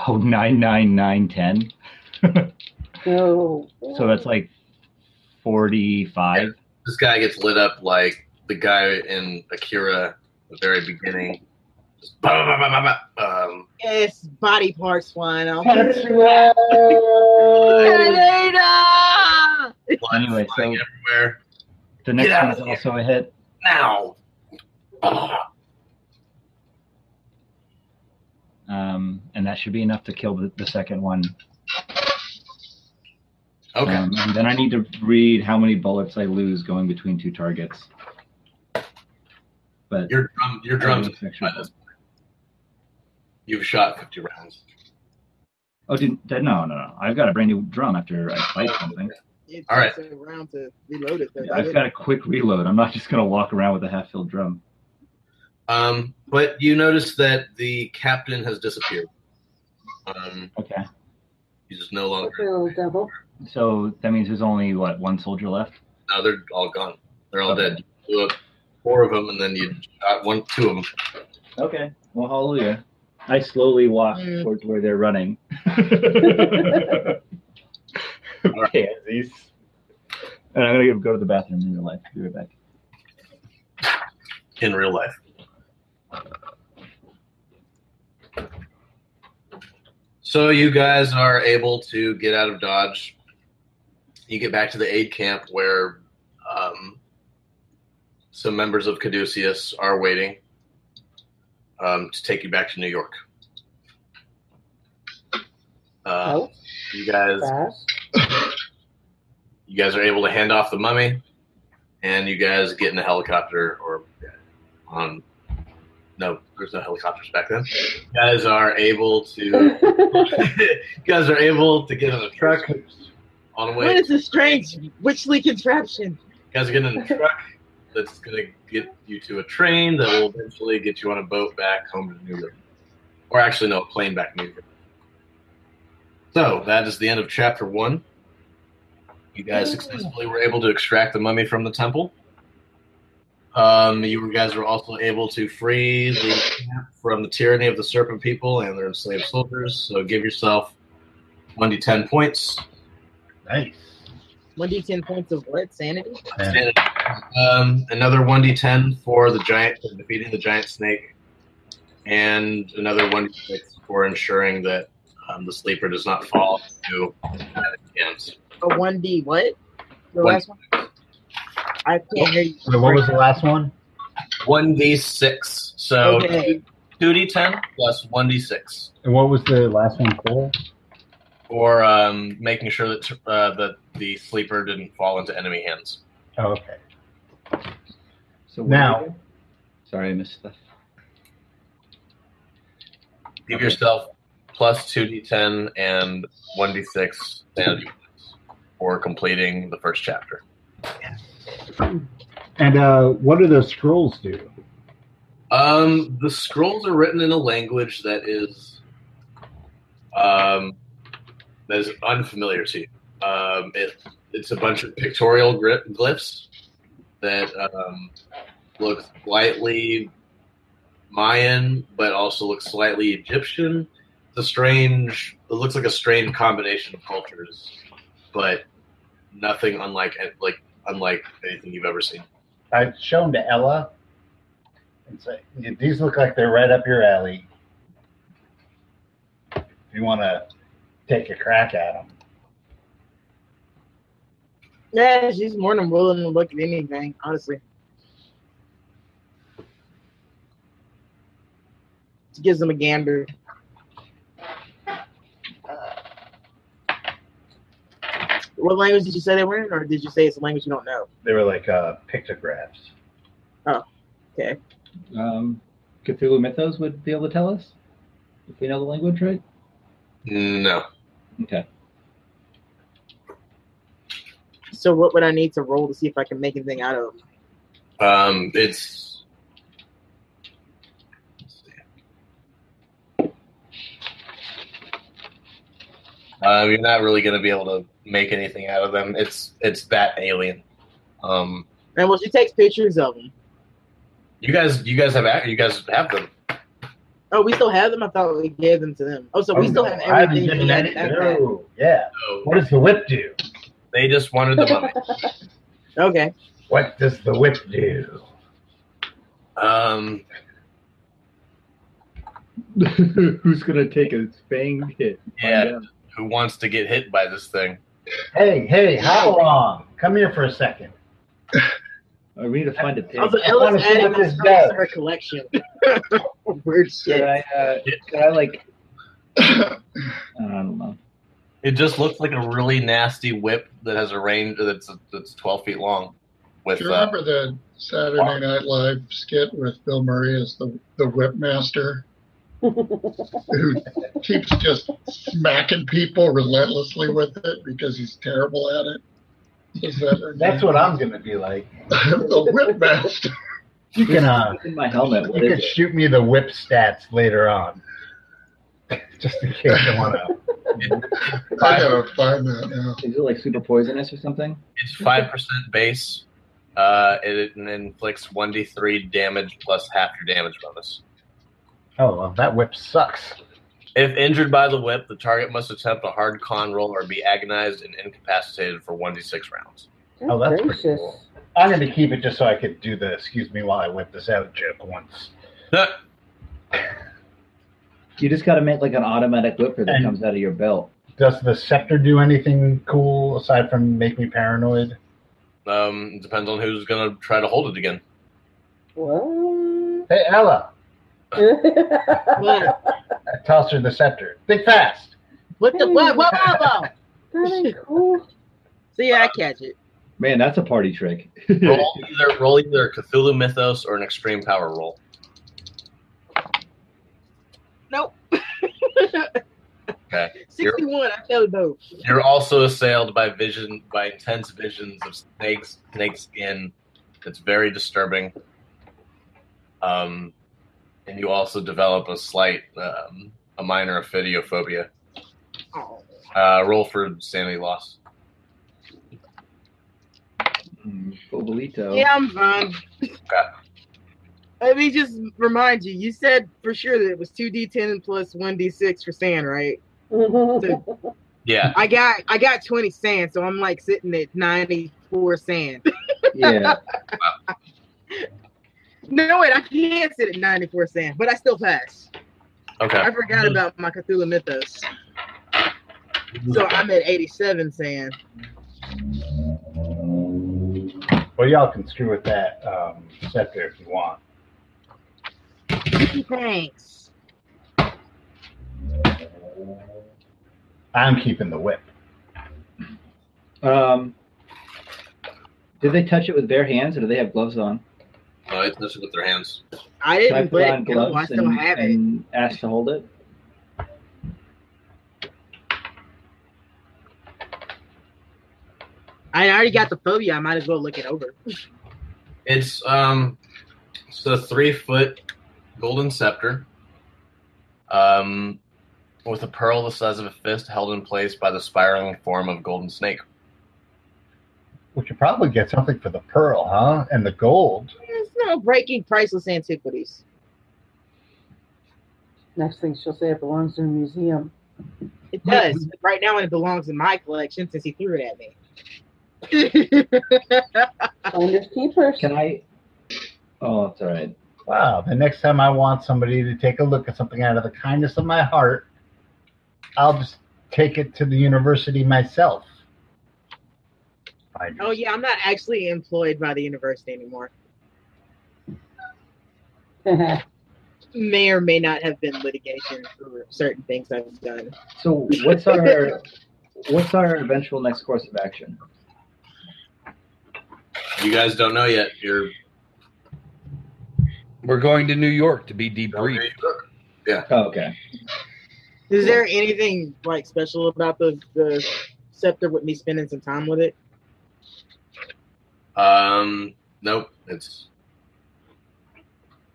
Speaker 9: Oh, nine, nine, nine, ten.
Speaker 8: no.
Speaker 9: So that's like 45.
Speaker 4: This guy gets lit up like the guy in Akira, the very beginning. Just bah, bah, bah, bah, bah, bah. Um,
Speaker 5: yes, body parts flying off.
Speaker 2: Tetsuo!
Speaker 5: Helena!
Speaker 4: blood
Speaker 9: Anyway, so-
Speaker 4: flying everywhere
Speaker 9: The next
Speaker 4: Get out
Speaker 9: one is
Speaker 4: of here.
Speaker 9: also a hit.
Speaker 4: now. Ah.
Speaker 9: um, and that should be enough to kill the, the second one.
Speaker 4: Okay.
Speaker 9: Um, and then I need to read how many bullets I lose going between two targets. But
Speaker 4: Your drum, your drums. by this point. You've shot fifty rounds.
Speaker 9: oh, did, did, no, no, no! I've got a brand new drum after I fight something.
Speaker 5: It
Speaker 4: All right.
Speaker 5: takes a round to reload it. Though.
Speaker 9: I've got a quick reload. I'm not just gonna walk around with a half-filled drum.
Speaker 4: Um, but you notice that the captain has disappeared. Um,
Speaker 9: Okay,
Speaker 4: he's just no longer.
Speaker 8: Little devil.
Speaker 9: so that means there's only what one soldier left.
Speaker 4: Now they're all gone. They're all
Speaker 9: Okay.
Speaker 4: dead. You blew up four of them, and then you shot one, two of them.
Speaker 9: Okay, well, hallelujah. I slowly walk
Speaker 5: Mm.
Speaker 9: towards where they're running. Pansies. And I'm gonna go to the bathroom in real life. Be right back.
Speaker 4: in real life. So you guys are able to get out of Dodge. You get back to the aid camp where um, some members of Caduceus are waiting um, to take you back to New York. Uh,
Speaker 8: Oh.
Speaker 4: You guys
Speaker 8: Fast.
Speaker 4: you guys are able to hand off the mummy, and you guys get in a helicopter or on. No, there's no helicopters back then. You guys are able to. you guys are able to get in a truck on the way.
Speaker 5: What
Speaker 4: You
Speaker 5: is this strange witchly contraption?
Speaker 4: guys are getting in a truck that's going to get you to a train that will eventually get you on a boat back home to New York, or actually no, a plane back to New York. So that is the end of chapter one. You guys successfully were able to extract the mummy from the temple. Um, you guys were also able to free the camp from the tyranny of the serpent people and their enslaved soldiers. So give yourself one to ten points.
Speaker 2: Nice.
Speaker 5: One d ten points of what? Sanity.
Speaker 4: Um, another one d10 for the giant for defeating the giant snake, and another one d6 for ensuring that um, the sleeper does not fall into hands.
Speaker 5: A Oh, one d what? The
Speaker 4: One-
Speaker 5: last one. I can't hear you.
Speaker 2: So what was the last one?
Speaker 4: One d6. So
Speaker 5: Okay.
Speaker 4: two d10 plus one d6
Speaker 2: And what was the last one for?
Speaker 4: for um, making sure that uh, that the sleeper didn't fall into enemy hands.
Speaker 2: Oh, okay.
Speaker 6: So what
Speaker 2: Now-
Speaker 6: do we do? Sorry, I missed stuff.
Speaker 4: Give yourself plus two d10 and one d6 sanity points for completing the first chapter.
Speaker 2: And uh, what do those scrolls do?
Speaker 4: Um, the scrolls are written in a language that is, um, that is unfamiliar to you. Um, it, it's a bunch of pictorial gri- glyphs that um, look slightly Mayan, but also look slightly Egyptian. It's a strange. It looks like a strange combination of cultures, but nothing unlike like unlike anything you've ever seen.
Speaker 2: I show them to Ella and say, "Yeah, "These look like they're right up your alley. If you want to take a crack at them."
Speaker 5: Yeah, she's more than willing to look at anything. Honestly, she gives them a gander. Uh, What language did you say they were in, or did you say it's a language you don't know?
Speaker 2: They were like uh, pictographs.
Speaker 6: Um, Cthulhu Mythos would be able to tell us if we know the language, right?
Speaker 4: No.
Speaker 6: Okay.
Speaker 5: So what would I need to roll to see if I can make anything out of them?
Speaker 4: Um, it's. Um, you're not really going to be able to make anything out of them. It's it's that alien. Um,
Speaker 5: And well, she takes pictures of them.
Speaker 4: you guys, you guys have ac- you guys have them.
Speaker 5: Oh, we still have them. I thought we gave them to them. Oh, so we
Speaker 2: Oh,
Speaker 5: still
Speaker 2: no,
Speaker 5: have
Speaker 2: I haven't
Speaker 5: everything.
Speaker 2: given
Speaker 5: in that
Speaker 2: any-
Speaker 5: backpack.
Speaker 2: no, yeah.
Speaker 4: So
Speaker 2: What does the whip do?
Speaker 4: they just wanted the money.
Speaker 5: Okay.
Speaker 2: What does the whip do?
Speaker 4: Um,
Speaker 9: Who's gonna take a fang hit?
Speaker 4: yeah, who wants to get hit by this thing?
Speaker 2: Hey, hey, how long? Come here for a second.
Speaker 9: I
Speaker 6: Uh,
Speaker 9: need to find a pig.
Speaker 5: Also,
Speaker 2: I wanna
Speaker 5: Ella's
Speaker 2: see
Speaker 5: adding
Speaker 2: what this
Speaker 5: this to
Speaker 2: does.
Speaker 5: her collection. Weird
Speaker 6: Should
Speaker 5: shit.
Speaker 6: I, uh, should I like? I don't know.
Speaker 4: It just looks like a really nasty whip that has a range that's that's twelve feet long. With
Speaker 7: Do you
Speaker 4: uh,
Speaker 7: remember the Saturday Night Live skit with Bill Murray as the, the whip master who keeps just smacking people relentlessly with it because he's terrible at it? Is that
Speaker 2: That's what I'm gonna be like.
Speaker 7: the whip master.
Speaker 2: You can uh,
Speaker 6: In my helmet. What
Speaker 2: you can
Speaker 6: is it?
Speaker 2: shoot me the whip stats later on, just in case I want to.
Speaker 7: I gotta find that now.
Speaker 6: Is it like super poisonous or something?
Speaker 4: It's five percent base. Uh, it, it inflicts one d three damage plus half your damage bonus.
Speaker 2: Oh well, that whip sucks.
Speaker 4: If injured by the whip, the target must attempt a hard con roll or be agonized and incapacitated for one d six rounds.
Speaker 8: Good
Speaker 2: Oh, that's pretty
Speaker 8: gracious.
Speaker 2: cool. I'm gonna keep it just so I could do the excuse me while I whip this out joke once.
Speaker 6: You just got to make like an automatic whipper that
Speaker 2: And-
Speaker 6: comes out of your belt.
Speaker 2: Does the scepter do anything cool aside from make me paranoid?
Speaker 4: Um, it depends on who's gonna try to hold it again.
Speaker 8: What?
Speaker 2: Hey, Ella,
Speaker 5: What?
Speaker 2: I toss her the scepter. Think fast.
Speaker 5: What the what? What? What? what?
Speaker 8: That ain't cool.
Speaker 5: So yeah, I catch it.
Speaker 6: Man, that's a party trick.
Speaker 2: Oh.
Speaker 4: Roll either roll either Cthulhu Mythos or an extreme power roll.
Speaker 5: Nope.
Speaker 4: Okay.
Speaker 5: Sixty-one. I failed both.
Speaker 4: You're also assailed by vision by intense visions of snakes, snake skin. It's very disturbing. Um, and you also develop a slight, um, a minor ophidiophobia.
Speaker 5: Oh.
Speaker 4: Uh, roll for sanity loss.
Speaker 6: Mm, Bobolito.
Speaker 5: Yeah, I'm fine.
Speaker 4: Okay.
Speaker 5: Let me just remind you. You said for sure that it was two D10 plus one D6 for sand, right?
Speaker 4: Yeah.
Speaker 5: I got I got twenty sand, so I'm like sitting at ninety-four sand.
Speaker 6: yeah.
Speaker 5: No, wait, I can't sit at 94 sand, but I still pass.
Speaker 4: Okay.
Speaker 5: I forgot
Speaker 6: Mm-hmm.
Speaker 5: about my Cthulhu Mythos. So
Speaker 6: Mm-hmm.
Speaker 5: I'm at 87 sand.
Speaker 2: Well, y'all can screw with that um, scepter if you want.
Speaker 5: Thanks.
Speaker 2: I'm keeping the whip.
Speaker 6: Um, did they touch it with bare hands, or do they have gloves on?
Speaker 4: No, it's just with their hands.
Speaker 5: I
Speaker 6: Should I
Speaker 5: didn't,
Speaker 6: put on
Speaker 5: but no, I
Speaker 6: gloves
Speaker 5: still
Speaker 6: and,
Speaker 5: have it.
Speaker 6: and ask to hold it?
Speaker 5: I already got the phobia. I might as well look it over.
Speaker 4: It's um, it's a three foot golden scepter, um, with a pearl the size of a fist held in place by the spiraling form of a golden snake.
Speaker 2: We could probably get something for the pearl, huh? And the gold.
Speaker 5: There's no breaking priceless antiquities.
Speaker 8: Next thing she'll say, it belongs in a museum.
Speaker 5: It does. but right now, it belongs in my collection since he threw it at me.
Speaker 8: Finders keepers.
Speaker 6: Can I? Oh, that's all right.
Speaker 2: Wow. The next time I want somebody to take a look at something out of the kindness of my heart, I'll just take it to the university myself. Finders.
Speaker 5: oh, yeah, I'm not actually employed by the university anymore. May or may not have been litigation for certain things I've done.
Speaker 6: So, what's our what's our eventual next course of action?
Speaker 4: You guys don't know yet. You're
Speaker 3: We're going to New York to be debriefed.
Speaker 6: Oh, okay.
Speaker 5: Is there anything like special about the the scepter with me spending some time with it?
Speaker 4: Um, nope. It's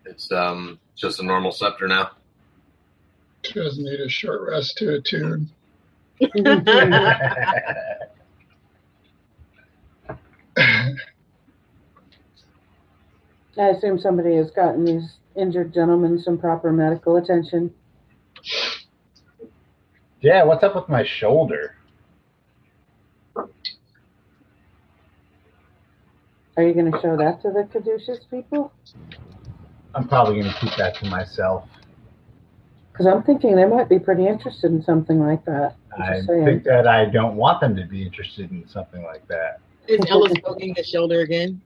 Speaker 4: it's um just a normal scepter now.
Speaker 7: She doesn't need a short rest to attune.
Speaker 8: I assume somebody has gotten these injured gentlemen some proper medical attention.
Speaker 2: yeah. What's up with my shoulder?
Speaker 8: Are you going to show that to the caduceus people?
Speaker 2: I'm probably going to keep that to myself.
Speaker 8: Because I'm thinking they might be pretty interested in something like that. I'm
Speaker 2: I
Speaker 8: just saying.
Speaker 2: think that I don't want them to be interested in something like that.
Speaker 5: Is Ella poking the shoulder again?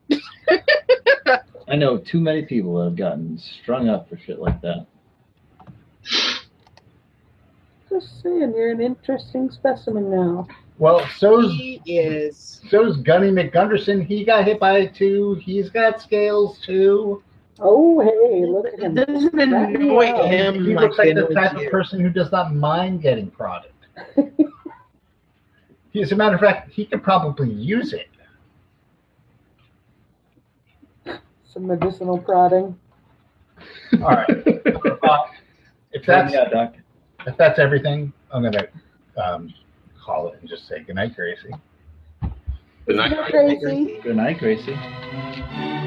Speaker 6: I know too many people that have gotten strung up for shit like that.
Speaker 8: Just saying, you're an interesting specimen now.
Speaker 2: Well, so's
Speaker 5: He is.
Speaker 2: so's Gunny McGunderson. He got hit by it too. He's got scales too.
Speaker 8: Oh, hey, look at him.
Speaker 5: doesn't annoy
Speaker 8: Wow.
Speaker 5: him.
Speaker 2: He
Speaker 5: like
Speaker 2: looks like the
Speaker 5: they
Speaker 2: type
Speaker 5: know
Speaker 2: of
Speaker 5: you.
Speaker 2: person who does not mind getting prodded. He- As a matter of fact, he could probably use it.
Speaker 8: Some medicinal prodding.
Speaker 2: All right. Uh, if that's
Speaker 6: yeah, Doc.
Speaker 2: if that's everything, I'm gonna um, call it and just say goodnight, Gracie.
Speaker 4: Good
Speaker 8: Isn't
Speaker 4: night.
Speaker 8: that crazy?
Speaker 6: Good night, Gracie.